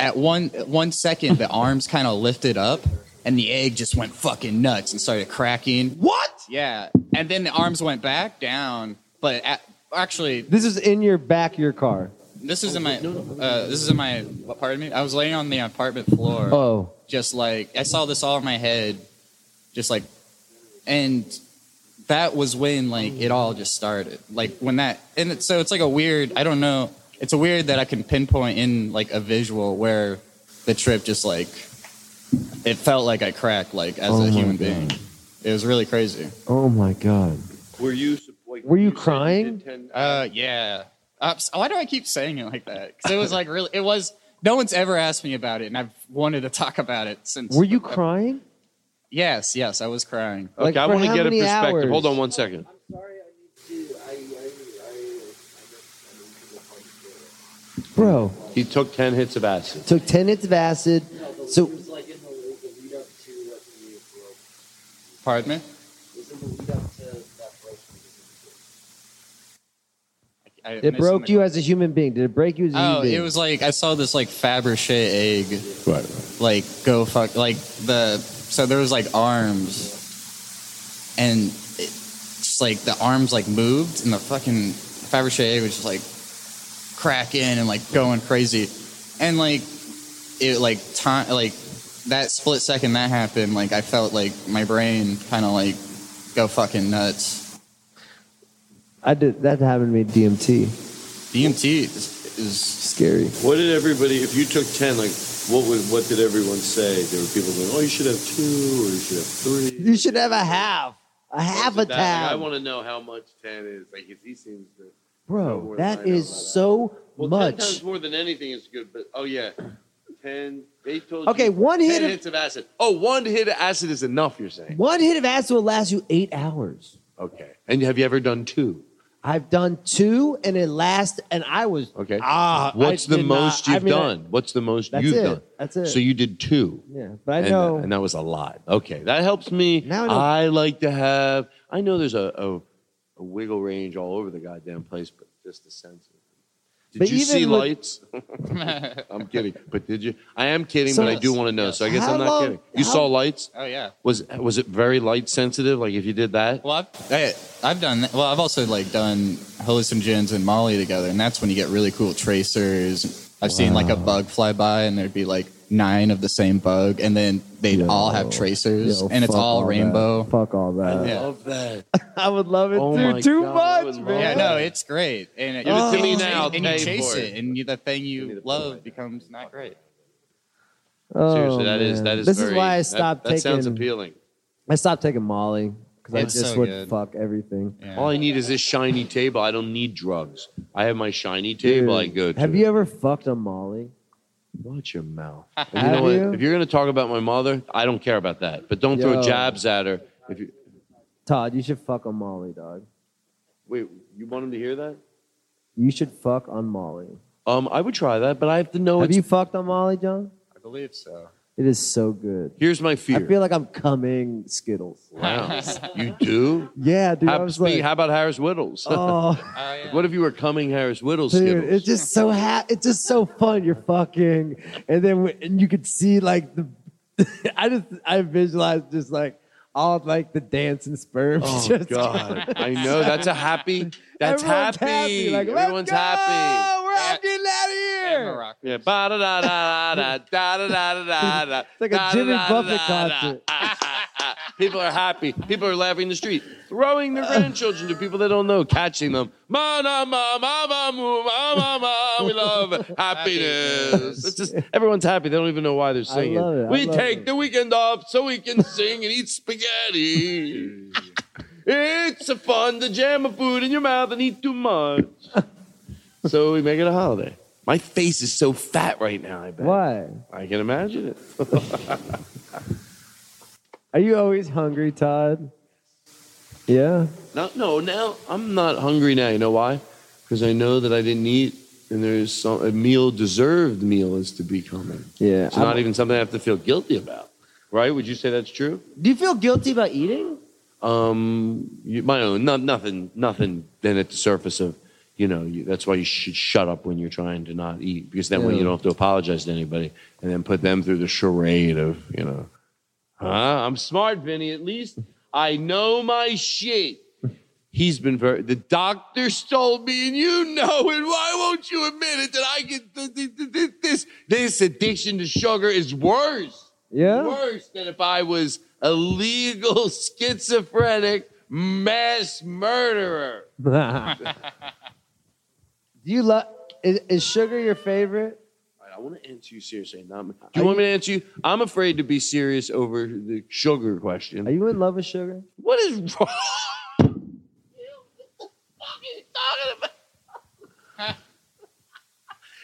S9: at one one second the arms kind of lifted up and the egg just went fucking nuts and started cracking what yeah and then the arms went back down but at, actually
S6: This is in your back of your car.
S9: this is in my uh, this is in my pardon me i was laying on the apartment floor
S6: Oh,
S9: just like i saw this all in my head just like and that was when like it all just started like when that and it, so it's like a weird i don't know it's a weird that i can pinpoint in like a visual where the trip just like it felt like i cracked like as
S6: Oh
S9: a
S6: my
S9: human
S6: God.
S9: being it was really crazy
S6: oh my god.
S11: Were you
S6: Were you crying?
S9: Uh, yeah. Uh, so why do I keep saying it like that? Because it was like really, it was. No one's ever asked me about it, and I've wanted to talk about it since.
S6: Were you crying?
S9: Yes, yes, I was crying.
S11: Okay, I want to get a perspective. Hold on one second.
S6: Bro,
S11: He took 10 hits of acid.
S6: took 10 hits of acid. So,
S9: Pardon me. I
S6: it
S9: missed
S6: broke
S9: something.
S6: you as a human being. Did it break you as a human
S9: Oh,
S6: being?
S9: it was like I saw this like Fabergé egg, like go fuck, like the so there was like arms, and it, just like the arms like moved, and the fucking Fabergé egg was just like cracking and like going crazy, and like it like time like that split second that happened, like I felt like my brain kind of like go fucking nuts.
S6: I did, that happened to me at DMT.
S9: DMT is, is
S6: Scary.
S11: What did everybody, if you took 10, like, what was, what did everyone say? There were people going, oh, you should have two, or you should have three.
S6: You should have a half. A half a
S11: That- like, I
S6: tab.
S11: want to know how much 10 is. Like, if he seems to.
S6: Bro, that is so
S11: Ten
S6: much.
S11: times more than anything is good, but oh yeah, ten. They told
S6: Okay,
S11: you
S6: one hit
S11: 10
S6: of-
S11: hits of acid. Oh, one hit of acid is enough. You're saying
S6: One hit of acid will last you eight hours.
S11: okay? And have you ever done two?
S6: I've done two, and it lasts, and I was
S11: Okay.
S6: ah. I
S11: What's the
S6: did not-
S11: most
S6: I
S11: you've
S6: mean, I-
S11: done? What's the most
S6: That's
S11: you've
S6: it.
S11: done?
S6: That's it.
S11: So you did two.
S6: yeah, but I
S11: and, uh,
S6: know.
S11: and that was a lot. Okay, that helps me.
S6: Now I
S11: I,
S6: know-
S11: like to have. I know there's a, a a wiggle range all over the goddamn place, but just the sense. of it. Did
S6: But
S11: you
S6: even
S11: see
S6: with- (laughs)
S11: lights? I'm kidding, but did you? I am kidding,
S6: So-
S11: but I do want to know. So I guess
S6: How
S11: I'm not
S6: long-
S11: kidding. You
S6: how-
S11: saw lights?
S9: Oh yeah.
S11: Was was it very light sensitive? Like if you did that?
S9: Well, I've, I, I've done that. Well, I've also like done hallucinogens and Molly together, and that's when you get really cool tracers. I've seen like a bug fly by, and there'd be like nine of the same bug, and then they'd all have tracers,
S6: Yo,
S9: and it's
S6: fuck
S9: all,
S6: that.
S9: rainbow.
S6: Fuck all that.
S9: Yeah.
S11: love that.
S6: (laughs) I would love it
S11: Oh my
S6: too. Too
S11: God, I would
S6: much,
S11: love
S6: man.
S9: Yeah, no, it's great. And it,
S11: Give it to
S9: and
S11: me
S9: you
S11: now, I'll
S9: chase- and you
S11: pay
S9: chase
S11: for
S9: it, and you, the thing you love becomes not great.
S6: Oh,
S11: Seriously, that is
S6: man.
S11: that is.
S6: This
S11: very-
S6: is why I
S11: that-
S6: stopped
S11: That,
S6: taking.
S11: sounds appealing.
S6: I stopped taking Molly because I
S9: It's
S6: just
S9: so
S6: would
S9: good.
S6: fuck everything.
S11: All I need is this shiny table. I don't need drugs. I have my shiny table. I go to.
S6: Have you ever fucked a Molly?
S11: Watch your mouth. You
S6: Have
S11: know what?
S6: you?
S11: If you're gonna talk about my mother, I don't care about that. But don't
S6: Yo.
S11: throw jabs at her. If you
S6: Todd, you should fuck on Molly, dog.
S11: wait, you want him to hear that?
S6: You should fuck on Molly.
S11: Um, I would try that, but I have to know.
S6: Have
S11: It's,
S6: you fucked on Molly, John?
S9: I believe so.
S6: It is so good.
S11: here's my
S6: I
S11: fear.
S6: feel like I'm coming Skittles.
S11: wow, you do.
S6: (laughs) Yeah, dude. I
S11: How,
S6: was
S11: speak-
S6: like,
S11: how about Harris Whittles?
S6: oh,
S11: (laughs) What if you were coming Harris Whittles?
S6: dude,
S11: Skittles?
S6: it's just so ha- it's just so fun. You're fucking, and then w- and you could see like the, (laughs) I just I visualize just like all like the dancing sperms.
S11: Oh
S6: (laughs) just
S11: God! I know that's a happy. That's
S6: Everyone's
S11: happy.
S6: happy, like, let's
S11: Everyone's
S6: go!
S11: happy. Eh.
S6: We're all getting out of here.
S9: Morocco.
S11: Yeah. Ba da da da da da da da da da.
S6: It's like a Jimmy Buffett concert.
S11: People are happy. People are laughing in the street, throwing their grandchildren to people they don't know, catching them. Ma na ma ma ma mu ma ma ma. We (laughs) love happiness. It's just everyone's happy. They don't even know why they're singing.
S6: love it. I
S11: We
S6: love
S11: take
S6: it.
S11: the weekend off so we can sing and eat spaghetti. It's a fun to jam a food in your mouth and eat too much. so we make it a holiday. My face is so fat right now, I bet.
S6: Why
S11: I can imagine it.
S6: are you always hungry, Todd? Yeah.
S11: No, no, now I'm not hungry now. You know why? Because I know that I didn't eat, and there's some, a meal, deserved meal is to be coming.
S6: Yeah.
S11: It's not even something I have to feel guilty about, right? Would you say that's true?
S6: Do you feel guilty about eating?
S11: Um, you, my own, no, nothing, nothing. Then at the surface of, you know, you, that's why you should shut up when you're trying to not eat, because then when
S6: Yeah.
S11: you don't have to apologize to anybody, and then put them through the charade of, you know, huh? I'm smart, Vinny. At least I know my shit. He's been very. The doctors told me, and you know it. Why won't you admit it that I get th- th- th- th- this? This addiction to sugar is worse
S6: Yeah.
S11: worse than if I was a legal (laughs) schizophrenic mass murderer.
S6: (laughs) Do you love? Is, is sugar your favorite?
S11: I want to answer you seriously. Not me. Do you want me to answer you? I'm afraid to be serious over the sugar
S6: Are
S11: question.
S6: you in love with sugar?
S11: What is wrong?
S4: talking about?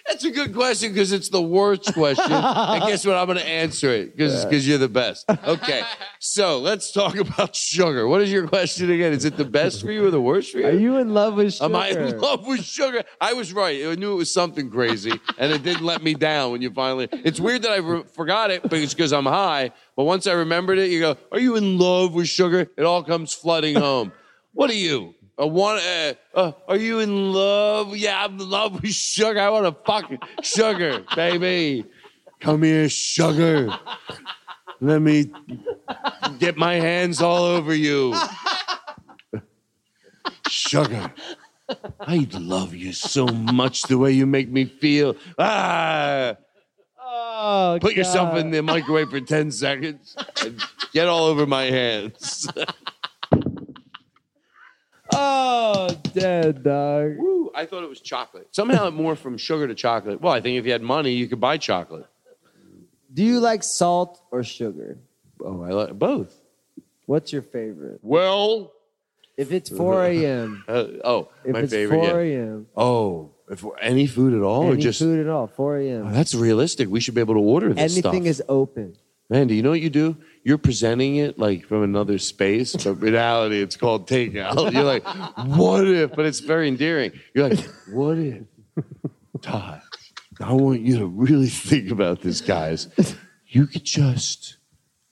S11: That's a good question because it's the worst (laughs) question.
S4: and guess what? I'm going to answer it because
S11: Yeah.
S4: you're the best. Okay. so let's talk about sugar. What is your question again? Is it the best for you or the worst for you? Are (laughs)
S6: you in love with
S4: Am I
S11: sugar?
S4: in love with sugar? I was right. I knew it was something crazy and it didn't let me down when you finally. It's weird that I re- forgot it because I'm high. But once I remembered it, you go, Are you in love with sugar? It all comes flooding home. what are you? A one, uh, uh, are you in love? Yeah, I'm in love with sugar. I want to fuck sugar, baby.
S11: Come here, sugar.
S4: Let me get my hands all over you. Sugar, I love you so much the way you make me feel.
S11: uh,
S4: Ah!
S6: Oh,
S4: Put yourself
S6: God.
S4: in the microwave for 10 seconds and get all over my hands.
S6: Oh, dead dog.
S4: Woo, I thought it was chocolate. Somehow it morphed from sugar to chocolate. Well, I think if you had money, you could buy chocolate.
S6: Do you like salt or sugar?
S4: Oh, I like both.
S6: What's your favorite?
S4: Well,
S6: If it's
S4: (laughs)
S6: 4 a.m.,
S4: Uh, oh,
S6: If
S4: my
S6: it's
S4: favorite.
S6: 4
S4: yeah.
S6: a.m.
S4: Oh, if any food at all, or
S6: any
S4: just
S6: food at all, 4 a.m.
S11: Oh,
S4: that's realistic. We should be able to order
S11: this
S6: Anything
S11: stuff.
S6: is open.
S11: Man, do you know what you do? You're presenting it like from another space, but in reality, it's called takeout. You're like,
S4: what if? But it's very endearing. You're like, what if? Todd, I want you to really think about this, guys. You could just,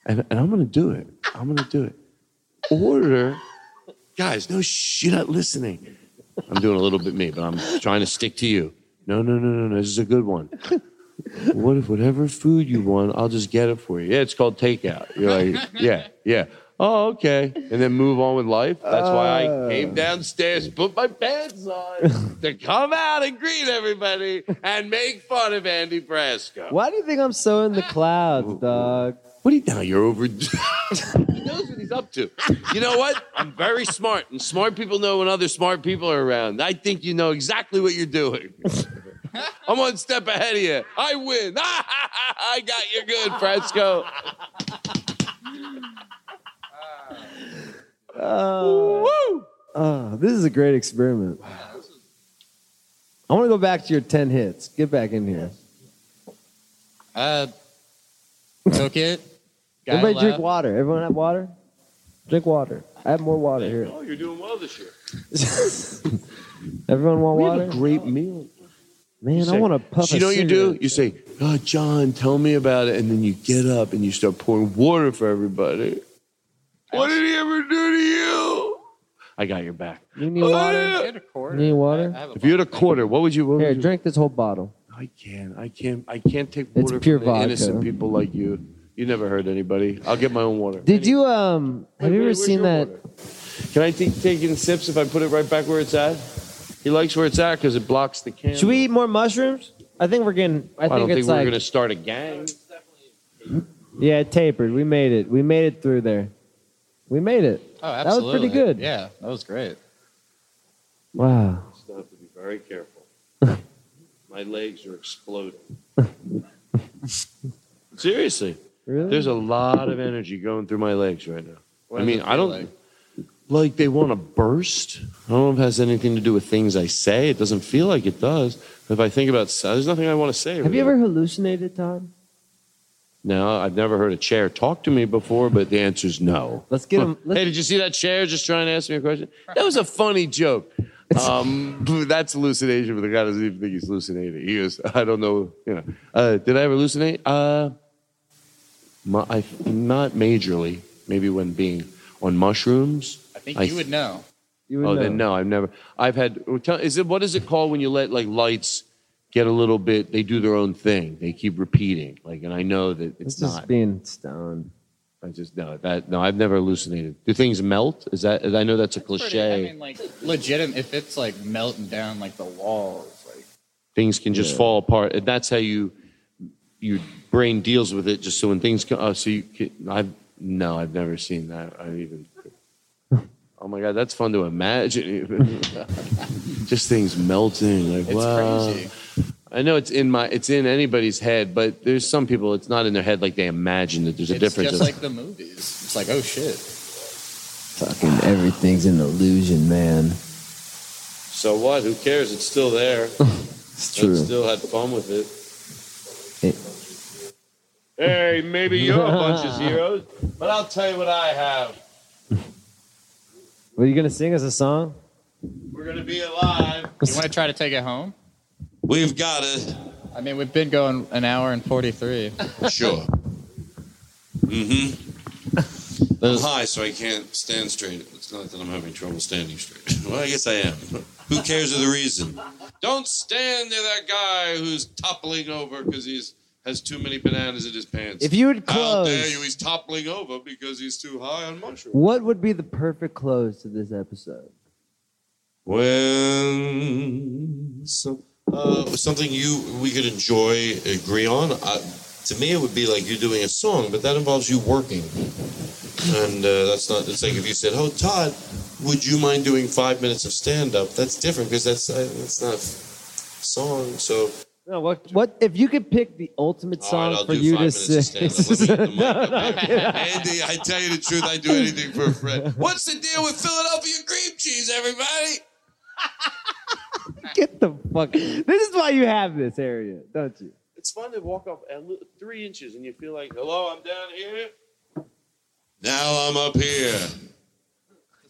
S4: and, and I'm going to do it. I'm going to do it. Order, guys, no shit, you're not listening. I'm doing a little bit me, but I'm trying to stick to you. No, no, no, no, no. This is a good one. What if whatever food you want, I'll just get it for you? Yeah, it's called takeout. You're like, yeah, yeah. Oh, okay. And then move on with life. That's why I came downstairs, put my pants on to come out and greet everybody and make fun of Andy Brasco.
S6: Why do you think I'm so in the clouds, dog?
S4: What do you now? You're over. (laughs) he knows what he's up to. You know what? I'm very smart, and smart people know when other smart people are around. I think you know exactly what you're doing. I'm one step ahead of you. I win. (laughs) I got you good, Fresco.
S6: Woo! Oh, this is a great experiment. I want to go back to your 10 hits. Get back in here.
S9: Uh, took it. Got
S6: (laughs) Everybody
S9: it
S6: drink
S9: left.
S6: water. Everyone have water? Drink water. I have more water here.
S4: Oh, you're doing well this year.
S6: (laughs) Everyone want
S4: We had
S6: water?
S4: a great meal.
S6: Man, I want to puff
S11: So
S6: a
S11: you know what you do?
S6: cigarette.
S11: You say, oh, John, tell me about it. And then you get up and you start pouring water for everybody.
S4: What did he ever do to you?
S11: I got your back. Oh,
S6: You need water? You need water?
S11: If you had a quarter, what would you? What
S6: Here,
S11: would you
S6: drink this whole bottle.
S11: I can. I can't. I can't take
S6: It's
S11: water
S6: pure
S11: from the
S6: vodka.
S11: innocent people like you. You never hurt anybody. I'll get my own water.
S6: Did you, um, have you ever seen that?
S11: Can I take taking sips if I put it right back where it's at? He likes where it's at because it blocks the camera.
S6: Should we eat more mushrooms? I think we're getting, I
S11: I,
S6: think
S11: don't
S6: it's
S11: think we're
S6: like,
S11: gonna start a gang.
S6: yeah, it tapered. We made it. We made it through there. We made it.
S9: Oh,
S6: was
S9: absolutely.
S6: pretty good.
S9: Yeah, that was great.
S6: Wow.
S11: Still have to be very careful. my legs are exploding.
S4: (laughs) Seriously.
S6: Really?
S4: There's a lot of energy going through my legs right now. I
S11: does
S4: mean,
S11: it
S4: I
S11: feel
S4: don't like?
S11: like?
S4: they want to burst. I don't know if it has anything to do with things I say. It doesn't feel like it does. If I think about, there's nothing I want to say.
S6: Have you ever hallucinated, Todd?
S4: No, I've never heard a chair talk to me before, but the answer is no.
S6: Let's get him.
S4: Hey, did you see that chair just trying to ask me a question? That was a funny joke. (laughs) Um, that's hallucination, but the guy doesn't even think he's hallucinating. He goes, (laughs) I don't know, you know. Uh, did I ever hallucinate? Uh, my, I, not majorly. Maybe when being on mushrooms.
S9: I think you would know.
S6: You
S4: Oh, then no, I've never. I've had. oh, tell- Is it what is it called when you let like lights get a little bit? They do their own thing. They keep repeating. Like, and I know that it's
S6: It's
S4: not.
S6: just being stoned.
S4: I just no that no. I've never hallucinated. Do things melt? Is that? I know that's a cliche.
S9: I mean, like legitimate. If it's like melting down, like the walls, like
S4: things can just
S9: Yeah.
S4: fall apart, and that's how you your brain deals with it. Just so when things come, oh, so you can, I've no, I've never seen that. I even. Oh my god, that's fun to imagine. Even just things melting, like
S9: It's
S4: wow.
S9: crazy.
S4: I know it's in my, it's in anybody's head, but there's some people it's not in their head like they imagine that there's a
S9: it's
S4: difference.
S9: just like the movies. It's like oh shit.
S6: Fucking everything's an illusion, man.
S7: So what? Who cares? It's
S6: (laughs)
S7: still there. it's
S16: true.
S7: still had fun with it.
S11: Hey, maybe you're a
S6: (laughs)
S11: bunch of zeros.
S7: But I'll tell you what I have.
S6: Were you gonna sing us a song?
S7: We're gonna be alive.
S9: You want to try to take it home?
S7: We've got it.
S9: I mean, we've been going an hour and 43.
S7: (laughs) Sure.
S4: (laughs)
S7: Mm-hmm. I'm high, so I can't stand straight. It's not that I'm having trouble standing straight. (laughs) Well, I guess I am. Who cares of the reason? Don't stand near that guy who's toppling over because he's has too many bananas in his pants.
S6: If you would
S7: How
S6: close-
S7: dare you? He's toppling over because he's too high on mushrooms.
S6: What would be the perfect close to this episode?
S7: When some, uh, something you we could enjoy, agree on. Uh, to me, it would be like you doing a song, but that involves you working, and uh, that's not. It's like if you said, "Oh, Todd, would you mind doing five minutes of stand-up?" That's different because that's uh, that's not a song. So
S6: No, what? What if you could pick the ultimate
S7: all
S6: song
S7: right, I'll
S6: for
S7: do
S6: you
S7: five
S6: to
S7: minutes of
S6: sing?
S7: stand-up. Let me
S6: No,
S7: get the
S6: no,
S7: mic up here. Andy, I tell you the truth, I do anything for a friend. What's the deal with Philadelphia cream cheese, everybody?
S6: (laughs) Get the fuck. This is why you have this area, don't you?
S7: It's fun to walk up a li- three inches and you feel like, hello, I'm down here. Now I'm up here.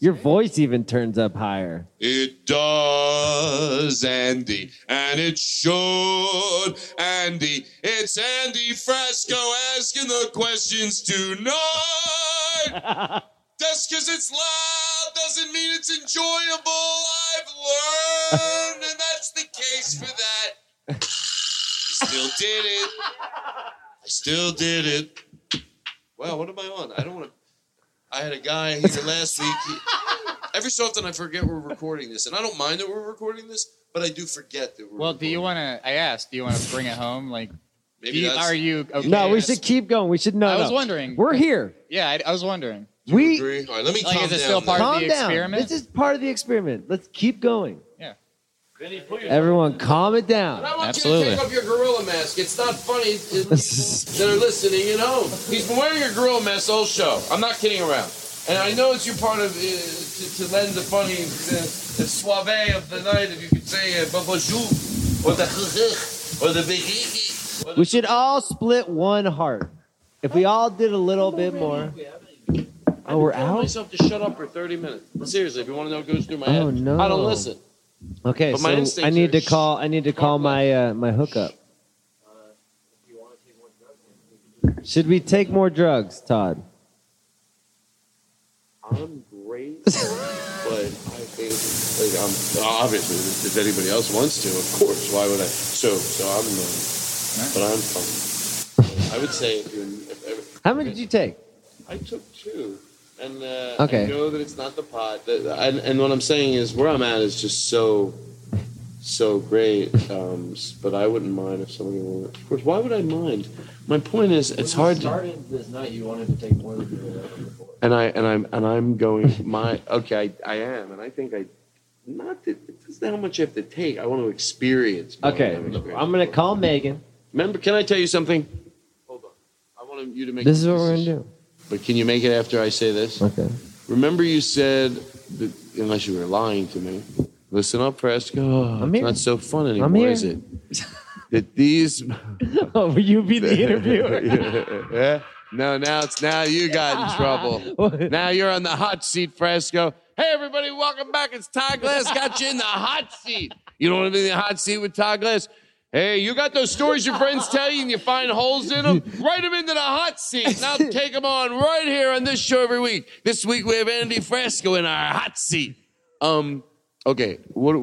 S6: Your voice even turns up higher.
S7: It does, Andy, and it should, Andy. It's Andy Frasco asking the questions tonight. Just because it's loud doesn't mean it's enjoyable. I've learned, and that's the case for that. I still did it. I still did it. Wow, what am I on? I don't want to. I had a guy here last week. he- every so often, I forget we're recording this, and I don't mind that we're recording this, but I do forget that we're.
S9: Well, do you want to? I asked, do you want to bring it home? Like,
S7: Maybe
S9: do you-
S7: that's-
S9: are you okay?
S6: no, we should keep going. We should know.
S9: I was wondering.
S6: We're here.
S9: Yeah, I, I was wondering.
S6: We
S7: agree? All right, let me
S9: Like,
S7: calm
S9: is it
S7: down
S9: still part
S6: calm
S9: of the
S6: down.
S9: experiment?
S6: This is part of the experiment. Let's keep going.
S9: Yeah.
S6: Everyone, calm it down.
S7: And I want you to take off your gorilla mask. It's not funny to people that are listening at home. He's been wearing a gorilla mask all show. I'm not kidding around. And I know it's your part of uh, to, to lend the funny, the, the soiree of the night, if you could say, uh, baba Jou, or the or the big
S6: We should all split one heart. If we all did a little bit more. Oh, we're
S7: I told
S6: out.
S7: myself to shut up for 30 minutes. Seriously, if you want to know what goes through my head,
S6: Oh, no.
S7: I don't listen.
S6: Okay,
S7: But my
S6: so
S7: instincts
S6: I need
S7: are
S6: to call. I need to call my uh, my hookup. Should we take more drugs, Todd?
S7: I'm great, but I think like I'm obviously if anybody else wants to, of course. Why would I? So so I'm, uh, but I'm fine. I would say if you, if, if,
S6: How many did you take?
S7: I took two, and uh,
S6: Okay.
S7: I know that it's not the pot. That, and, and what I'm saying is where I'm at is just so so great. Um, s- but I wouldn't mind if somebody wanted. Of course, why would I mind? My point is, it's hard to.
S17: started this night, you wanted to take more than you were allowed before.
S4: And I and I'm and I'm going
S7: my okay I, I am and i think i not that it doesn't how much you have to take i want to experience more
S6: Okay,
S7: than I've experienced.
S6: I'm gonna call Megan.
S7: remember can i tell you something hold on i want you to make
S6: This is what we're gonna do.
S7: but can you make it after i say this
S6: Okay. (laughs)
S7: remember you said that unless you were lying to me listen up fresco oh,
S4: I'm
S7: it's
S4: here.
S7: not so fun
S4: I'm
S7: anymore
S4: here.
S7: is it
S4: (laughs)
S7: that these (laughs)
S6: oh, you be
S4: the interviewer. yeah. No, now it's now you got in (laughs) trouble. now you're on the hot seat, Fresco.
S11: Hey, everybody, welcome back. It's Todd Glass. Got you in the hot seat.
S4: You don't want to be in the hot seat with Todd Glass. Hey, you got those stories your friends tell you and you find holes in them? Write them into the hot seat. Now take them on right here on this show every week. This week we have Andy Fresco in our hot seat.
S7: um okay what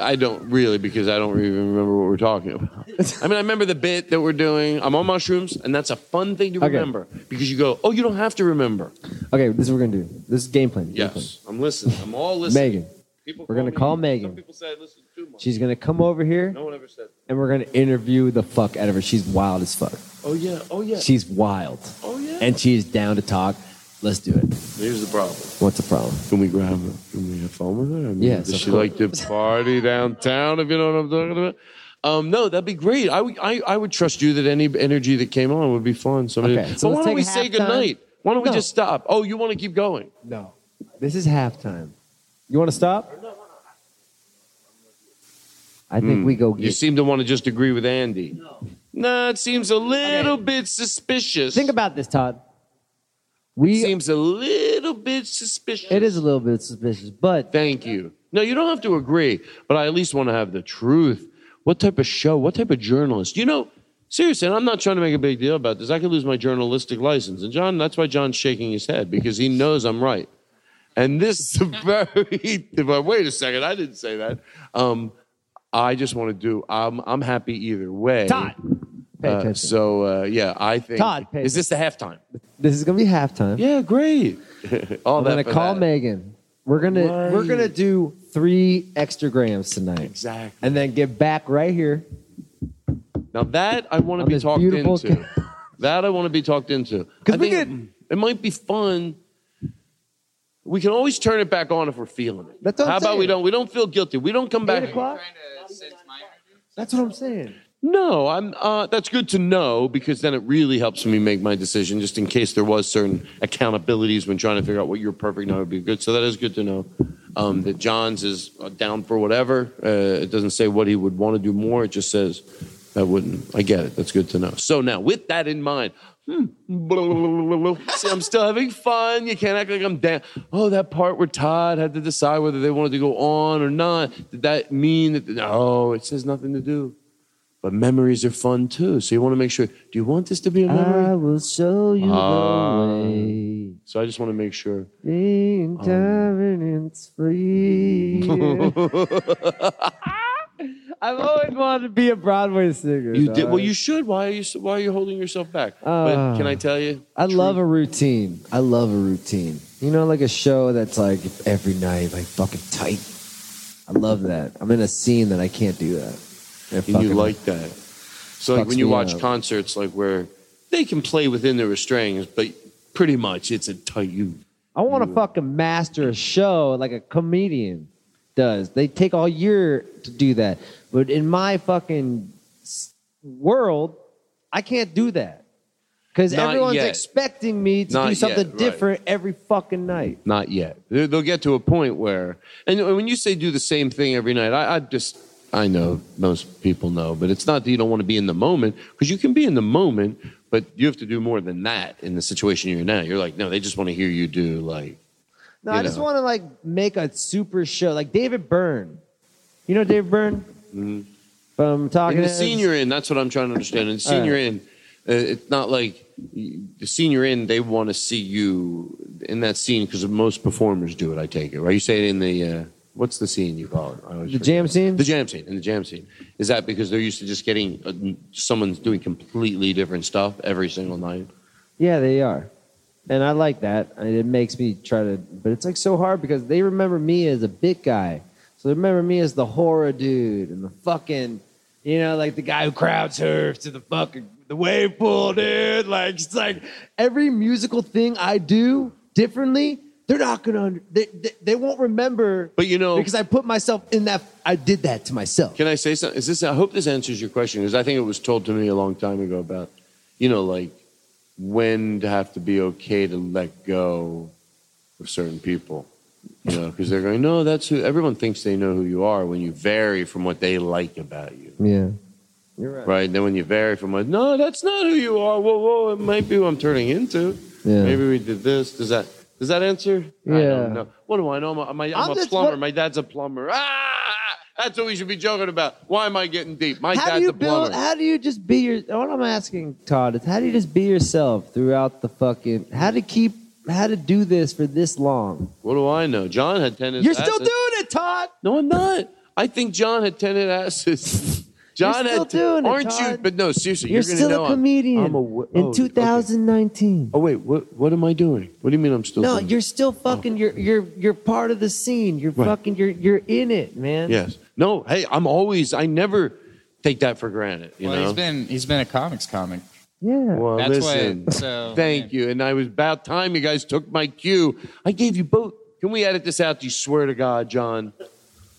S4: I don't really because I don't even remember what we're talking about. I mean, I remember the bit that we're doing. I'm on mushrooms, and that's a fun thing to
S6: Okay.
S4: remember because you go, oh, you don't have to remember.
S6: Okay, this is what we're gonna do. This is game plan. game
S4: Yes, I'm listening. I'm all
S6: plan.
S4: listening.
S6: Megan. we're gonna call Megan. She's gonna come over here.
S7: no one ever said
S6: and we're gonna interview the fuck out of her. She's wild as fuck.
S7: oh yeah oh yeah
S6: She's wild.
S7: Oh, yeah.
S6: And she's down to talk. Let's do it.
S7: here's the problem
S6: What's the problem?
S4: Can we grab her? Can we have fun with her? I mean,
S6: Yes,
S4: Does
S6: of
S4: she
S6: course.
S4: like to party downtown, if you know what I'm talking about? Um, no, that'd be great. I would- I- I would trust you that any energy that came on would be fun. Somebody,
S6: Okay,
S4: but
S6: so
S4: why
S6: let's
S4: don't we
S6: take
S4: say
S6: a halftime.
S4: goodnight? Why don't
S6: No.
S4: we just stop? Oh, you want to keep going?
S6: No. This is halftime. You want to stop? I think
S11: Mm.
S6: we go
S11: You
S6: get.
S11: seem to want to just agree with Andy. No, it seems a little bit suspicious.
S6: Think about this, Todd. We
S11: seems a little bit suspicious.
S6: It is a little bit suspicious, but
S11: thank you. No, you don't have to agree, but I at least want to have the truth. What type of show? What type of journalist? You know, seriously, and I'm not trying to make a big deal about this. I could lose my journalistic license, and John. That's why John's shaking his head because he knows I'm right. And this is a (laughs) very. But wait a second, I didn't say that. Um, I just want to do. I'm I'm happy either way.
S6: Todd, pay
S11: Uh,
S6: attention.
S11: so uh, yeah, I think.
S6: Todd, pay
S11: is this the halftime?
S6: This is gonna be halftime.
S11: Yeah, great. (laughs) All
S6: I'm
S11: that
S6: gonna
S11: for
S6: call
S11: that.
S6: Megan. We're gonna we're
S11: Right.
S6: gonna do three extra grams tonight.
S11: Exactly.
S6: And then get back right here.
S11: Now that I want to
S6: On
S11: be
S6: this
S11: talked
S6: beautiful
S11: into. that I want to be talked
S6: (laughs)
S11: into. Because we get it might be fun. We can always turn it back on if we're feeling it.
S6: That's what I'm
S11: How about we
S6: saying.
S11: don't? We don't feel guilty. We don't come back.
S6: That's what I'm saying.
S11: No, I'm. Uh, that's good to know because then it really helps me make my decision. Just in case there was certain accountabilities when trying to figure out what your perfect number would be good. So that is good to know. Um, that John's is uh, down for whatever. Uh, it doesn't say what he would want to do more. It just says that wouldn't. I get it. That's good to know. So now, with that in mind, hmm, (laughs) blah, blah, blah, blah, blah. see, I'm still having fun. You can't act like I'm down. Oh, that part where Todd had to decide whether they wanted to go on or not. Did that mean that? No, it says nothing to do. But memories are fun too. So you want to make sure. Do you want this to be a memory?
S6: I will show you
S11: Ah.
S6: the way.
S11: so I just want to make sure.
S6: Being dominance free. (laughs) I've always wanted to be a Broadway singer.
S11: You did
S6: dog.
S11: well. You should. Why are you? so- Why are you holding yourself back? but
S6: Ah.
S11: can I tell you?
S6: I love a routine. I love a routine. You know, like a show that's like every night, like fucking tight. I love that. I'm in a scene that I can't do that. And
S11: And you like that. So like
S6: fucks
S11: when you
S6: me
S11: watch
S6: up.
S11: concerts, like where they can play within their restraints, but pretty much it's a tight you.
S6: I want to fucking master a show like a comedian does. They take all year to do that. But in my fucking s- world, I can't do that. Because
S11: Not
S6: everyone's
S11: yet.
S6: expecting me to
S11: Not
S6: do
S11: yet,
S6: something
S11: right.
S6: different every fucking night.
S11: Not yet. They- They'll get to a point where, and when you say do the same thing every night, I, I just, I know most people know, but it's not that you don't want to be in the moment because you can be in the moment, but you have to do more than that in the situation you're in now. You're like, no, they just want to hear you do like,
S6: No,
S11: you
S6: I just
S11: know.
S6: want to like make a super show, like David Byrne. You know David Byrne
S11: Mhm.
S6: from Talking
S11: In the
S6: Heads?
S11: senior in, that's what I'm trying to understand. In the senior
S6: All right.
S11: in, uh, it's not like y- the senior in. They want to see you in that scene because most performers do it. I take it right. You say it in the uh, what's the scene you call it? I always
S6: the
S11: forget.
S6: jam scene.
S11: The jam scene. In the jam scene, is that because they're used to just getting uh, someone's doing completely different stuff every single night?
S6: Yeah, they are, and I like that. And it makes me try to, but it's like so hard because they remember me as a big guy, so they remember me as the horror dude and the fucking, you know, like the guy who crowd surfs to the fucking the wave pool, dude. Like it's like every musical thing I do differently. They're not gonna. under- They, they, they won't remember.
S11: But you know,
S6: because I put myself in that. I did that to myself.
S11: Can I say something? Is this? I hope this answers your question because I think it was told to me a long time ago about, you know, like when to have to be okay to let go of certain people, you know, because they're going, no, that's who everyone thinks they know who you are when you vary from what they like about you,
S6: Yeah, you're
S11: right? And then when you vary from what, no, that's not who you are. Whoa, whoa, it might be who I'm turning into.
S6: Yeah.
S11: Maybe we did this. Does that? Does that answer? I
S6: Yeah.
S11: don't know. What do I know? I'm a, my, I'm
S6: I'm
S11: a
S6: just-
S11: plumber. My dad's a plumber. Ah, that's what we should be joking about. Why am I getting deep? My
S6: how
S11: dad's
S6: do you
S11: a plumber.
S6: build? How do you just be your? What I'm asking, Todd, is how do you just be yourself throughout the fucking? How to keep? How to do this for this long?
S11: what do I know? John had tennis.
S6: You're still
S11: asses.
S6: doing it, Todd.
S11: No, I'm not. I think John had tenant asses.
S6: (laughs)
S11: John
S6: You're
S11: had.
S6: still doing it,
S11: aren't you?
S6: Todd.
S11: But no, seriously,
S6: You're,
S11: you're, gonna
S6: still
S11: know
S6: a
S11: I'm-
S6: comedian
S11: I'm awa-
S6: in
S11: oh, okay.
S6: 2019.
S11: Oh wait, what? What am I doing? What do you mean I'm still?
S6: No,
S11: doing it?
S6: you're still fucking. You're you're you're part of the scene. You're
S11: Right.
S6: fucking. You're you're in it, man.
S11: Yes. No. Hey, I'm always. I never take that for granted. You
S9: well,
S11: know.
S9: he's been he's been a comics comic.
S6: Yeah.
S11: Well,
S9: That's why-
S11: listen.
S9: so,
S11: thank you. And I was about time you guys took my cue. I gave you both. Can we edit this out? Do you swear to God, John?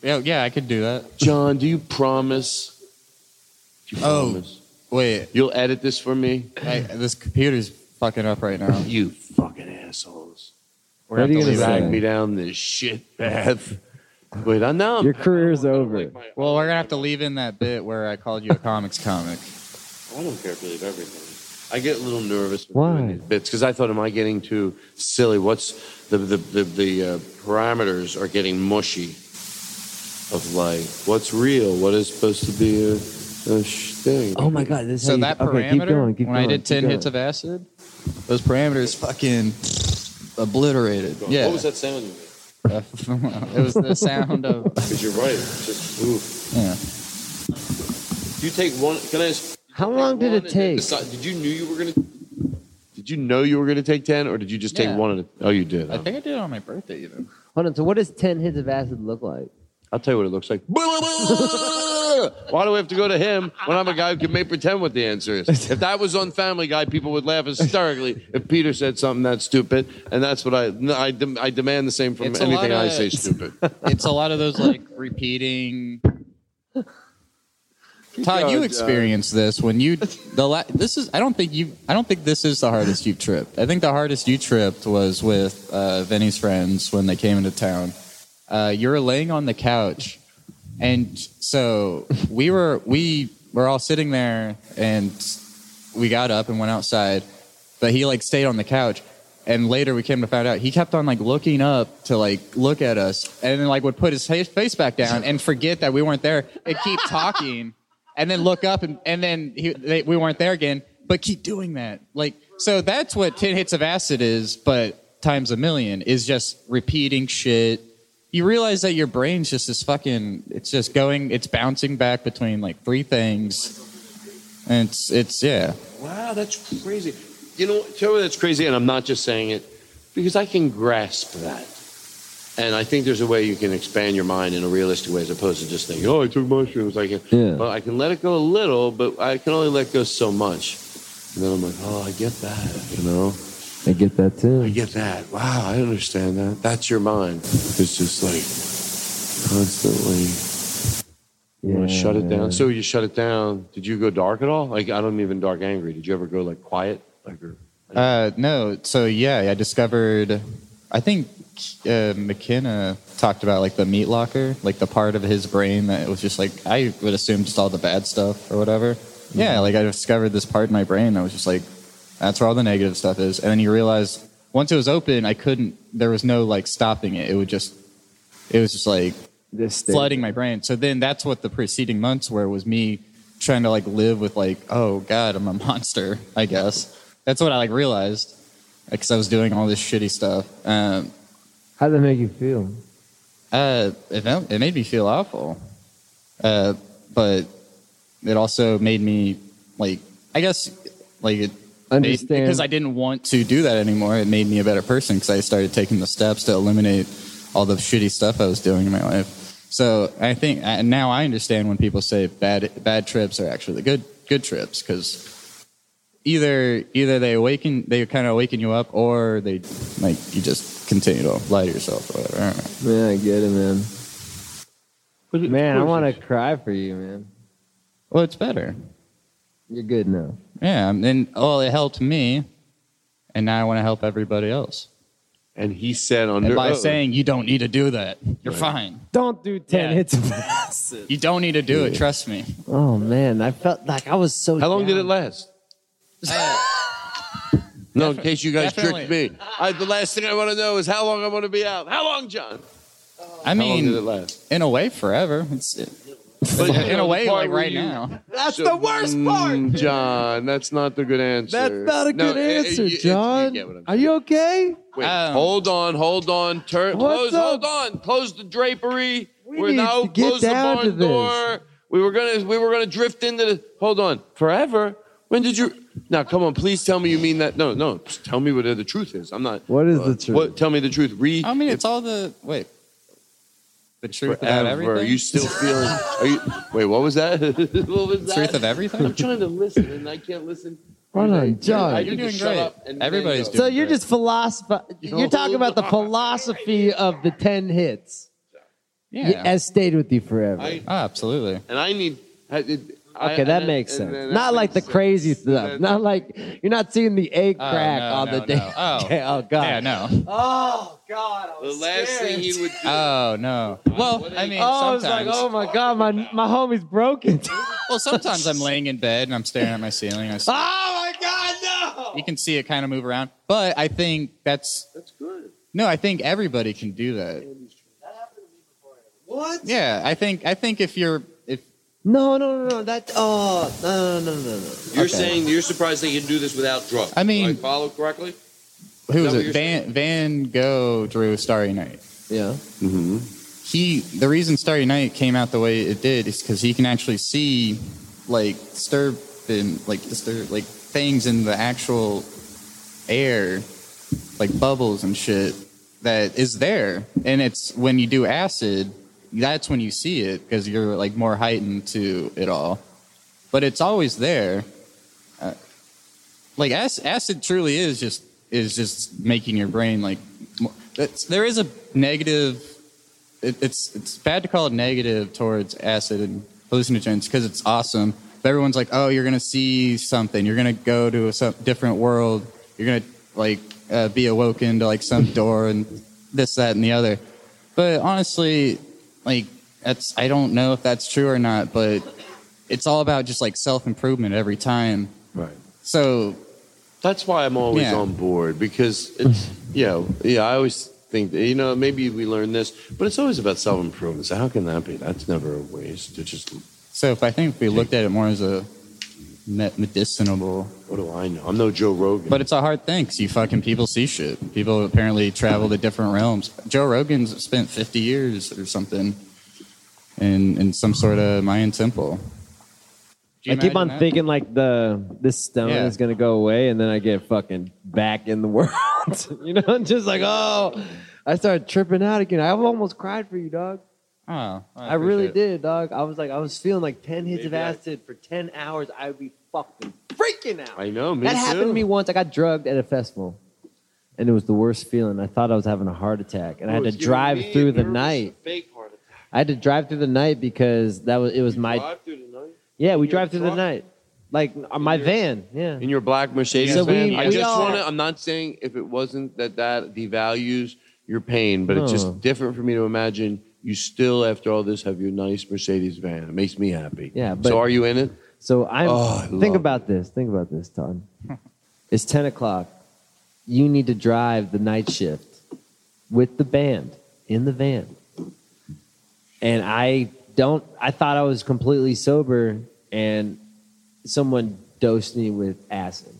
S9: Yeah, yeah, I could do that.
S11: John, do you promise? Do you
S9: Oh.
S11: promise?
S9: Wait,
S11: You'll edit this for me?
S9: I, this computer's fucking up right now.
S11: You fucking assholes.
S9: We're gonna have to
S11: You
S9: leave
S11: drag
S9: that.
S11: me down this shit path. Wait, I know.
S6: Your career's over.
S9: Well, we're gonna have to leave in that bit where I called you a comics comic.
S11: I don't care if you leave everything. I get a little nervous. With Why? These bits because I thought, am I getting too silly? What's the the the, the uh, parameters are getting mushy. Of like, what's real? What is supposed to be a, a sh- thing?
S6: Oh my god, this is
S9: so
S6: how you-
S9: that
S6: okay,
S9: parameter.
S6: keep going, keep
S9: when I
S6: going,
S9: did
S6: keep
S9: ten
S6: going.
S9: hits of acid, those parameters fucking obliterated. Yeah.
S7: What was that sound?
S9: (laughs) it was the sound of.
S7: Because you're right. It's just oof.
S9: Yeah.
S7: You take one. Can I ask?
S6: How long did it take?
S7: Decide, did you knew you were gonna?
S11: Did you know you were going to take ten, or did you just
S6: Yeah.
S11: take one? Of the, oh, you did.
S9: I think I did it on my birthday even.
S6: Hold on. So, what does ten hits of acid look like?
S11: I'll tell you what it (laughs) looks like. Why do we have to go to him when I'm a guy who can make pretend what the answer is? If that was on Family Guy, people would laugh hysterically if Peter said something that stupid, and that's what I no, I, dem- I demand the same from
S9: It's a
S11: anything
S9: lot
S11: I
S9: of-
S11: say stupid.
S9: (laughs) It's a lot of those like repeating. Todd,
S11: going,
S9: you
S11: John.
S9: experienced this when you the la- this is I don't think you I don't think this is the hardest you've tripped. I think the hardest you tripped was with uh, Vinny's friends when they came into town. Uh, you were laying on the couch, and so we were we were all sitting there, and we got up and went outside, but he like stayed on the couch. And later we came to find out he kept on like looking up to like look at us, and then like would put his fa- face back down and forget that we weren't there and keep talking, and then look up and and then he, they, we weren't there again, but keep doing that. Like so that's what ten hits of acid is, but times a million is just repeating shit. You realize that your brain's just this fucking. It's just going. It's bouncing back between like three things, and it's it's yeah.
S11: Wow, that's crazy. You know, tell me that's crazy, and I'm not just saying it because I can grasp that. And I think there's a way you can expand your mind in a realistic way as opposed to just thinking, oh, I took mushrooms. I can,
S15: Yeah.
S11: well, I can let it go a little, but I can only let go so much. And then I'm like, oh, I get that, you know?
S6: I get that too.
S11: I get that. Wow, I understand that. That's your mind. It's just like constantly. You want to shut it down. So you shut it down. Did you go dark at all? Like I don't even dark angry. Did you ever go like quiet? Like or,
S9: Uh, no. So yeah, I discovered. I think uh, McKenna talked about like the meat locker, like the part of his brain that was just like I would assume just all the bad stuff or whatever. Yeah, like I discovered this part in my brain that was just like that's where all the negative stuff is, and then you realize once it was open, I couldn't. There was no like stopping it. It would just. It was just like flooding my brain. So then that's what the preceding months were was me trying to like live with like, oh god, I'm a (laughs) monster. I guess that's what I like realized because I was doing all this shitty stuff. Um,
S6: How would that make you feel?
S9: uh, it, felt- it made me feel awful, uh, but it also made me like, I guess, like it.
S6: Understand.
S9: made- because I didn't want to do that anymore. It made me a better person because I started taking the steps to eliminate all the shitty stuff I was doing in my life. So I think I, now I understand when people say bad bad trips are actually good good trips because either either they awaken they kind of awaken you up or they like you just continue to lie to yourself or whatever. I don't know.
S6: Yeah, I get it, man. man, I want to cry for you, man.
S9: Well, it's better.
S6: You're good now.
S9: Yeah, and then well, it helped me, and now I want to help everybody else.
S11: And he said under
S9: and by
S11: oath-
S9: saying you don't need to do that, you're
S11: uh, Right.
S9: fine.
S6: Don't do ten
S9: Yeah.
S6: hits (laughs) of acid.
S9: You don't need to do it.
S6: Yeah.
S9: Trust me.
S6: Oh man, I felt like I was so.
S11: How long did
S6: down.
S11: it last? no, in case you guys
S9: Definitely.
S11: tricked me. I, the last thing I want to know is how long I want to be out. How long, John?
S9: I
S11: How long
S9: mean,
S11: did it last?
S9: in a way, forever. It's,
S11: But, you
S9: in
S11: know,
S9: a
S11: the
S9: way,
S11: part
S9: like
S11: where
S9: right
S11: you-
S9: now.
S6: That's
S11: the worst
S6: Mm,
S11: part, John. Uh, That's not the good answer.
S6: That's not a
S11: No,
S6: good
S11: it- it-
S6: answer,
S11: it- you
S6: John.
S11: get what I'm
S6: Are you okay?
S11: Wait,
S9: Um,
S11: hold on, hold on. Turn,
S6: What's
S11: close, hold on. Close the drapery.
S6: We need to get
S11: close the
S6: down
S11: barn
S6: to this.
S11: door. We were gonna, we were gonna drift into the. Hold on, forever. When did you? Now, come on, please tell me you mean that. No, no, just tell me what the truth is. I'm not.
S6: What is
S11: uh,
S6: the truth?
S11: What? Tell me the truth. Re.
S9: I mean, it's all the wait. The truth about
S11: forever. Are
S9: everything.
S11: you still feeling? Are you? Wait, what was that? (laughs) what was
S9: the
S11: that?
S9: truth of
S11: (laughs) I'm
S9: everything.
S11: trying to listen and I can't listen.
S6: Hold on,
S11: I
S6: John.
S11: need
S9: You're
S11: to
S9: doing
S11: shut
S9: great.
S11: up and-
S9: Everybody's doing
S6: So you're
S9: great.
S6: just philosoph. You're talking about the philosophy of the ten hits.
S9: yeah.
S6: As stayed with you forever.
S11: I,
S9: Oh, absolutely.
S11: and I need. I, it, I-
S6: okay, that
S11: and-
S6: makes
S11: and
S6: sense.
S11: then that
S6: Not like the crazy stuff. Not like you're not seeing the egg
S11: Oh,
S6: crack
S11: no,
S6: on
S11: no,
S6: the day.
S11: no. Oh.
S6: (laughs) Okay, oh god.
S11: Yeah, no. (laughs)
S6: Oh God!
S11: The last thing you (laughs) would do.
S9: Oh no. Well, I mean,
S6: oh, it's
S9: sometimes.
S6: like, oh my god, my my homie's broken. (laughs)
S9: Well, sometimes I'm laying in bed and I'm staring at my ceiling. I see,
S6: oh my god,
S9: You can see it kind of move around, but I think that's that's good. No, I think everybody can do that.
S6: What?
S9: Yeah, I think I think if you're if
S6: No, no, no, no. That oh no, no, no, no, no.
S7: You're
S9: Okay.
S7: saying you're surprised they can do this without drugs.
S9: I mean-
S7: do I follow correctly?
S9: who
S7: Is
S9: was
S7: that what
S9: it?
S7: you're
S9: Van Van Gogh drew Starry Night.
S6: Yeah.
S9: Mm-hmm. He the reason Starry Night came out the way it did is because he can actually see like disturb and like disturb like things in the actual air, like bubbles and shit that is there. And it's when you do acid, that's when you see it because you're like more heightened to it all. But it's always there. Uh, like acid, acid truly is just is just making your brain like mo- that's, there is a negative it, it's it's bad to call it negative towards acid and hallucinogens because it's awesome but everyone's like oh you're gonna see something you're gonna go to a some different world you're gonna like uh, be awoken to like some door and this that and the other but honestly like that's i don't know if that's true or not but it's all about just like self-improvement every time
S11: Right.
S9: so
S11: That's why I'm always
S9: Yeah.
S11: on board because
S6: (laughs)
S11: it's you know, yeah, I always think that, you know, maybe we learn this, but it's always about self improvement. So how can that be? That's never a waste to just
S9: So if I think if we looked at it more as a me- medicinal,
S11: what do I know? I'm no Joe Rogan.
S9: but it's a hard thing because you fucking people see shit. People apparently travel to different realms. Joe Rogan's spent 50 years or something in in some sort of Mayan temple. Do
S6: I
S9: you
S6: keep
S9: imagine
S6: on
S9: that?
S6: thinking like the this stone
S9: Yeah.
S6: is gonna go away, and then I get fucking back in the (laughs) world. you know, I'm just like oh, I started tripping out again. I almost cried for you, dog.
S9: Oh, I,
S6: I, really
S9: appreciate it.
S6: did, dog. I was like, I was feeling like ten hits
S9: Maybe I-
S6: of acid for ten hours. I would be fucking freaking out.
S11: I know, me
S6: that
S11: too.
S6: happened to me once. I got drugged at a festival, and it was the worst feeling. I thought I was having a heart attack, and I
S11: Oh,
S6: had to
S11: it's giving me
S6: drive
S11: a
S6: through the
S11: nervous
S6: night.
S11: fake heart attack.
S6: I had to drive through the night because that was it was my
S11: Drive through tonight.
S6: yeah. We drive through the night, like uh, my van. Yeah,
S11: in your black Mercedes.
S6: So
S11: van.
S6: we-
S11: I
S6: we
S11: just
S6: all-
S11: want to. I'm not saying if it wasn't that that devalues your pain, but it's
S6: No.
S11: just different for me to imagine you still, after all this, have your nice Mercedes van. It makes me happy.
S6: Yeah, but-
S11: so are you in it?
S6: So I'm
S11: Oh, I
S6: think
S11: love
S6: about this. Think about this, Todd. (laughs) it's ten o'clock. You need to drive the night shift with the band in the van. And I don't I thought I was completely sober and someone dosed me with acid.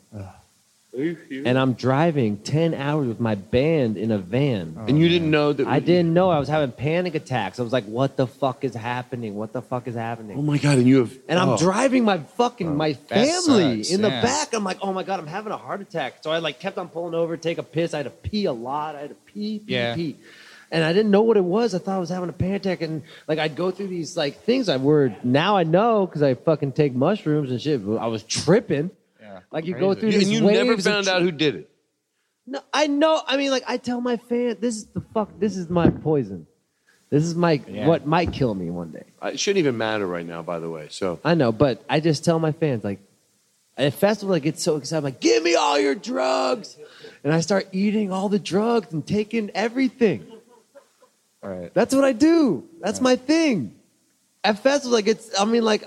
S6: And I'm driving ten hours with my band in a van.
S11: and you didn't know that
S6: I didn't know I was having panic attacks. I was like, what the fuck is happening? What the fuck is happening?
S11: Oh my god! And you have.
S6: and I'm
S11: oh.
S6: driving my fucking my family
S11: sucks,
S6: in the
S11: yeah.
S6: back. I'm like, oh my god, I'm having a heart attack. So I like kept on pulling over, take a piss. I had to pee a lot. I had to pee, pee,
S9: Yeah.
S6: pee, and I didn't know what it was. I thought I was having a panic attack, and like I'd go through these like things I were now I know because I fucking take mushrooms and shit. but I was tripping.
S9: Yeah.
S6: Like you go through
S11: You-
S6: these
S11: and you
S6: waves
S11: never
S6: of
S11: found
S6: tr-
S11: out who did it.
S6: No, I know. I mean, like I tell my fan, this is the fuck. This is my poison. This is my
S11: Yeah.
S6: what might kill me one day.
S11: Uh, It shouldn't even matter right now, by the way. So
S6: I know, but I just tell my fans like at a festival I get so excited, I'm like, give me all your drugs. And I start eating all the drugs and taking everything.
S9: Right.
S6: That's what I do. That's my thing. At festivals, like it's I mean, like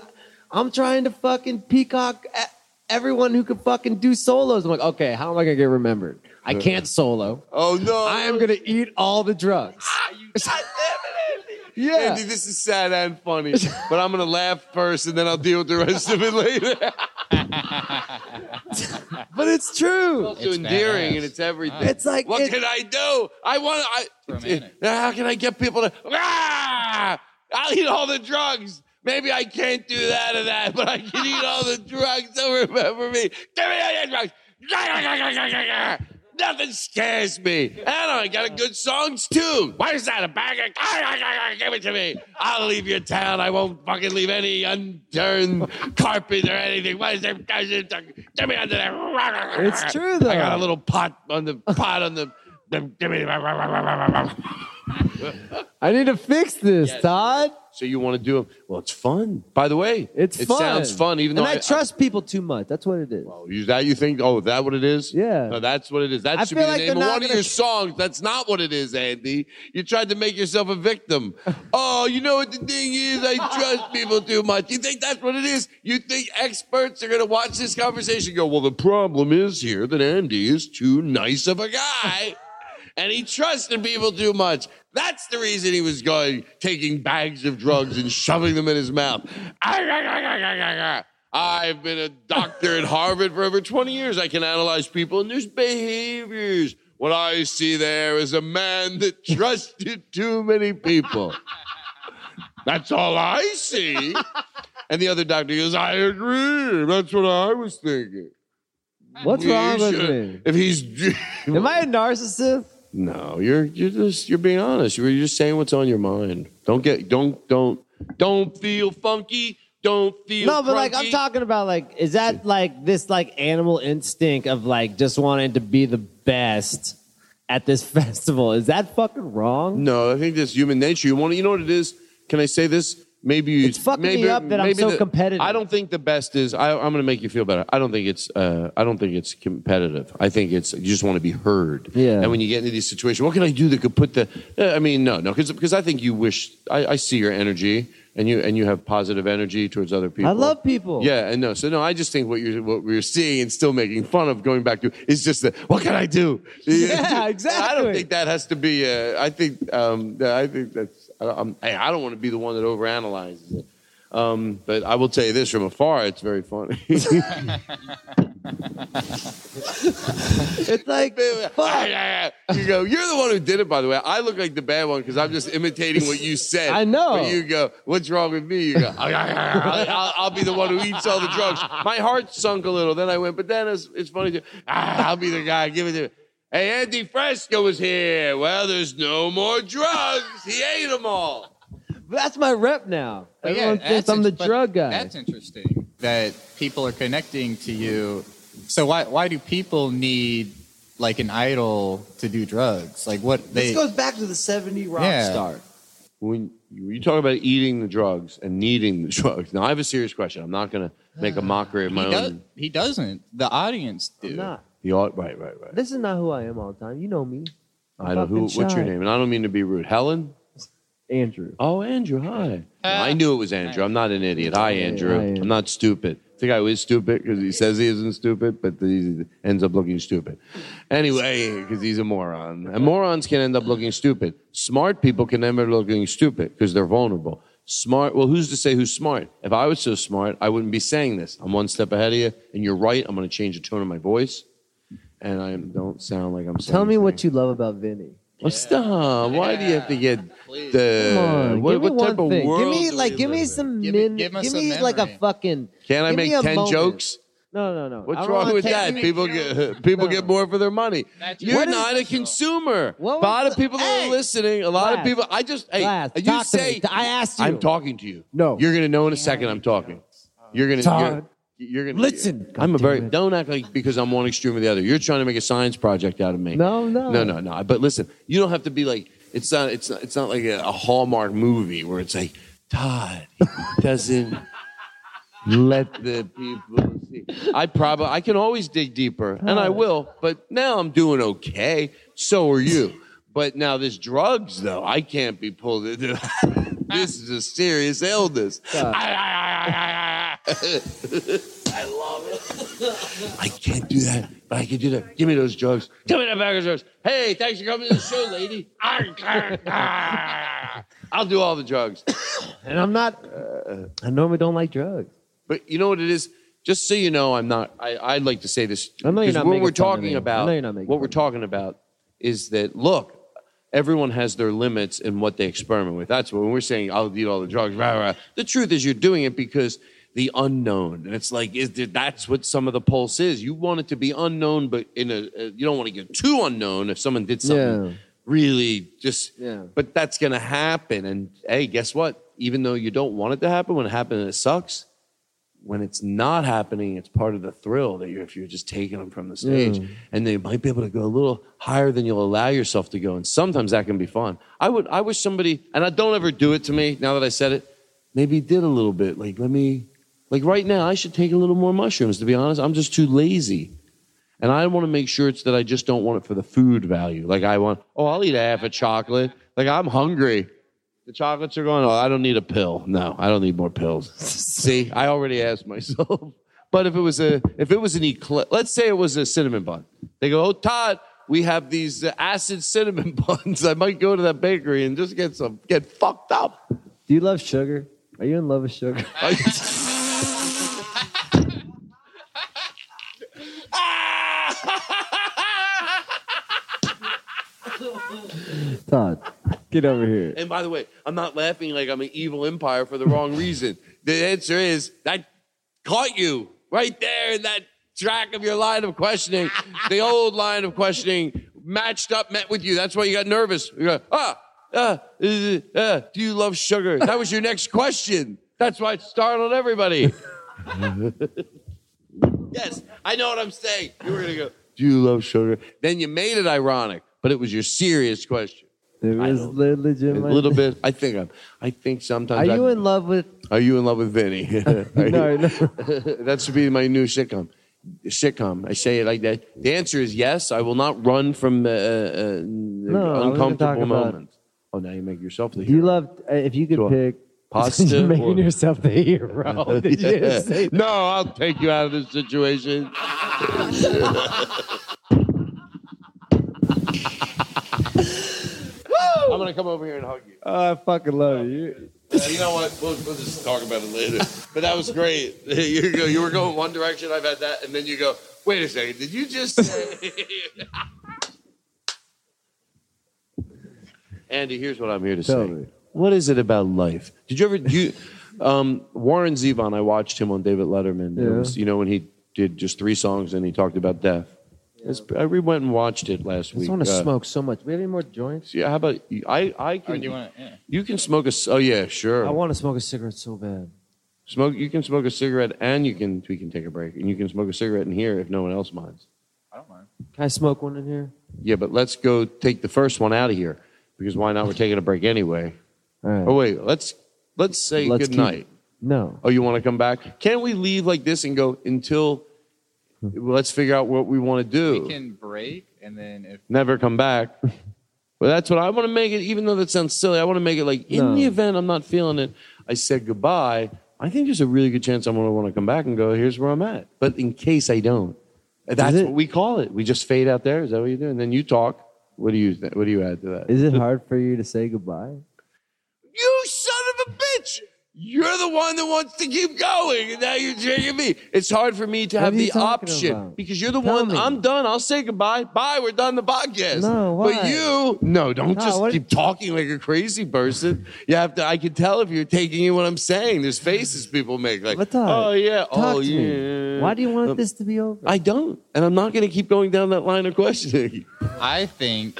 S6: I'm trying to fucking peacock at everyone who could fucking do solos. I'm like, okay, how am I gonna get remembered? I can't solo.
S11: Oh Ah, no!
S6: I am gonna eat all the drugs. (laughs) Yeah.
S11: Andy, this is sad and funny, but I'm gonna laugh first, and then I'll deal with the rest of it later.
S6: But it's true.
S11: (laughs) It's also endearing, and it's everything.
S6: It's like
S11: what
S6: it-
S11: can I do? I want. I (laughs) how can I get people to? Ah! I'll eat all the drugs. Maybe I can't do that or that, but I can eat all the (laughs) drugs. Don't remember me. Give me all your drugs. (laughs) Nothing scares me. And I got a good songs too. Why is that a bag of? Give it to me. I'll leave your town. I won't fucking leave any unturned carpet or anything. Why is there? Give me under there.
S6: It's true, though.
S11: I got a little pot on the pot on the. Give me.
S6: I need to fix this, Todd.
S11: So you want to do them? Well, it's fun. By the way,
S6: It's
S11: it
S6: fun.
S11: sounds fun, even
S6: and
S11: though
S6: I, trust people too much. That's what it is.
S11: You, that you think? Oh, is that what it is?
S6: Yeah.
S11: No, that's what it is. That
S6: I
S11: should be
S6: feel
S11: the
S6: like
S11: name
S6: they're
S11: of
S6: not
S11: one of
S6: gonna
S11: your
S6: sh-
S11: songs. That's not what it is, Andy. You tried to make yourself
S6: (laughs)
S11: a victim. oh, you know what the thing is? I trust people too much. You think that's what it is? You think experts are going to watch this conversation? and Go. Well, the problem is here that Andy is too nice of a guy, and he trusted people too much. That's the reason he was going taking bags of drugs and shoving them in his mouth. (laughs) I've been a doctor at Harvard for over 20 years. I can analyze people and there's behaviors. What I see there is a man that (laughs) trusted too many people. That's all I see. And the other doctor goes, I agree. That's what I was thinking.
S6: What's
S11: We
S6: wrong with
S11: should-
S6: me?
S11: If he's (laughs)
S6: Am I a narcissist?
S11: no, you're you're just you're being honest. You're just saying what's on your mind. Don't get don't don't don't feel funky. Don't feel
S6: No, but like I'm
S11: crunky.
S6: talking about like is that like this like animal instinct of like just wanting to be the best at this (laughs) festival? Is that fucking wrong?
S11: No, I think that's human nature. You want to, you know what it is? Can I say this? Maybe you,
S6: It's fucking
S11: maybe,
S6: me up that I'm
S11: maybe
S6: so
S11: the-
S6: competitive.
S11: I don't think the best is. I, I'm going to make you feel better. I don't think it's. Uh, I don't think it's competitive. I think it's you just want to be heard.
S6: Yeah.
S11: And when you get into these situations, what can I do that could put the? Uh, I mean, no, no, because I think you wish. I, I see your energy, and you and you have positive energy towards other people.
S6: I love people.
S11: Yeah, and no, so no, I just think what you're what we're seeing and still making fun of, going back to, is just the what can I do? (laughs)
S6: Yeah,
S11: I don't
S6: exactly.
S11: think that has to be. uh, I think um, I think that's. I, I'm, hey, I don't want to be the one that overanalyzes it. Um, but I will tell you this from afar, it's
S6: (laughs)
S11: very funny. (laughs)
S6: it's like
S11: (laughs) you go. You're the one who did it, by the way. I look like the bad one because I'm just imitating what you said.
S6: I know.
S11: But you go, "What's wrong with me?" You (laughs) go, "I'll, I'll- I'll be the one who eats all the drugs." My heart sunk a little. Then I went, "But then it's, it's funny too. Ah, I'll be the guy. Give it to." me. Hey, Andy Fresco was here. Well, there's no more drugs. He ate them all.
S6: That's my rep now.
S9: But yeah,
S6: Everyone thinks
S9: that's
S6: I'm the
S9: int- but
S6: drug guy.
S9: That's interesting that people are connecting to you. So why why do people need like an idol to do drugs? Like what they
S6: this goes back to the 70 rock
S9: Yeah.
S6: star.
S11: when you talk about eating the drugs and needing the (laughs) drugs. Now, I have a serious question. I'm not going to make a mockery of my
S9: he, does,
S11: own.
S9: he doesn't. The audience do.
S6: not.
S11: The au- right, right, right.
S6: This is not who I am all the time. You know me.
S11: I don't who.
S6: Fucking
S11: What's your
S6: shy.
S11: name? And I don't mean to be rude. Helen.
S6: Andrew.
S11: Oh, Andrew. Hi. I knew it was Andrew. I'm not an idiot. Hi, Andrew.
S6: hi, Andrew.
S11: I'm not stupid. The guy who is stupid because he says he isn't stupid, but he ends up looking stupid. Anyway, because he's a moron. And morons can end up looking stupid. Smart people can end up looking stupid because they're vulnerable. Smart. Well, who's to say who's smart? If I was so smart, I wouldn't be saying this. I'm one step ahead of you, and you're right. I'm going to change the tone of my voice, and I don't sound like I'm. saying
S6: Tell me what you love about Vinny.
S11: well, stop. Why do you have to get
S6: Come
S11: the
S6: on,
S11: what,
S6: give me
S11: what
S6: one
S11: type of
S6: thing.
S11: world?
S6: Give me like, give me some min. Give,
S9: us
S6: me
S9: a
S6: like a
S9: memory.
S6: fucking.
S11: Can I
S6: give me
S11: make
S6: a
S11: ten
S6: moment.
S11: jokes?
S6: No, no, no. I
S11: What's
S6: don't
S11: wrong
S6: wanna
S11: with
S6: take
S11: that?
S6: you-
S11: People get (laughs) people get more for their money. You're
S6: What is-
S11: not a consumer. A
S6: What
S11: lot
S6: was
S11: of people that
S6: Hey!
S11: are listening. A lot
S6: Glass.
S11: of people. I just hey,
S6: Glass,
S11: you
S6: talk to me.
S11: say
S6: I asked you.
S11: I'm talking to you. No, you're gonna know in a second. I'm talking. You're gonna.
S6: Todd.
S11: You're, you're gonna
S6: Listen,
S11: I'm a
S6: goddammit.
S11: very don't act like because I'm one extreme or the other. You're trying to make a science project out of me.
S6: No, no.
S11: no, no, no. But listen, you don't have to be like it's not it's not, it's not like a, a Hallmark movie where it's like Todd he (laughs) doesn't let the people see. I probably I can always dig deeper, and I will. But now I'm doing okay. So are you. But now this drugs though, I can't be pulled into. (laughs) this is a serious illness. I love it. I can't do that, but I can do that. Give me those drugs. Give me that bag of drugs. Hey, thanks for coming to the show, lady. (laughs) I'll do all the drugs.
S6: And I'm not. uh, I normally don't like drugs.
S11: But you know what it is? Just so you know, I'm not. I, I'd like to say this.
S6: I know you're
S11: 'cause
S6: not
S11: What
S6: making
S11: we're
S6: fun of
S11: talking
S6: me. I
S11: about.
S6: know you're not making
S11: what
S6: fun
S11: we're
S6: of me.
S11: talking about is that look, everyone has their limits in what they experiment with. That's what when we're saying I'll eat all the drugs. Rah, rah. The truth is, you're doing it because the unknown, and it's like is there, that's what some of the pulse is. You want it to be unknown, but in a, a you don't want to get too unknown. If someone did something
S6: Yeah.
S11: really just
S6: Yeah.
S11: but that's going to happen. And hey, guess what? Even though you don't want it to happen, when it happens, it sucks. when it's not happening, it's part of the thrill that you're, if you're just taking them from the stage,
S15: Yeah.
S11: and they might be able to go a little higher than you'll allow yourself to go, and sometimes that can be fun. I would, I wish somebody, and I don't ever do it to me. Now that I said it, maybe did a little bit. Like let me, like right now, I should take a little more mushrooms. To be honest, I'm just too lazy, and I want to make sure it's that I just don't want it for the food value. Like I want, oh, I'll eat a half a chocolate. Like I'm hungry. The chocolates are going, oh, I don't need a pill. No, I don't need more pills. See, I already asked myself. (laughs) But if it was a, if it was an eclipse, let's say it was a cinnamon bun. They go, oh, Todd, we have these uh, acid cinnamon (laughs) buns. I might go to that bakery and just get some, get fucked up.
S6: Do you love sugar? Are you in love with
S11: (laughs)
S6: sugar? (laughs) Todd, get over here.
S11: And by the way, I'm not laughing like I'm an evil empire for the wrong reason. the answer is that caught you right there in that track of your line of questioning. the old line of questioning matched up, met with you. That's why you got nervous. You go, ah, ah, uh, uh, do you love sugar? That was your next question. That's why it startled (laughs) everybody. yes, I know what I'm saying. You were going to go, do you love sugar? Then you made it ironic, but it was your serious question.
S6: It was le-
S11: A
S6: legitimate.
S11: little bit. I think I'm. I think
S6: Are
S11: sometimes.
S6: you
S11: I'm-
S6: in love
S11: (laughs)
S6: with?
S11: Are you in love with Vinny? (laughs) Are
S6: No,
S11: you- (laughs) that should be my new sitcom. Sitcom. I say it like that. The answer is yes. I will not run from uh, uh,
S6: gonna talk
S11: uncomfortable
S6: about-
S11: moments. Oh, now you make yourself the
S6: Do you love? uh, If you could pick, (laughs)
S11: Pasta
S6: You're making
S11: or-
S6: yourself
S11: (laughs)
S6: the hero. Did (laughs) you
S11: Yeah.
S6: say that?
S11: No, I'll take you out of
S6: (laughs)
S11: this situation. I'm gonna come over here and hug you.
S6: Oh, I fucking love you.
S11: Uh, you know what? We'll, we'll just talk about it (laughs) later. But that was great. (laughs) you, go, you were going one direction. I've had that, and then you go. Wait a second. Did you just (laughs) say? Andy, here's what I'm here to
S15: Tell
S11: say. What is it about life? Did you ever you (laughs) um, Warren Zevon? I watched him on David Letterman. It
S15: Yeah.
S11: was, you know when he did just three songs and he talked about death. It's- I re went and watched it last
S6: I just
S11: week.
S6: want to
S11: Uh,
S6: smoke so much. We have any more joints?
S11: Yeah, how about I? I can.
S6: do you
S9: wanna- yeah.
S11: You can smoke a. c- Oh yeah, sure.
S6: I want to smoke a cigarette so bad.
S11: Smoke. You can smoke a cigarette, and you can. We can take a break, and you can smoke a cigarette in here if no one else minds.
S6: Can I smoke one in here?
S11: Yeah, but let's go take the first one out of here because why not? We're taking a break anyway.
S6: All right.
S11: Oh wait, let's let's say
S6: Let's
S11: good
S6: keep-
S11: night.
S6: No.
S11: Oh, you want to come back? Can't we leave like this and go until? Let's figure out what we want to do.
S9: We can break, and then if
S11: Never come back. Well, that's what I want to make it. Even though that sounds silly, I want to make it like in
S9: No.
S11: the event I'm not feeling it, I said goodbye. I think there's a really good chance I'm going to want to come back and go. Here's where I'm at. But in case I don't, that's what we call it. We just fade out there. Is that what you do? And then you talk. What do you th- What do you add to that?
S6: Is it hard for you to say goodbye?
S11: Oh, You son of a bitch! You're the one that wants to keep going, and now you're drinking me. It's hard for me to
S15: What
S11: have
S15: are you
S11: the
S15: talking
S11: option
S15: about?
S11: because you're the
S15: Tell
S11: one.
S15: me.
S11: I'm done. I'll say goodbye. Bye. We're done the podcast.
S15: No,
S11: But
S15: why?
S11: you, no, don't
S15: No,
S11: just
S15: what-
S11: keep talking like a crazy person. You have to. I can tell if you're taking in what I'm saying. There's faces people make, like, oh yeah,
S6: Talk
S11: oh
S6: to
S11: yeah.
S6: me. Why do you want
S11: Um,
S6: this to be over?
S11: I don't, and I'm not going to keep going down that line of questioning.
S9: I think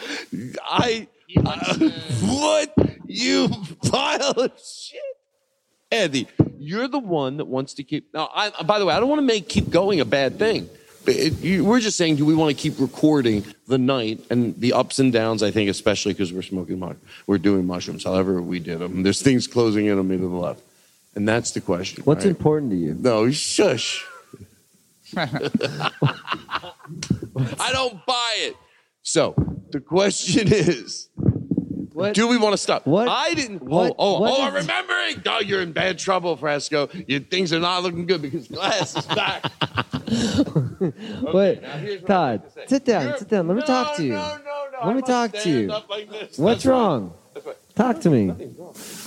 S11: I, uh, (laughs) what you pile of shit, Andy. You're the one that wants to keep. Now, I, by the way, I don't want to make keep going a bad thing. But it, you, we're just saying, do we want to keep recording the night and the ups and downs? I think, especially because we're smoking, mush, we're doing mushrooms. However, we did them. There's things closing in on me to the left, and that's the question.
S6: What's
S11: right?
S6: important to you?
S11: No,
S15: (laughs)
S11: shush. I don't buy it. So the question is, do we want to stop? What? I didn't.
S15: what-
S11: oh, oh,
S15: what
S11: oh! I'm
S15: is-
S11: remembering. Oh, you're in bad trouble, Frasco. Your things are not looking good because glass is back.
S15: (laughs)
S6: Wait, Todd, sit down, sit down. Let me talk to you. Let me talk to you. What's
S11: That's right.
S6: wrong? Talk to me.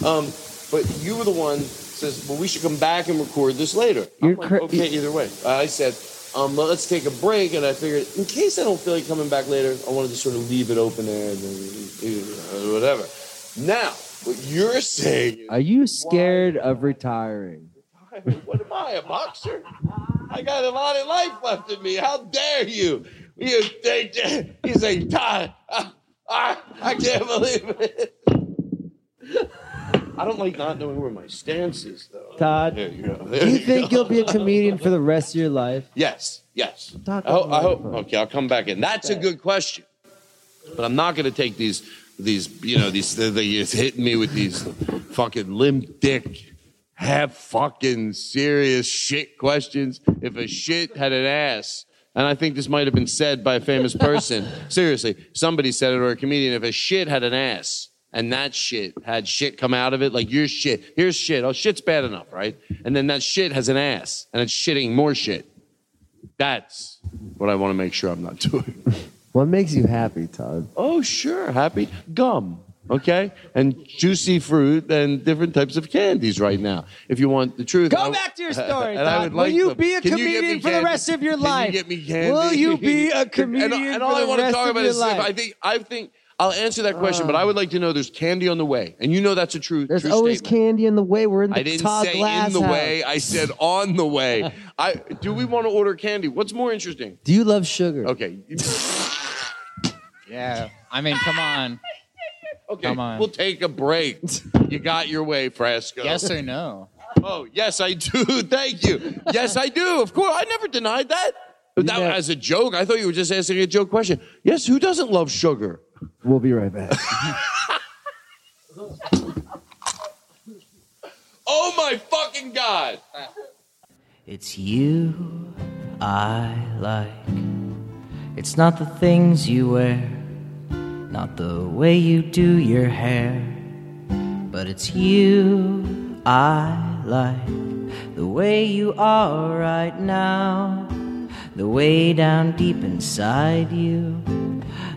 S11: Um, but you were the one says, well, we should come back and record this later. I'm
S6: You're
S11: like,
S6: cra-
S11: okay, either way. I said, um, well, let's take a break, and I figured in case I don't feel like coming back later, I wanted to sort of leave it open there, and then, uh, whatever. Now, what you're saying
S6: Are you scared of retiring?
S11: (laughs) What am I, a boxer? I got a lot of life left in me. How dare you? You think he's like Todd? I, I, I can't believe it. I don't like not knowing where my stance is, though.
S7: Todd.
S11: There you go.
S7: Do
S11: There
S7: you
S11: go.
S7: think you'll be a comedian for the rest of your life?
S11: Yes, yes. I
S7: Talk
S11: hope,
S7: about
S11: Oh, I hope. Okay, I'll come back in. That's a good question, but I'm not going to take these. These, you know, these. They, they just hit me with these fucking limp dick, half fucking serious shit questions. If a shit had an ass. And I think this might have been said by a
S7: (laughs)
S11: famous person. Seriously, somebody said it or a comedian. If a shit had an ass and that shit had shit come out of it, like your shit, here's shit. Oh, shit's bad enough, right? And then that shit has an ass and it's shitting more shit. That's what I want to make sure I'm not (laughs) doing.
S7: What makes you happy, Todd?
S11: Oh, sure, happy gum, okay, and juicy fruit and different types of candies right now. If you want the truth,
S7: Go
S11: I-
S7: back
S11: (laughs)
S7: to your story,
S11: And I
S7: Todd.
S11: would
S7: Will
S11: like
S7: you
S11: them.
S7: be a
S11: Can you get
S7: comedian
S11: me
S7: for the
S11: candy?
S7: rest of your
S11: Can
S7: life?
S11: you get me candy?
S7: Will you
S11: (laughs)
S7: be a
S11: And-
S7: comedian
S11: And,
S7: for
S11: all I
S7: the
S11: want to
S7: rest
S11: talk
S7: of
S11: about
S7: your
S11: is if I
S7: life?
S11: think I think I'll answer that question, but I would like to know there's candy on the way, and you know that's a true.
S7: There's
S11: true
S7: always
S11: statement.
S7: candy in the way. We're in the
S11: I didn't
S7: Todd
S11: say
S7: Glass
S11: in the
S7: house.
S11: way. I said on
S7: (laughs)
S11: the way. I do we want to order candy? What's more interesting?
S7: Do you love sugar?
S11: Okay. (laughs)
S9: Yeah. I mean, come on.
S11: (laughs) Okay,
S9: Come on.
S11: we'll take a break. You got your way, Fresco.
S9: Yes or no?
S11: Oh, yes, I do. (laughs) Thank you. Yes, I do. Of course, I never denied that. But that as a joke. I thought you were just asking a joke question. Yes, who doesn't love sugar?
S7: We'll be right back.
S11: Oh my fucking god!
S6: It's you I like. It's not the things you wear, not the way you do your hair, but it's you I like. The way you are right now, the way down deep inside you,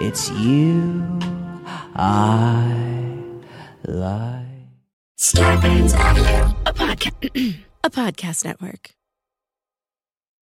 S6: It's you I like.
S18: Scorpions Audio. A, podca- a podcast network.